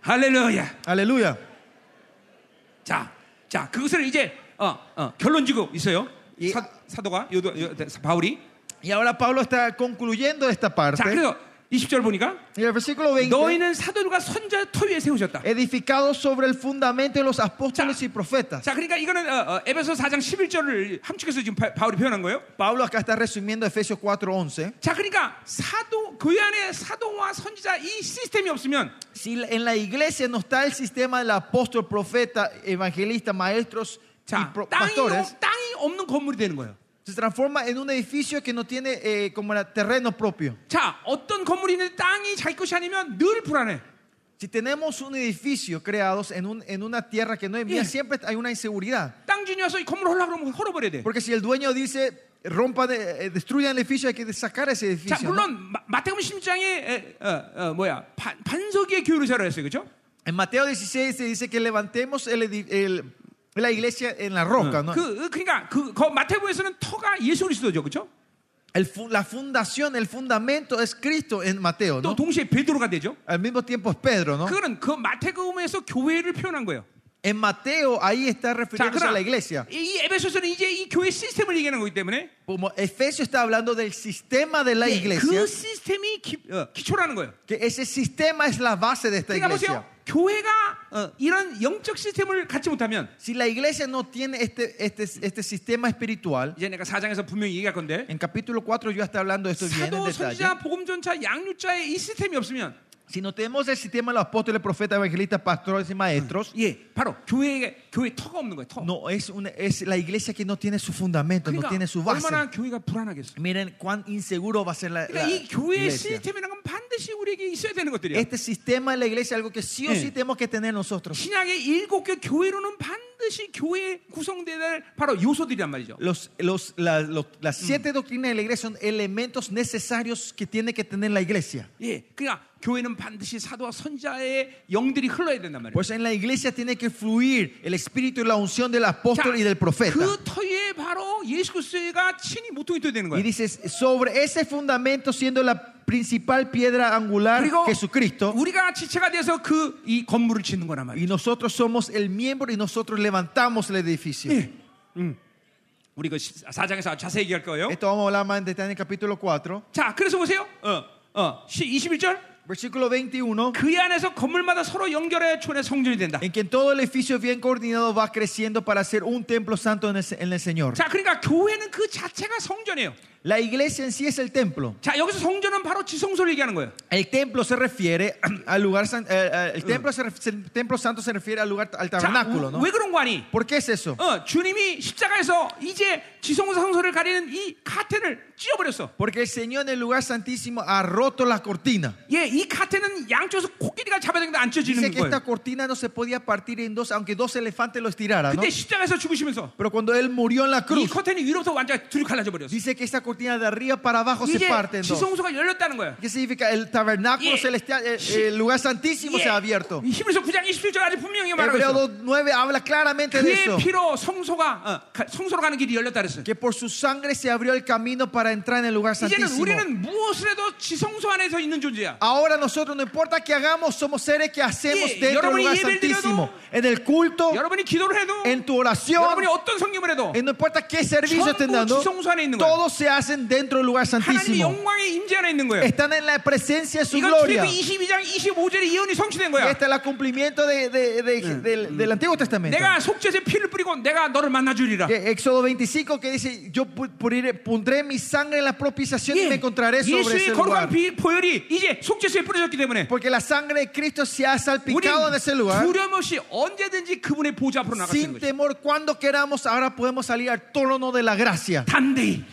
A: 할렐루야.
B: Aleluya.
A: 자, 자 그것을 이제 어, 어, 결론 지고 있어요.
B: 예.
A: 사, 사도가 요도, 요, 바울이.
B: Y ahora Pablo está concluyendo esta parte.
A: 자, 그래서 20절 보니까
B: Y el versículo
A: 네.
B: 20.
A: 너희는 사도들과 선자 토위에 세우셨다.
B: edificados sobre el fundamento de los apóstoles
A: Ya.
B: y profetas.
A: 자, 그러니까 이거는 어, 어, 에베소 4장 11절을 함축해서 지금 바, 바울이 표현한 거예요.
B: Pablo acá está resumiendo Efesios 4:11.
A: 자, 그러니까 사도 교회 안에 사도와 선지자 이 시스템이 없으면
B: Si en la iglesia no está el sistema del apóstol, profeta, evangelista, maestros y
A: 자,
B: pro-
A: 땅이,
B: pastores,
A: 없- 땅이 없는 건물이 되는 거예요.
B: se transforma en un edificio que no tiene eh, como era terreno propio.
A: 자, 어떤 건물이 있는데 땅이 자기 것이 아니면 늘 불안해.
B: Si tenemos un edificio creados en, un- en una tierra que no es mía,
A: Yeah.
B: siempre hay una inseguridad.
A: 땅 주인이 와서 이 건물 헐라 그러면 헐어버려야 돼.
B: Porque si el dueño dice, rompa, de- eh, destruyan el edificio, hay que sacar ese
A: 자,
B: edificio. ¿no?
A: 물론 마- 마태복음 16장에 에, 어, 어, 뭐야 반, 반석의 교회로 자라했어요, 그렇죠?
B: En Mateo 16 se dice que levantemos el edi- el- la iglesia en la
A: Ah.
B: roca, ¿no?
A: 그 어, 그러니까 그, 거- 마태복음에서는 터가 예수 그리스도죠, 그렇죠?
B: El fu- la fundación, el fundamento es Cristo en Mateo,
A: 또
B: ¿no?
A: 동시에 베드로가 되죠.
B: Al mismo tiempo es Pedro, ¿no?
A: 그거는 그 마태복음에서 교회를 표현한 거예요.
B: En Mateo ahí está
A: 자,
B: refiriéndose a
A: 그러나
B: la iglesia.
A: 이 에베소서는 이제 이 교회 시스템을 얘기하는 거기 때문에
B: Como Efesio está hablando del sistema de la
A: 예,
B: iglesia,
A: 그 시스템이 기, 어, 기초라는 거예요.
B: que ese sistema es la base de esta
A: 그러니까 보세요,
B: iglesia.
A: 교회가 어, 이런 영적 시스템을 갖지 못하면
B: Si la iglesia no tiene este, este, este sistema espiritual,
A: 이제 내가 사장에서 분명히 얘기할 건데
B: en capítulo 4 yo estoy hablando de esto bien en
A: 사도,
B: detalle.
A: 선지자, 복음전차, 양육자의 이 시스템이 없으면
B: Si no tenemos el sistema de los apóstoles, profetas, evangelistas, pastores y maestros,
A: 예, 바로 교회에 교회 터가 없는 거예요. 터.
B: No, es, una, es la iglesia que no tiene su fundamento, no
A: 그러니까
B: tiene su base.
A: 얼마나 교회가 불안하겠어.
B: Miren cuán inseguro va a ser la, la
A: 그러니까 이 교회
B: iglesia.
A: 시스템이란 건 반드시 우리에게 있어야 되는 것들이야.
B: Este sistema de la iglesia es algo que sí o
A: 예.
B: sí tenemos que tener nosotros.
A: 신약의 일곱 개 교회로는 반드시 교회 구성돼야 될 바로 요소들이란 말이죠.
B: Los, los, la- los- las siete doctrinas de la iglesia son elementos necesarios que tiene que tener la iglesia.
A: 예, 그러니까 교회는 반드시 사도와 선자의 영들이 흘러야 된단 말이에요.
B: Pues en la iglesia tiene que fluir el espíritu y la unción del apóstol y del profeta.
A: 그 터에 바로 예수 그리스도가 친히 모퉁이 떠야 되는
B: Y
A: 거예요.
B: dices, sobre ese fundamento siendo la principal piedra angular,
A: 그리고
B: Jesucristo,
A: 우리가 지체가 돼서 그 이 건물을 짓는 거란 말이에요.
B: y nosotros somos el miembro y nosotros levantamos el edificio.
A: 예. 음. 우리 그 사장에서 아주 자세히 얘기할 거예요.
B: Esto vamos a hablar más en detalle en el capítulo 4,
A: 자, 그래서 보세요. 어, 어, 21절.
B: versículo 21,
A: 그 안에서 건물마다 서로 연결해 촌의 성전이 된다.
B: en quien todo el edificio bien coordinado va creciendo para ser un templo santo en el, en el Señor.
A: 자, 그러니까 교회는 그 자체가 성전이에요.
B: La iglesia en sí es el templo.
A: 자, 여기서 성전은 바로 지성소를 얘기하는 거예요.
B: El templo se refiere al lugar san- eh, eh, el templo, se ref- el templo santo se refiere al lugar al
A: 자,
B: tabernáculo,
A: 우-
B: ¿no?
A: 왜 그런 거 아니?
B: ¿Por qué es eso?
A: 어, 주님이 십자가에서 이제 지성소 성소를 가리는 이 카텐을 찢어버렸어.
B: Porque el Señor en el lugar santísimo ha roto la cortina.
A: 예, 이 카텐은 양쪽에서 코끼리가 잡아야 되는데 안 찢어지는
B: Dice que
A: 거예요.
B: esta cortina no se podía partir en dos, aunque dos elefantes lo estiraran. ¿no?
A: 근데 십자가에서 죽으시면서
B: Pero cuando él murió en la
A: 이
B: cruz,
A: 커튼이 위로부터 완전 둘이 갈라져 버렸어.
B: dice que esta cortina de arriba para abajo se
A: 이제
B: parte en dos.
A: 지성소가 열렸다는 거야.
B: ¿Qué significa? El tabernáculo
A: Yeah.
B: celestial, el,
A: Sí.
B: el lugar santísimo se ha abierto.
A: 예. 히브리서 9장 27절 아주 분명히 말하고
B: Hebreo
A: 있어.
B: 2.9 habla claramente de
A: 그의
B: eso.
A: 피로 성소가 어, 가- 성소로 가는 길이 열렸다 그랬어.
B: Que por su sangre se abrió el camino para entrar en el lugar
A: 이제는
B: santísimo.
A: 우리는 무엇을 해도 지성소 안에서 있는 존재야.
B: Ahora nosotros, no importa qué hagamos, somos seres que hacemos
A: Yeah.
B: dentro del
A: 여러분이
B: lugar
A: 예배를
B: santísimo.
A: 드려도,
B: En el culto,
A: 여러분이 기도를 해도
B: en tu oración,
A: 여러분이 어떤 성경을 해도
B: Eh, No importa qué servicio estén dando,
A: 전부 지성소 안에 있는 거예요.
B: todos se hacen dentro del lugar
A: 하나님의
B: santísimo.
A: 영광의 임재 안에 있는 거예요.
B: Están en la presencia de su
A: 이건 출애굽
B: gloria.
A: 22장 25절의 예언이 성취된
B: Y
A: 거야.
B: este es el cumplimiento de- de- de- del, del Antiguo Testamento.
A: 내가 속죄제 피를 뿌리고 내가 너를 만나주리라.
B: Que Éxodo 25 que dice, yo pu- puriré- pondré mi sangre en la propiciación y me encontraré sobre
A: 예. 예수의
B: ese
A: 거룩한
B: lugar.
A: 피, 보혈이 이제 속죄제에 뿌려졌기 때문에
B: Porque la sangre de Cristo se ha
A: 우리
B: salpicado en ese lugar.
A: 두려움 없이 언제든지 그분의 보좌 앞으로 나갈 수 있는
B: Sin
A: 거죠.
B: temor, cuando queramos, ahora podemos salir al trono de la gracia.
A: 담대히.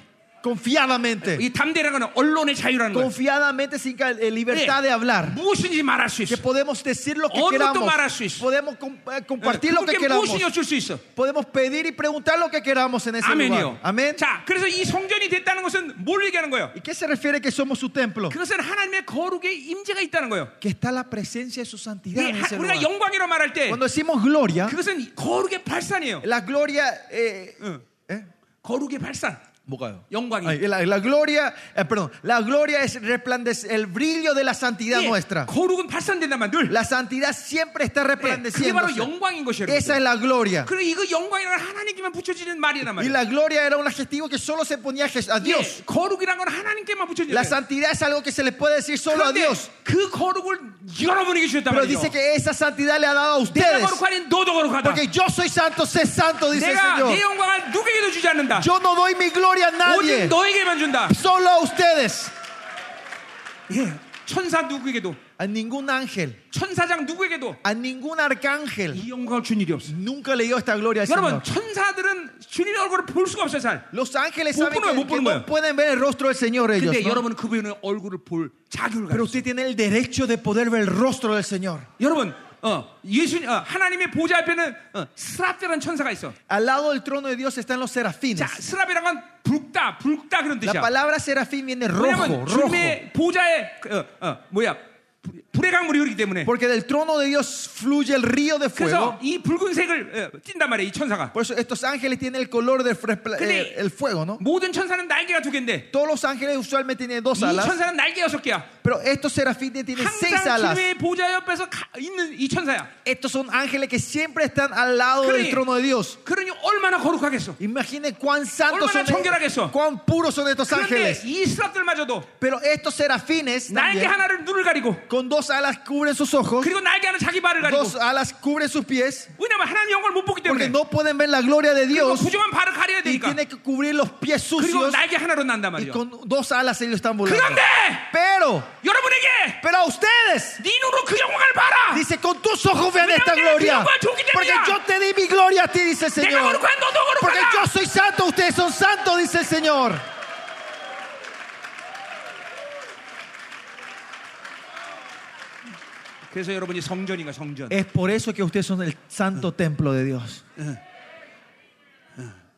B: Confiadamente.
A: 이 담대라는 건 언론의 자유라는 거예요.
B: Confiadamente, sin ca- eh, libertad de hablar.
A: 무엇인지 말할 수 있어.
B: que podemos decir lo que
A: 어느 것도
B: queramos,
A: 말할 수 있어.
B: podemos com- eh, compartir lo que
A: 그분께
B: queramos,
A: 무엇이냐 줄수 있어.
B: podemos pedir y preguntar lo que queramos en ese
A: 아멘이요.
B: lugar. Amén.
A: 자, 그래서 이 성전이 됐다는 것은 뭘 얘기하는 거예요?
B: ¿Y qué se refiere que somos su templo?
A: 그것은 하나님의 거룩의 임재가 있다는 거예요.
B: Que está la presencia de su santidad
A: 이게
B: en ese
A: 하-
B: lugar.
A: 우리가 영광이라고 말할 때
B: Cuando decimos
A: 어?
B: gloria,
A: 그것은 거룩의 발산이에요.
B: la gloria, eh,
A: 응.
B: ¿eh?
A: 거룩의 발산.
B: 뭐가요?
A: 영광이.
B: Ay, la, la gloria, eh, perdón, la gloria es resplandece- el brillo de la santidad
A: 예,
B: nuestra.
A: 거룩은 발산된다만 늘.
B: La santidad siempre está
A: 예, 그게
B: resplandeciendo.
A: 바로 영광인 것이에요.
B: Esa es la gloria.
A: 그리고 이거 영광이라는 건 하나님께만 붙여지는 말이란
B: Y
A: 말이에요.
B: la gloria era un adjetivo que solo se ponía a Jes- a
A: 예,
B: Dios.
A: 거룩이란 건 하나님께만 붙여지는
B: La
A: 거예요.
B: santidad es algo que se le puede decir solo a
A: 그런데
B: Dios.
A: 그 거룩을 여러분에게 주셨단
B: Pero
A: 말이죠.
B: dice que esa santidad le ha dado a
A: 내가
B: ustedes.
A: 거룩하니 너도 거룩하다.
B: Porque yo soy santo, sé santo, dice el
A: 내가 내
B: Señor.
A: 영광을 누구에게도 주지 않는다.
B: Yo no doy mi gloria a
A: 오직
B: nadie,
A: 너에게만 준다.
B: solo a ustedes.
A: 예, 천사 누구에게도
B: A ningún ángel,
A: 천사장 누구에게도
B: a ningún arcángel
A: 이 영광을 준 일이 없어. 요
B: nunca le dio esta gloria al
A: 여러분
B: Señor.
A: 천사들은 주님의 얼굴을 볼 수가 없어요 잘.
B: Los ángeles
A: 못 보는
B: saben
A: 거야,
B: que,
A: 못
B: que
A: 보는 거야.
B: no pueden ver el rostro del Señor ellos.
A: 근데
B: ¿no?
A: 여러분 그분의 얼굴을 볼 자격을
B: Pero
A: 가지고. 있어요.
B: usted tiene el derecho de poder ver el rostro del Señor.
A: 여러분 어, 예수 어, 하나님의 보좌 앞에는 어, 스랍이라는 천사가 있어.
B: Al lado del trono de Dios están los
A: 자,
B: serafines.
A: 스랍이란 건 붉다, 붉다 그런
B: La
A: 뜻이야.
B: palabra serafín viene rojo,
A: 왜냐면
B: rojo.
A: 주님의 보좌에 그, 어, 어, 뭐야 불- 불의 강물이 흐르기 때문에.
B: Porque del trono de Dios fluye el río de fuego.
A: 그래서 이 붉은색을 어, 띈단 말이야 이 천사가.
B: Por eso estos ángeles tienen el color del frespla-
A: 근데-
B: eh, el fuego, ¿no?
A: 모든 천사는 날개가 두 개인데
B: Todos los ángeles usualmente tienen
A: 이
B: dos alas,
A: 천사는 날개 여섯 개야.
B: pero estos serafines tienen seis
A: 항상
B: alas.
A: 주님의 보좌 옆에서 가- 있는 이 천사야.
B: Estos son ángeles que siempre están al lado
A: 그러니-
B: del trono de Dios.
A: 그러니 얼마나 거룩하겠어.
B: Imaginen cuán santos
A: 얼마나
B: son,
A: 정결하겠어.
B: cuán puros son estos
A: 그런데
B: ángeles.
A: 이 스랍들마저도
B: Pero estos serafines
A: 날개
B: también,
A: 하나를 눈을 가리고
B: con dos alas cubren sus ojos,
A: 그리고 날개 하나 자기 발을 가리고
B: dos alas cubren sus pies,
A: 왜냐면 하나님 영광을 못 보기
B: porque
A: 때문에
B: no pueden ver la gloria de
A: 그리고
B: Dios
A: 부정한 발을 가려야
B: y
A: 되니까
B: tienen que cubrir los pies
A: 그리고
B: sucios.
A: 날개 하나로 난단 말이야
B: Y con dos alas ellos están volando.
A: 그런데
B: Pero,
A: 여러분에게
B: pero a ustedes.
A: 네 눈으로 그 영광을 봐라
B: Dice, con tus ojos vean
A: Mira,
B: esta
A: mira,
B: gloria.
A: mira, mira, mira.
B: Porque yo te di mi gloria a ti, dice el
A: 내가
B: Señor.
A: 거룩한 너도
B: Porque yo
A: 거룩하다
B: soy santo, ustedes son santos, dice el Señor.
A: 그래서 여러분이 성전인가 성전
B: Es por eso que ustedes son el santo templo de Dios.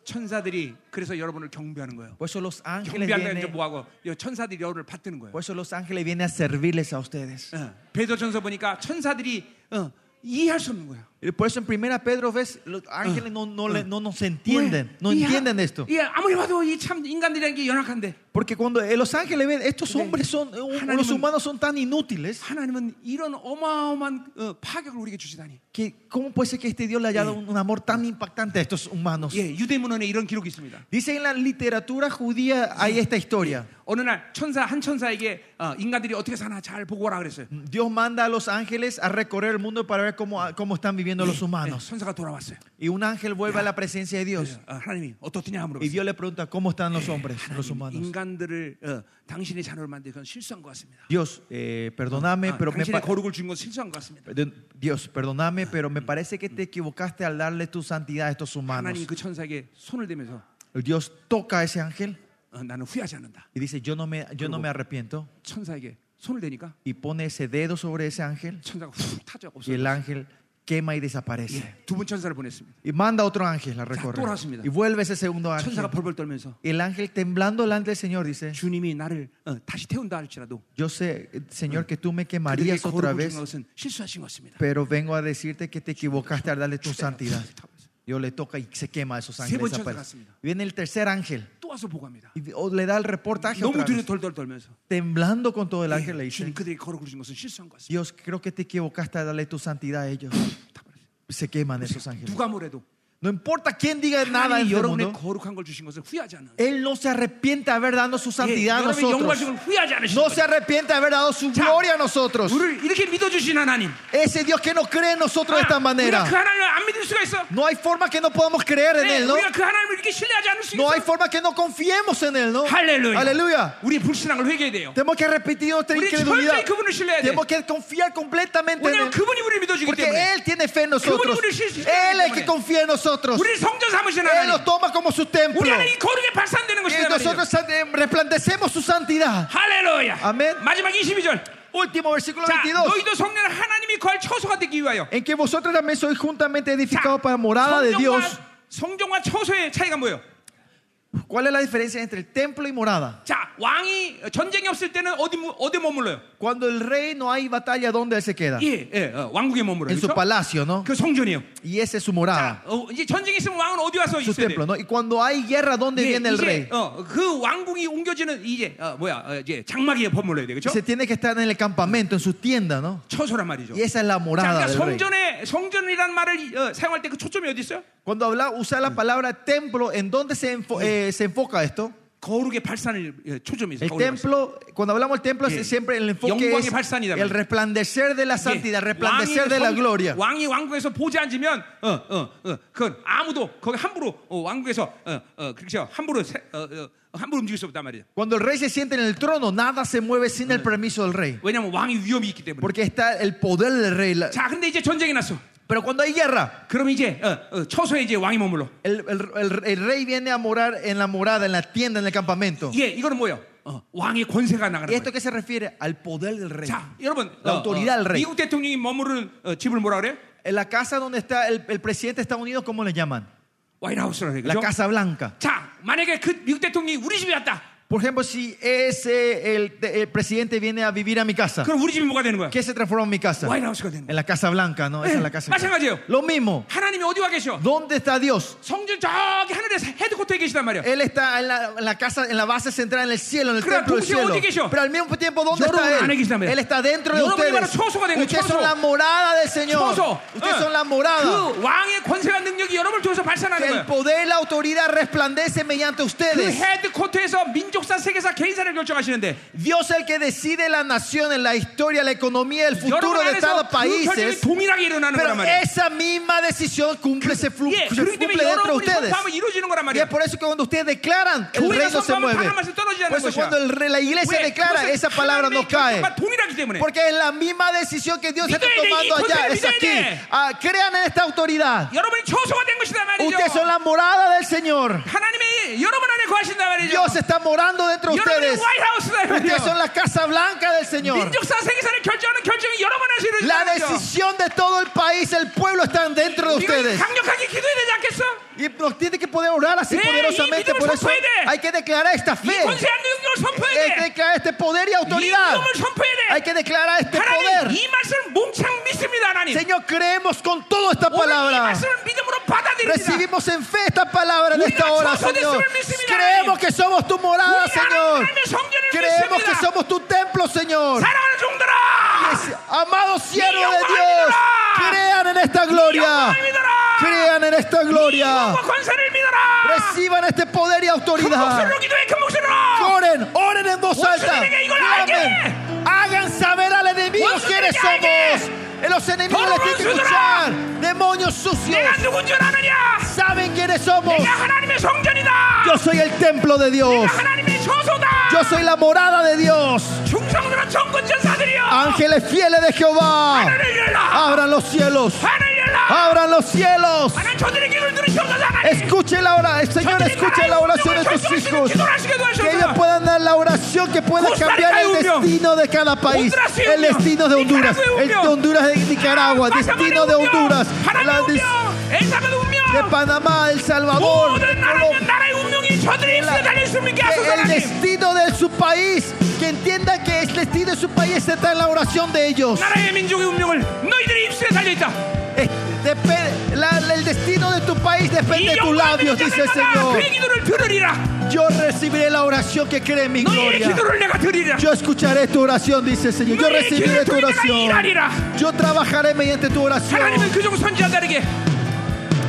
A: 천사들이 그래서 여러분을 경배하는 거예요
B: Por eso los
A: 아,
B: ángeles
A: 경배한다는 게
B: vienen,
A: 뭐하고 여- 천사들이 여를 받드는 거예요
B: por eso los ángeles vienen a servirles a ustedes.
A: 어, 베드로전서 보니까 천사들이 어, 이해할 수 없는 거야
B: Y Por eso en primera Pedro ves, los ángeles no, no, le- no nos entienden, no
A: 왜? 이
B: entienden
A: 하-
B: esto.
A: 이 아무리 봐도 이 참 인간들이라는 게 연약한데
B: Porque cuando eh, los ángeles ven, estos hombres son, eh, los
A: 하나님은-
B: humanos son tan inútiles.
A: 하나님은 이런 어마어마한 어, 파격을 우리에게 주시다니
B: que cómo puede ser que este Dios le haya dado un un amor tan impactante a estos humanos.
A: 예, 유대문헌에 이런 기록이 있습니다.
B: Dice en la literatura judía hay esta historia.
A: 어느 날 천사 한 천사에게 어, 인간들이 어떻게 사나 잘 보고 오라 그랬어요.
B: Dios manda a los ángeles a recorrer el mundo para ver cómo, cómo están viviendo los humanos.
A: 예, 천사가 돌아왔어요.
B: Y un ángel vuelve a la presencia de Dios.
A: 어, 하나님이 어떻냐
B: Y
A: 물어봤어요.
B: Dios le pregunta, ¿cómo están los hombres, los
A: 하나님,
B: humanos?
A: 인간들을 어, 당신의 자녀로 만든 건 실수한 것 같습니다.
B: Dios, eh, perdóname,
A: 아,
B: pero me
A: 당신의
B: pa-
A: 거룩을 준 건 실수한 것 같습니다.
B: perdón, Dios, perdóname, pero me parece que te equivocaste al darle tu santidad a estos
A: 하나님
B: humanos.
A: 그 천사에게 손을 대면서
B: Dios toca a ese ángel
A: 어, 나는 후회하지 않는다.
B: y dice, yo no me, yo no me arrepiento.
A: 천사에게 손을 대니까
B: Y pone ese dedo sobre ese ángel
A: 천사가 훅 타죠.
B: y
A: 없어요.
B: el ángel quema y desaparece.
A: 두분 천사를 보냈습니다.
B: Y manda otro ángel a recorrer.
A: 돌아왔습니다.
B: Y vuelve ese segundo ángel.
A: 천사가 벌벌 떨면서
B: El ángel temblando delante del Señor dice,
A: 주님이 나를 어, 다시 태운다 할지라도
B: yo sé, eh, Señor, que tú me
A: 그들에게
B: quemarías
A: 거룩을
B: otra
A: 준
B: vez,
A: 것은 실수하신 것 같습니다. 아,
B: pero vengo a decirte que te equivocaste al darle tu santidad.
A: 다 보냈어요.
B: Yo le toca y se quema a esos
A: 세
B: ángeles.
A: 번째
B: desaparece.
A: 갔습니다.
B: Viene el tercer ángel
A: 또 와서 보고합니다.
B: y vi- o le da el reportaje
A: 너무
B: otra
A: 뒤로
B: vez,
A: 덜덜 떨면서
B: temblando con todo el ángel le
A: 예,
B: dice,
A: 주님 그들에게 거룩을 준 것은 실수한 것 같습니다.
B: Dios, creo que Eh, te equivocaste al darle tu santidad a ellos.
A: 다 보냈어요.
B: Se queman esos ángeles.
A: 누가 뭐래도
B: No importa quién diga nada
A: 하나님이
B: en este
A: 여러분의
B: mundo,
A: 거룩한 걸 주신 것을 후회하지 않는
B: Él no se arrepiente de haber dado su
A: 예,
B: santidad a
A: 여러분의
B: nosotros.
A: 영광을 후회하지 않으신
B: No se
A: 거예요.
B: arrepiente de haber dado su
A: Ya.
B: gloria a nosotros.
A: 우리를 이렇게 믿어주신 하나님
B: Ese Dios que no cree en nosotros de esta
A: 아, 우리가 그
B: manera.
A: 하나님을 안 믿을 수가 있어
B: No hay forma que no podamos creer en
A: 네,
B: Él, ¿no?
A: 우리가 그 하나님을 이렇게 신뢰하지 않을 수 있어
B: No hay forma que no confiemos en Él, ¿no?
A: 할렐루야 네,
B: Aleluya.
A: 우리 불신앙을 회개해야 돼요
B: Tenemos que repetir nuestra
A: 우리
B: incredulidad.
A: 절대 그분을 신뢰해야 돼
B: Tenemos que confiar completamente en
A: 왜냐하면
B: Él.
A: 그분이 네, 우리를 믿어주기
B: Porque
A: 때문에
B: Él tiene fe en nosotros.
A: 그분이 우리를 실-
B: Él es el que
A: 때문에.
B: confía en nosotros.
A: 우리를 성전 삼으신
B: Él nos
A: 하나님
B: toma como su templo.
A: 우리 안에 이 거룩에 발산되는
B: Y
A: 것이다 말이죠.
B: nosotros eh, resplandecemos su santidad.
A: 할렐루야
B: 아멘.
A: 마지막 22절
B: Último versículo
A: 자
B: 22.
A: 너희도 성령을 하나님이 거할 처소가 되기 위하여
B: En que vosotros también sois juntamente
A: 자,
B: edificados para morada de Dios.
A: 성전과 처소의 차이가 뭐예요?
B: ¿Cuál es la diferencia entre el templo y morada?
A: 자 왕이 전쟁이 없을 때는 어디 무- 어디 머물러요?
B: Cuando el rey no hay batalla, ¿dónde él se queda?
A: 예, 예 어, 왕국에 머물러요.
B: En su
A: 그렇죠?
B: palacio, ¿no?
A: 그 성전이에요.
B: Y esa es su morada,
A: 어, 이제 전쟁이 있으면 왕은 어디 와서
B: su
A: 있어야 돼요?
B: templo, ¿no? Y cuando hay guerra, ¿dónde
A: 예,
B: viene el
A: 이제
B: rey?
A: 어, 그 왕궁이 옮겨지는 이제 어, 뭐야 어, 이제 장막에 머물러야 돼요, 그렇죠?
B: Se tiene que estar en el campamento, en su tienda, ¿no?
A: 처소란 말이죠.
B: Y esa es la
A: 자,
B: morada
A: 그러니까
B: del rey.
A: 성전에 성전이라는 말을 어, 사용할 때 그 초점이 어디 있어요?
B: Cuando habla, usa la palabra templo, ¿en dónde se, enfo- eh, se enfoca esto?
A: 거룩의 발산을 예, 초점이 있어요.
B: El
A: 거룩의 발산.
B: templo, cuando hablamos del templo,
A: Sí.
B: es siempre el enfoque
A: Yongwang의
B: es
A: 발산이다,
B: el
A: 그러죠.
B: resplandecer de la santidad,
A: 예,
B: resplandecer de la
A: 성-
B: gloria.
A: 왕이 왕국에서 보지 않으면 어, 어, 어, 그건 아무도 거기 함부로 어, 왕국에서 어, 어, 그렇죠. 함부로 세- 어, 어, 함부로 움직일 수 없단 말이에요.
B: Cuando el rey se siente en el trono, nada se mueve sin el permiso del rey.
A: 왜냐하면 왕이 위험이 있기 때문에.
B: Porque está el poder del rey. la-
A: 자, 근데 이제 전쟁이 났어.
B: Pero cuando hay guerra,
A: 그럼 이제 어, 어, 처소에 이제 왕이 머물러.
B: el, el- el- el rey viene a morar en la morada, en la tienda, en el campamento.
A: 예, 이거는 뭐예요? 어, 왕의 권세가
B: ¿Y
A: 나가는
B: esto
A: 거예요.
B: qué se refiere? Al poder del rey.
A: 자, 여러분, 어,
B: La autoridad del rey.
A: 미국 대통령이 머무르는 어, 집을 뭐라 그래요?
B: En la casa donde está el, el presidente de Estados Unidos, ¿cómo le llaman?
A: 와이트하우스라고
B: La
A: 그러죠.
B: Casa Blanca.
A: 자, 만약에 그 미국 대통령이 우리 집에 왔다.
B: Por ejemplo, si ese, el, el presidente viene a vivir a mi casa,
A: 그럼 우리 집이 뭐가 되는 거야?
B: ¿qué se transforma en mi casa?
A: 와이트하우스가 되는 거야.
B: En la Casa Blanca, ¿no? Esa
A: Eh,
B: es la Casa
A: 마찬가지예요.
B: Lo mismo.
A: 하나님이 어디 와 계셔?
B: ¿Dónde está Dios?
A: 성전 저기 하늘에서 헤드코트에 계시단 말이야.
B: Él está en la, en la casa, en la base central, en el cielo, en el
A: Claro,
B: templo del
A: ¿dónde
B: cielo.
A: 계셔?
B: Pero al mismo tiempo, ¿dónde
A: 여러분
B: está
A: 안에
B: Él?
A: 계시단 말이야.
B: Él está dentro de
A: 여러분이
B: ustedes.
A: 바로 처소가 된 거예요,
B: Ustedes
A: 처소.
B: son la morada del Señor.
A: 처소.
B: Ustedes
A: 응.
B: son la morada.
A: 그 왕의 권세와 능력이 여러분을 통해서
B: Que
A: 발산하는 거야.
B: el poder y la autoridad resplandece mediante
A: 그
B: ustedes.
A: 헤드코트에서 민족사, 세계사, 개인사를 결정하시는데
B: Dios es el que decide la nación, en la historia, la economía, el futuro
A: 여러분
B: de
A: 안에서
B: cada
A: 그 결정이
B: país.
A: 동일하게 일어나는 거란
B: Pero
A: 말이야.
B: esa misma decisión cumple, se, flu-
A: 예,
B: se
A: 그렇기 때문에
B: cumple dentro de
A: 여러분이 예,
B: ustedes.
A: 선포하면 이루어지는 거란
B: Y es
A: 말이야.
B: por eso que cuando ustedes declaran, el
A: 교회가
B: reino se
A: 선포하면
B: mueve.
A: 바람 말씀 떨어지지 않는
B: Por eso
A: 것이야.
B: cuando el re- la iglesia
A: 왜?
B: declara,
A: 예, 그것은
B: esa palabra no
A: 하나님의
B: cae.
A: 결정과 동일하기 때문에.
B: Porque es la misma decisión que Dios está
A: Mira, mira,
B: tomando allá,
A: mira,
B: es
A: mira,
B: aquí.
A: mira.
B: Ah, crean en esta autoridad.
A: 여러분이 초소가 된 것이다 말이죠.
B: Ustedes son la morada del Señor.
A: 하나님이 여러분 안에 거하신다 말이죠.
B: Dios está morando dentro de
A: 여러분이
B: ustedes.
A: 와이하우스다
B: Ustedes
A: 말이죠.
B: son la casa blanca del Señor.
A: 민족사, 세계사를 결정하는 결정이 여러분 안에서
B: La
A: 이루어진다 말이죠.
B: decisión de todo el país, el pueblo están dentro de
A: 우리가
B: ustedes.
A: 강력하게 기도해야 되지 않겠어?
B: Y nos tiene que poder orar así
A: Sí,
B: poderosamente.
A: y
B: Por eso
A: 믿음을 선포해야 돼.
B: hay que declarar esta
A: 이
B: fe.
A: 권세한 능력을
B: Hay
A: 선포해야
B: que
A: 돼.
B: declarar este poder y
A: 이
B: autoridad.
A: 능력을 선포해야 그
B: Hay
A: 돼.
B: que declarar este
A: 하나님
B: poder.
A: 이 말씀을 몽창 믿습니다 하나님.
B: Señor, creemos con toda esta
A: 오늘 이
B: palabra.
A: 말씀을 믿음으로 받아들입니다.
B: Recibimos en fe esta palabra en
A: Uy,
B: esta
A: la
B: hora,
A: sosa de
B: Señor.
A: ser miserable.
B: Creemos que somos tu morada,
A: 우리
B: Señor.
A: 하나님의 성전을
B: Creemos que
A: 믿습니다.
B: somos tu templo, Señor.
A: 사랑하는 종들아,
B: Amados siervos
A: Dios,
B: de Dios,
A: ayúdala.
B: crean en esta gloria.
A: 영광을 믿어라.
B: Crean en esta gloria.
A: 이와 권세를 믿어라.
B: Reciban este poder y
A: 그
B: autoridad.
A: 목소리로 기도해 그 목소리로.
B: Oren, oren en voz alta.
A: Ustedes digan, "Igor, hay que
B: Clamen. Hagan saber al enemigo
A: Ustedes
B: quiénes
A: hay que-
B: somos. Los enemigos les tienen que escuchar. Demonios sucios.
A: 내가 누군 줄 아느냐?
B: Saben quiénes somos.
A: 내가 하나님의 성전이다.
B: Yo soy el templo de Dios.
A: 내가 하나님의 처소다.
B: Yo soy la morada de Dios.
A: 충성스러운 천군 전사들이여.
B: Ángeles fieles de Jehová.
A: 하늘을 열라.
B: Abran los cielos.
A: 하늘 열라.
B: Abran los cielos.
A: 하나님 저들의 길을 누리시옵소서 하나님.
B: Escuche la oración. Señor, escuche la oración de tus hijos. Que ellos puedan dar la oración que pueda cambiar el destino de cada país. El destino de Honduras. El de Honduras de Nicaragua. Destino de Honduras. La
A: 하나님
B: de
A: 운명. 엘사벳
B: de
A: 운명.
B: Panamá, El Salvador. de
A: 모든
B: Colombia.
A: 나라의 나라의 운명이 저들의 입술에 달려 있습니까?
B: Que
A: 하소서
B: el
A: 하나님.
B: destino de su país, que entienda que el destino de su país está en la oración de ellos.
A: 나라의 민족의 운명을 너희들의 입술에 달려 있다.
B: Eh, depe- la- el destino de tu país
A: 이
B: depende de tus
A: 영광을
B: labios,
A: 믿는
B: dice el
A: 자들마다
B: Señor.
A: 그의 기도를 들으리라.
B: Yo recibiré la oración que cree en mi
A: 너희의
B: gloria.
A: 기도를 내가 들으리라.
B: Yo escucharé tu oración, dice el Señor. Yo
A: 너희의 기도를
B: recibiré tu
A: 들으리라.
B: oración.
A: 일하리라.
B: Yo trabajaré mediante tu oración.
A: 하나님은 그중 선지자들에게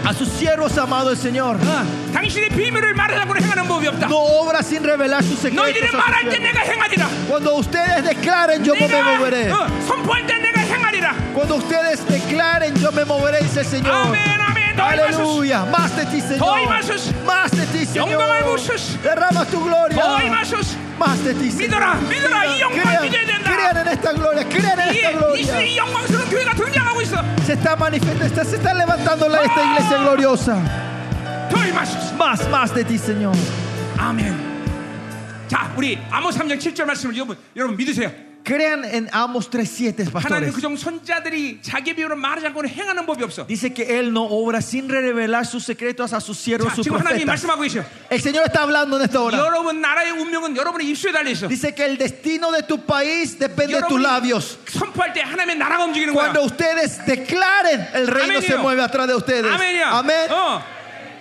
B: A sus siervos, amado el Señor.
A: 어, 당신의 비밀을 말하자고 행하는 법이 없다.
B: No obra sin revelar sus secretos.
A: 너희들은
B: a sus
A: 말할 때
B: siervos.
A: 내가 행하리라.
B: Cuando ustedes declaren, yo me moveré.
A: 내가 어, 선포할 때 내가 행하리라.
B: Cuando ustedes declaren, yo me moveré, dice el
A: 어.
B: Señor.
A: Amén, amén. Doy
B: Aleluya. Más de ti, Señor.
A: Doy más.
B: Más de ti, Señor.
A: Yongang을 부으소서.
B: Derrama tu gloria.
A: 더 임하소서.
B: Más de ti, Señor.
A: 믿어라, 믿어라. 이 영광을
B: Crean,
A: 믿어야 된다.
B: crean en esta gloria. Crean en esta
A: 이게 이
B: gloria.
A: 시대의 영광스러운 교회가 등장하고 있어.
B: Se está manifestando, está- se está levantando la- esta iglesia gloriosa.
A: 더 임하소서.
B: Más, más de ti, Señor.
A: 아멘. 자, 우리 아모스 3장 7절 말씀을 여러분 여러분 믿으세요.
B: Crean en Amos 3.7,
A: 하나님 아,
B: pastores.
A: 그중 선자들이 자기 비밀을 말하지 않고 행하는 법이 없어.
B: Dice que Él no obra sin revelar sus secretos a sus siervos,
A: 자,
B: sus
A: 지금 하나님이
B: profetas.
A: 말씀하고 계셔.
B: El Señor está hablando en esta hora.
A: 여러분 나라의 운명은 여러분의 입술에 달려 있어.
B: Dice que el destino de tu país depende de tus labios.
A: 선포할 때 하나님의 나라가 움직이는 거야.
B: Cuando ustedes declaren, el reino
A: Amen이요.
B: se mueve atrás de ustedes.
A: 아멘이야.
B: Amén.
A: 어.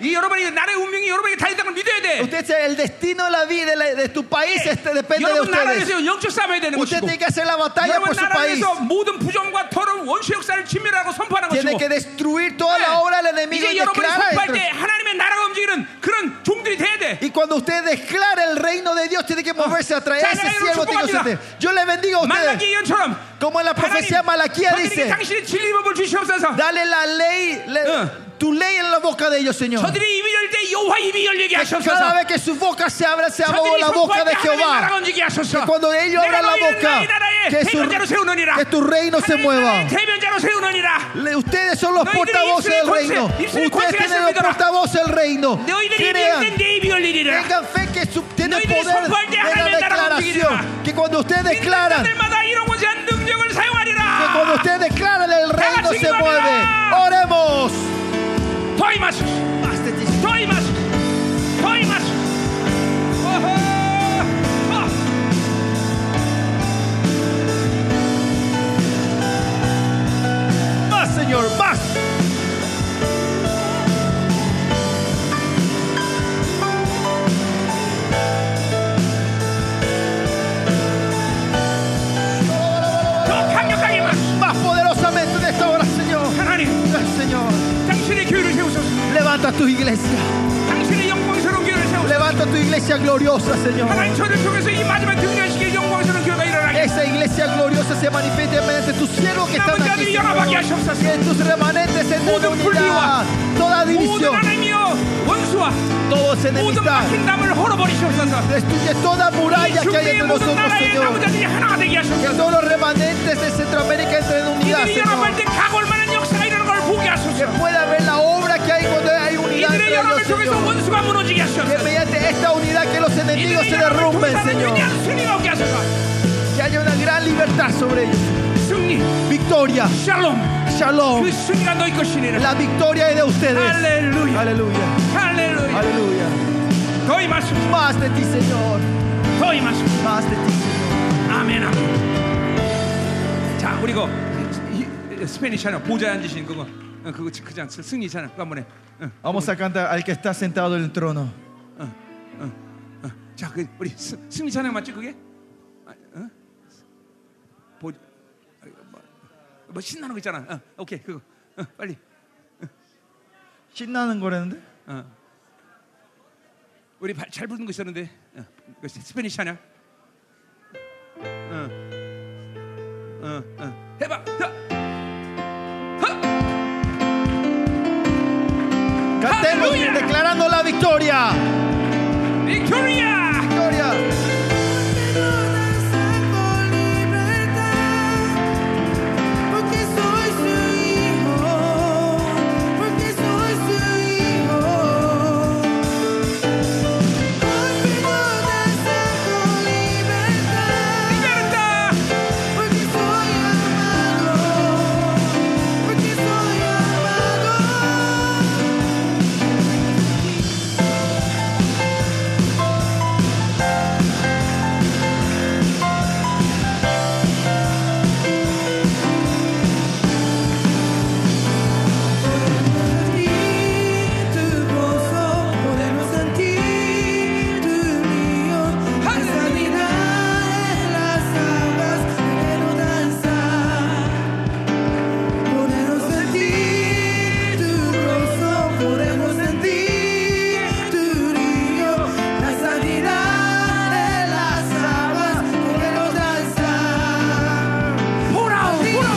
A: 이 여러분이 나라의 운명이 여러분에게 다 있다는 걸 믿어야 돼.
B: Usted sabe, el destino de la vida de, la- de tu
A: Eh,
B: país este, depende de
A: 여러분
B: ustedes.
A: 나라에서 영적 싸움해야 되는
B: Usted
A: 것이고.
B: tiene que hacer la batalla
A: 여러분
B: por su país.
A: 나라에서 모든 부정과 더러운 원수 역사를 진멸하고 선포하는
B: Tiene
A: 것이고. 예.
B: que destruir toda
A: Eh.
B: la obra del enemigo y
A: 이제 여러분이
B: declara
A: 선포할
B: esto.
A: 때 하나님의 나라가 움직이는 그런 종들이 돼야 돼.
B: Y cuando usted declara el reino de Dios,
A: Ah,
B: tiene que moverse atrás.
A: 자,
B: Ese
A: 내가
B: siervo tiene que
A: 축복합니다.
B: ser- Yo le bendigo a
A: 말라기
B: ustedes.
A: 예언처럼
B: Como en la profecía de
A: 하나님
B: Malaquía
A: 저들에게
B: dice:
A: 당신의 진리 법을 주시옵소서.
B: Dale la ley, le-
A: Eh.
B: tu ley en la boca de ellos, Señor.
A: 저들의 입이 열 때 여호와 입이 열리게
B: Cada
A: 하셨소서.
B: vez que su boca se abra, se abra
A: 저들이
B: la boca
A: 선포할 때
B: de
A: 하나님의 나라가
B: Jehová.
A: 움직이게 하소서.
B: Que cuando ellos
A: 내가
B: abran la
A: 너희를
B: boca,
A: 나의 나라의
B: que su,
A: 대변자로 세우느니라.
B: que tu reino se
A: 하나님 나라의
B: mueva.
A: 대변자로 세우느니라.
B: Le- Ustedes son los
A: No,
B: portavoces
A: y de- y
B: del
A: de-
B: reino.
A: y de- y
B: Ustedes
A: de-
B: tienen los
A: y de-
B: portavoces del reino.
A: 너희들이 입이
B: Crean,
A: 열린데 입이 열리리라.
B: tengan fe que su,
A: No,
B: tienen
A: y de- y
B: poder
A: de-
B: de la
A: y de-
B: declaración. Que cuando ustedes
A: 믿는
B: declaran, que
A: 자들마다 이루고자 한 능력을
B: cuando
A: 사용하리라.
B: ustedes declaran, el reino
A: así
B: se
A: lo
B: mueve.
A: hará.
B: Oremos.
A: 더 임하소서.
B: Más de ti, Señor.
A: 더 임하소서. 더 임하소서. 어허. 어.
B: Más, Señor. Más.
A: 더 강력하게 임하
B: Más poderosamente de esta hora, Señor.
A: 하나님,
B: Gracias, Señor.
A: 당신의 교회를 세우소서.
B: Levanta tu iglesia.
A: 당신의 영광스러운 교회를 세우소서.
B: Levanta tu iglesia gloriosa, Señor.
A: 하나님 저를 통해서 이 마지막 등장식의 영광스러운 교회가 일어나게.
B: Esa iglesia gloriosa se manifiesta mediante tus siervos que están aquí. Señor. Que tus remanentes en unidad, toda
A: 모든
B: división,
A: 하나님이여 원수와
B: todo es
A: 모든
B: enemistad.
A: 막힌 담을 헐어버리시옵소서.
B: Destruye toda
A: 이
B: muralla que hay
A: 중대의
B: entre
A: 모든
B: nosotros,
A: 나라의
B: Señor.
A: 나무자들이 하나가 되게
B: Que
A: 하소서.
B: todos los remanentes de Centroamérica entren en unidad,
A: 이들이 연합할
B: Señor.
A: 때 각올 만한 역사가 아, 일어나는 걸 보게
B: Que
A: 하소서.
B: pueda ver la obra que hay cuando hay unidad entre
A: 이들의
B: ellos,
A: 연합을 통해서
B: Señor.
A: 원수가 무너지게
B: Que
A: 하소서.
B: mediante esta unidad que los enemigos
A: 이들의
B: se
A: 연합을 통해서
B: derrumben,
A: 하는
B: Señor.
A: 위대한 승리가 오게 하소서.
B: Que haya una gran libertad sobre ellos.
A: 승리,
B: Victoria,
A: 샬롬.
B: shalom.
A: 그 승리가 너희 것이니라.
B: La victoria es de
A: 네.
B: ustedes.
A: 할렐루야.
B: Aleluya,
A: 할렐루야.
B: aleluya.
A: 더 임하소서.
B: Más de ti, Señor.
A: 더 임하소서.
B: Más de ti, Señor.
A: 아멘 아멘. 자, 우리 그 스페니시잖아 보좌에 앉으신 그거 어, 그거 지- 그지 않습니까? 승리잖아. 그 한번에. 어,
B: Vamos a cantar al que está sentado en el trono.
A: 어. 자, 그 우리 스- 승리 찬양 맞지 그게? 아, 어? 보, 아, 뭐, 뭐 신나는 거 있잖아. 어, 오케이 그거 어, 빨리.
B: 신나는 거라는데?
A: 어. 우리 발- 잘 부르는 거 있었는데 어, 그 스- 스페니시 찬양. 어, 어, 어. 해봐. 자.
B: Cantemos
A: Aleluya.
B: declarando la victoria.
A: ¡Victoria!
B: Victoria.
C: con libertad, porque soy su hijo, porque soy su hijo. Conmigo danza con libertad,
A: ¡Libertad!
C: porque soy amado, porque soy amado. Tu gozo, podemos sentir tu mío, la sanidad en las aguas, podemos danzar, podemos sentir tu gozo, podemos sentir tu río, la sanidad en las aguas, podemos danzar.
A: ¡Pura! ¡Pura!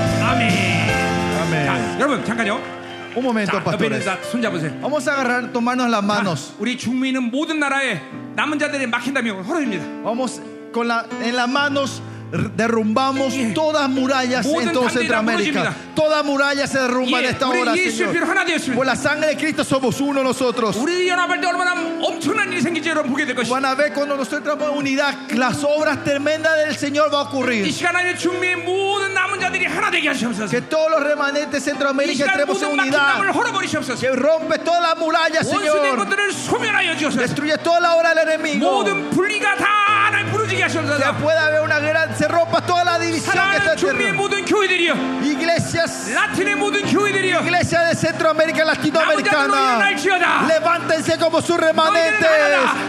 A: 아멘.
B: Amén.
A: 자, 여러분 잠깐요.
B: Un momento,
A: 자, 옆에 있는
B: pastores.
A: 자, 손 잡으세요. 아,
B: Vamos a agarrar, tomarnos las manos.
A: 우리 중미는 모든 나라에 남은 자들이 막힌다며 허락입니다.
B: Vamos con la, en las manos derrumbamos todas murallas en toda Centroamérica. Todas murallas se derrumban en esta hora,
A: 우리 예수의 피로
B: Señor.
A: 하나 되었습니다.
B: Por la sangre de Cristo somos uno nosotros.
A: 우리 연합할 때 얼마나 엄청난 일이 생길지 여러분 보게 될 것이다.
B: Van a ver cuando nosotros tenemos unidad, las obras tremendas del Señor va a
A: 이
B: ocurrir.
A: 시간 안에 중미의 모든 남은 자들이 하나 되게 하시옵소서.
B: Que todos los remanentes de
A: 이
B: Centroamérica
A: 시간
B: entremos en
A: 모든 막힌담을
B: unidad.
A: 헐어버리시옵소서.
B: Que rompe todas las murallas,
A: 원수된
B: Señor.
A: 것들을 소멸하여 주옵소서.
B: Destruye toda la obra del enemigo.
A: 모든 분리가 다 하나님 부르지게
B: Que
A: 하시옵소서.
B: pueda haber una gran. Se rompa toda la división que está
A: 사랑하는
B: en
A: 중미의
B: terreno.
A: 모든 교회들이여,
B: Iglesias.
A: 라틴의 모든 교회들이여,
B: Iglesia de Centroamérica Latinoamericana, levántense como sus remanentes.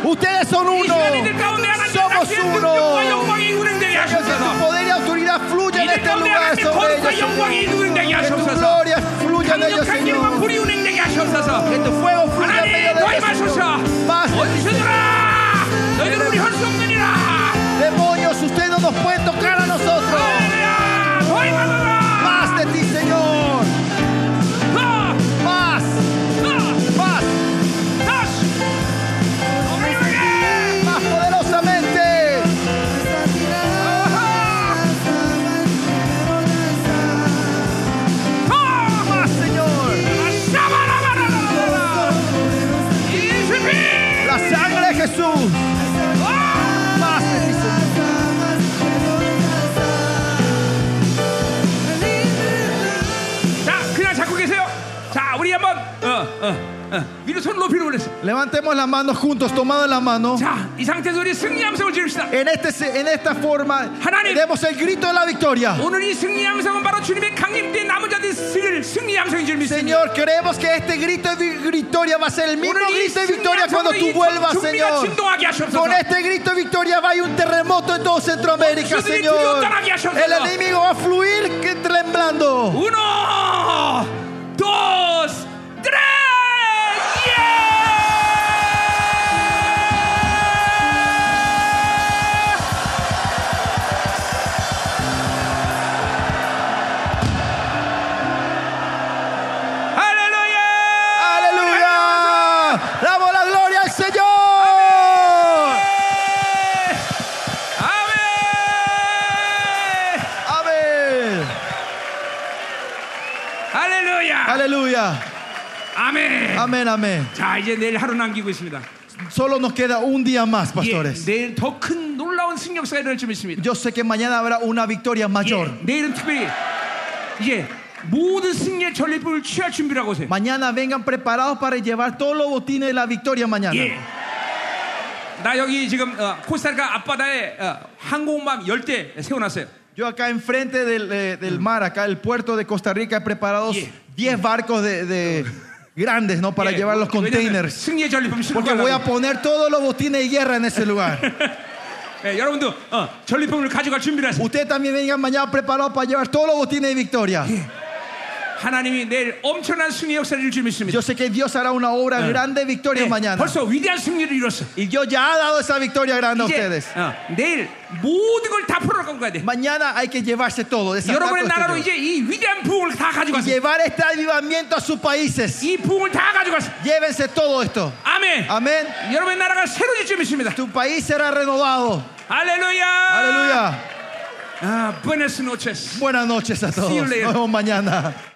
B: Ustedes son
A: 이
B: uno.
A: 시간이들 가운데 하나님
B: Somos
A: 당신의 능력과
B: uno.
A: 영광이 운행되게
B: Que tu
A: 하시옵소서.
B: poder y autoridad fluyan en
A: 이들
B: este
A: 가운데
B: lugar
A: 하나님
B: sobre
A: 거룩과 영광이
B: ellos.
A: 운행되게
B: Señor. Que tu
A: 하시옵소서.
B: gloria fluya en ellos,
A: 강력한 기름과
B: Señor.
A: 불이 운행되게 하시옵소서.
B: Que tu fuego fluya en
A: 하나님
B: medio de
A: 너희
B: ellos.
A: 마소서.
B: Señor. Más
A: 원수들아, 너희들은 우리 할수 없느니라.
B: demonios, ustedes no nos pueden tocar a nosotros.
A: 할렐루야, 너희 마소서.
B: Más de ti, Señor.
A: 더,
B: Más,
A: 더,
B: más,
A: 다시. 오메오메.
B: más poderosamente.
A: 더.
B: Más, Señor.
A: 샤바라바라라라라. 이스피.
B: La sangre de Jesús.
A: 와.
B: Más de ti, Señor.
A: 자, 그냥 잡고 계세요. 자, 우리 한번 어, 어, 어. 위로 손 높이로 올렸어.
B: Levantemos las manos juntos, tomados en la mano.
A: 자, 이 상태에서 우리 승리 함성을 지릅시다.
B: En, este, se- en esta forma,
A: 하나님.
B: demos el grito de la victoria.
A: 오늘 이 승리 함성은 바로 주님의 강림된 남은 자들의 승리를 승리 함성인 줄 믿습니다.
B: Señor, creemos que este grito de vi- victoria va a ser el mismo
A: 오늘 이
B: grito
A: 승리
B: de victoria cuando
A: 함성으로
B: tú
A: 이
B: vuelvas,
A: 준비가
B: Señor.
A: 진동하게 하시옵소서.
B: Con este grito de victoria va a haber un terremoto en todo Centroamérica,
A: Por eso tiene que
B: Señor.
A: llorar y hacerlo.
B: El enemigo va a fluir que temblando.
A: Uno, dos, tres. ¡Yeah! ¡Aleluya!
B: ¡Aleluya! ¡Damos la gloria al Señor!
A: ¡Amén!
B: ¡Amén!
A: ¡Aleluya!
B: ¡Aleluya!
A: ¡Amén!
B: ¡Amén, amén!
A: 자 이제 내일 하루 남기고 있습니다.
B: Solo nos queda un día más,
A: 예,
B: pastores.
A: 내일 더 큰 놀라운 승격사가 일어날 줄 믿습니다.
B: Yo sé que mañana habrá una victoria mayor.
A: 예, 내일은 특별히 예, 모든 승리의 전리품을 취할 준비라고 하세요.
B: Mañana vengan preparados para llevar todos los botines de la victoria mañana.
A: 예. 나 여기 지금 어, 코스타리카 앞바다에 어, 항공모함 10대 세워놨어요.
B: Yo acá enfrente del, eh, del mar, acá el puerto de Costa Rica, he preparado
A: Yeah.
B: 10 barcos de, de- grandes, ¿no? Para
A: 예,
B: llevar los
A: 왜냐면
B: containers.
A: 승리의 전리품 실고
B: Porque voy a poner todos los botines de guerra en ese lugar.
A: 예, 여러분도 어, 전리품을 가져갈 준비를 하세요.
B: Ustedes también vengan mañana preparados para llevar todos los botines de victoria.
A: 하나님이 내일 엄청난 승리 역사를 일줄 믿습니다.
B: Yo sé que Dios hará una obra grande de victoria
A: 예,
B: mañana.
A: 벌써 위대한 승리를 이뤘어.
B: Y Dios ya ha dado esa victoria grande a
A: 이제
B: ustedes.
A: 어, 내일 모든 걸 다 풀어놓고 가야 돼.
B: Mañana hay que llevarse todo. desatar
A: 여러분의
B: todo
A: 나라로
B: este
A: 이제 이 위대한 부흥을 다 가지고
B: Dios.
A: 가세요.
B: Llevar este avivamiento a sus países.
A: 이 부흥을 다 가지고 가세요.
B: Llévense todo esto.
A: 아멘.
B: Amén.
A: 여러분의 나라가 새로워질 줄 믿습니다.
B: Tu país será renovado.
A: 할렐루야.
B: Aleluya.
A: 아, buenas noches.
B: Buenas noches a todos.
A: you
B: Nos
A: later.
B: vemos mañana.